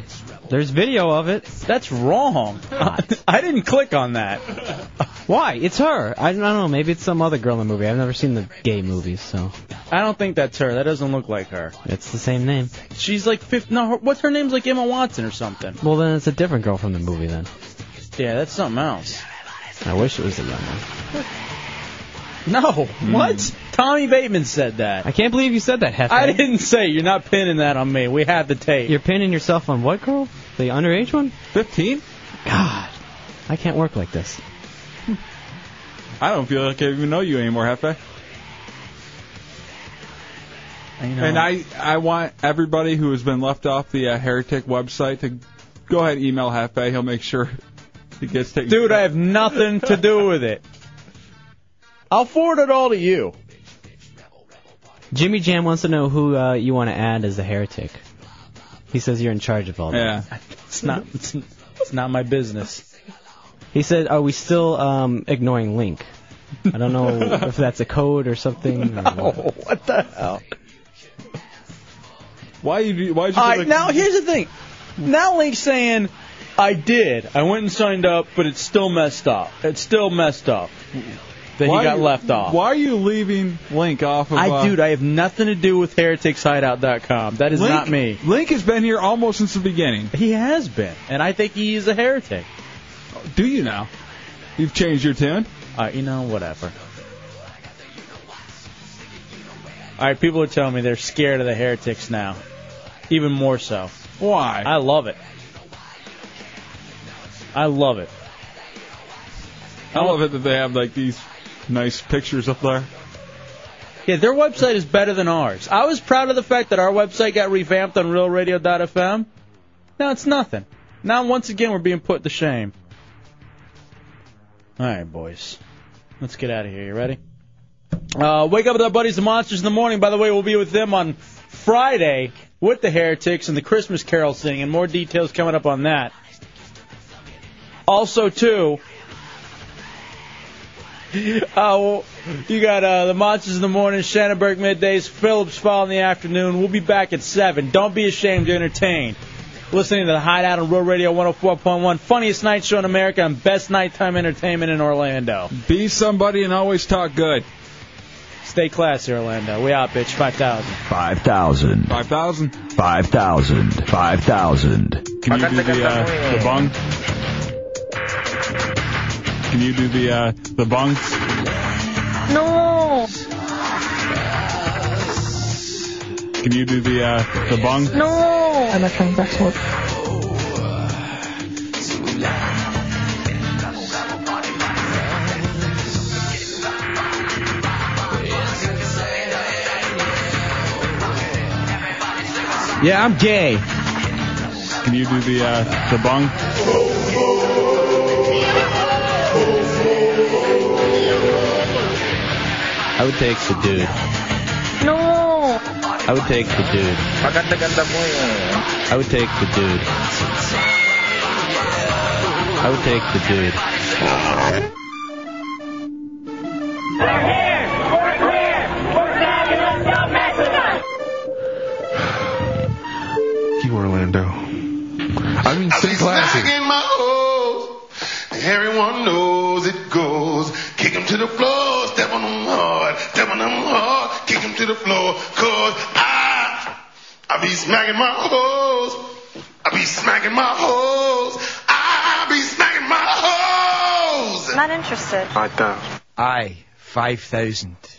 Speaker 9: There's video of it.
Speaker 2: That's wrong. I didn't click on that.
Speaker 9: Why? It's her. I don't know. Maybe it's some other girl in the movie. I've never seen the gay movies, so
Speaker 2: I don't think that's her. That doesn't look like her.
Speaker 9: it's the same name.
Speaker 2: She's like 15. No, her, what's her name's like Emma Watson or something.
Speaker 9: Well, then it's a different girl from the movie. Then
Speaker 2: Yeah, that's something else.
Speaker 9: I wish it was the young one.
Speaker 2: No, what? Tommy Bateman said that.
Speaker 9: Hmm. I can't believe you said that, Hefe.
Speaker 2: I didn't say. You're not pinning that on me. We have the tape.
Speaker 9: You're pinning yourself on what girl? The underage one?
Speaker 3: 15?
Speaker 9: God, I can't work like this.
Speaker 3: I don't feel like I even know you anymore, Hefe.
Speaker 2: I know.
Speaker 3: And I I want everybody who has been left off the uh, heretic website to go ahead and email Hefe. He'll make sure it gets taken.
Speaker 2: Dude, I have nothing to do with it. I'll forward it all to you.
Speaker 9: Jimmy Jam wants to know who uh, you want to add as the heretic. He says you're in charge of all that.
Speaker 3: Yeah.
Speaker 2: It's not. It's, it's not my business.
Speaker 9: He said, "Are we still um, ignoring Link?" I don't know if that's a code or something.
Speaker 2: No, what the hell?
Speaker 3: Why you? Why
Speaker 2: All right, now here's the thing. Now Link's saying, I did. I went and signed up, but it's still messed up. It's still messed up. That
Speaker 3: Why
Speaker 2: he got
Speaker 3: you-
Speaker 2: left off.
Speaker 3: Why are you leaving Link off of? uh,
Speaker 2: I, dude, I have nothing to do with hereticshideout.com. That is
Speaker 3: Link-
Speaker 2: not me.
Speaker 3: Link has been here almost since the beginning.
Speaker 2: He has been, and I think he is a heretic.
Speaker 3: Do you now? You've changed your tune.
Speaker 2: Uh, you know, whatever. All right, people are telling me they're scared of the heretics now, even more so.
Speaker 3: Why?
Speaker 2: I love it. I love it.
Speaker 3: I love it that they have like these nice pictures up there.
Speaker 2: Yeah, their website is better than ours. I was proud of the fact that our website got revamped on RealRadio.fm. Now it's nothing. Now once again we're being put to shame. All right, boys, let's get out of here. You ready? Uh, wake up with our buddies, the Monsters, in the morning. By the way, we'll be with them on Friday with the Heretics and the Christmas Carol singing. More details coming up on that. Also, too, uh, you got uh, the Monsters in the morning, Shannonburg middays, Phillips Fall in the afternoon. We'll be back at 7. Don't be ashamed to entertain. Listening to the Hideout on Real Radio 104.1, funniest night show in America and best nighttime entertainment in Orlando.
Speaker 3: Be somebody and always talk good.
Speaker 2: Stay classy, Orlando. We out, bitch. 5,000.
Speaker 10: 5,000.
Speaker 3: 5,000.
Speaker 10: 5,000. 5,000.
Speaker 3: Can you do the uh, the bung? Can you do the uh, the bungs?
Speaker 17: No.
Speaker 3: Can you do the uh, the bung?
Speaker 17: No. I'm not coming back to work.
Speaker 3: Yeah, I'm gay. Can you do the uh, the bung?
Speaker 9: I would take the dude.
Speaker 28: No.
Speaker 9: I would take the dude. I would take the dude. I would take the dude.
Speaker 29: You Orlando. I mean, sing classic.
Speaker 17: in my holes. Everyone knows it goes. Kick 'em to the floor, step on 'em hard, step on 'em hard, kick 'em to the floor, cause I, I be smacking my hoes. I be smacking my hoes. I be smacking my hoes.
Speaker 28: Not interested.
Speaker 3: I, 5,000.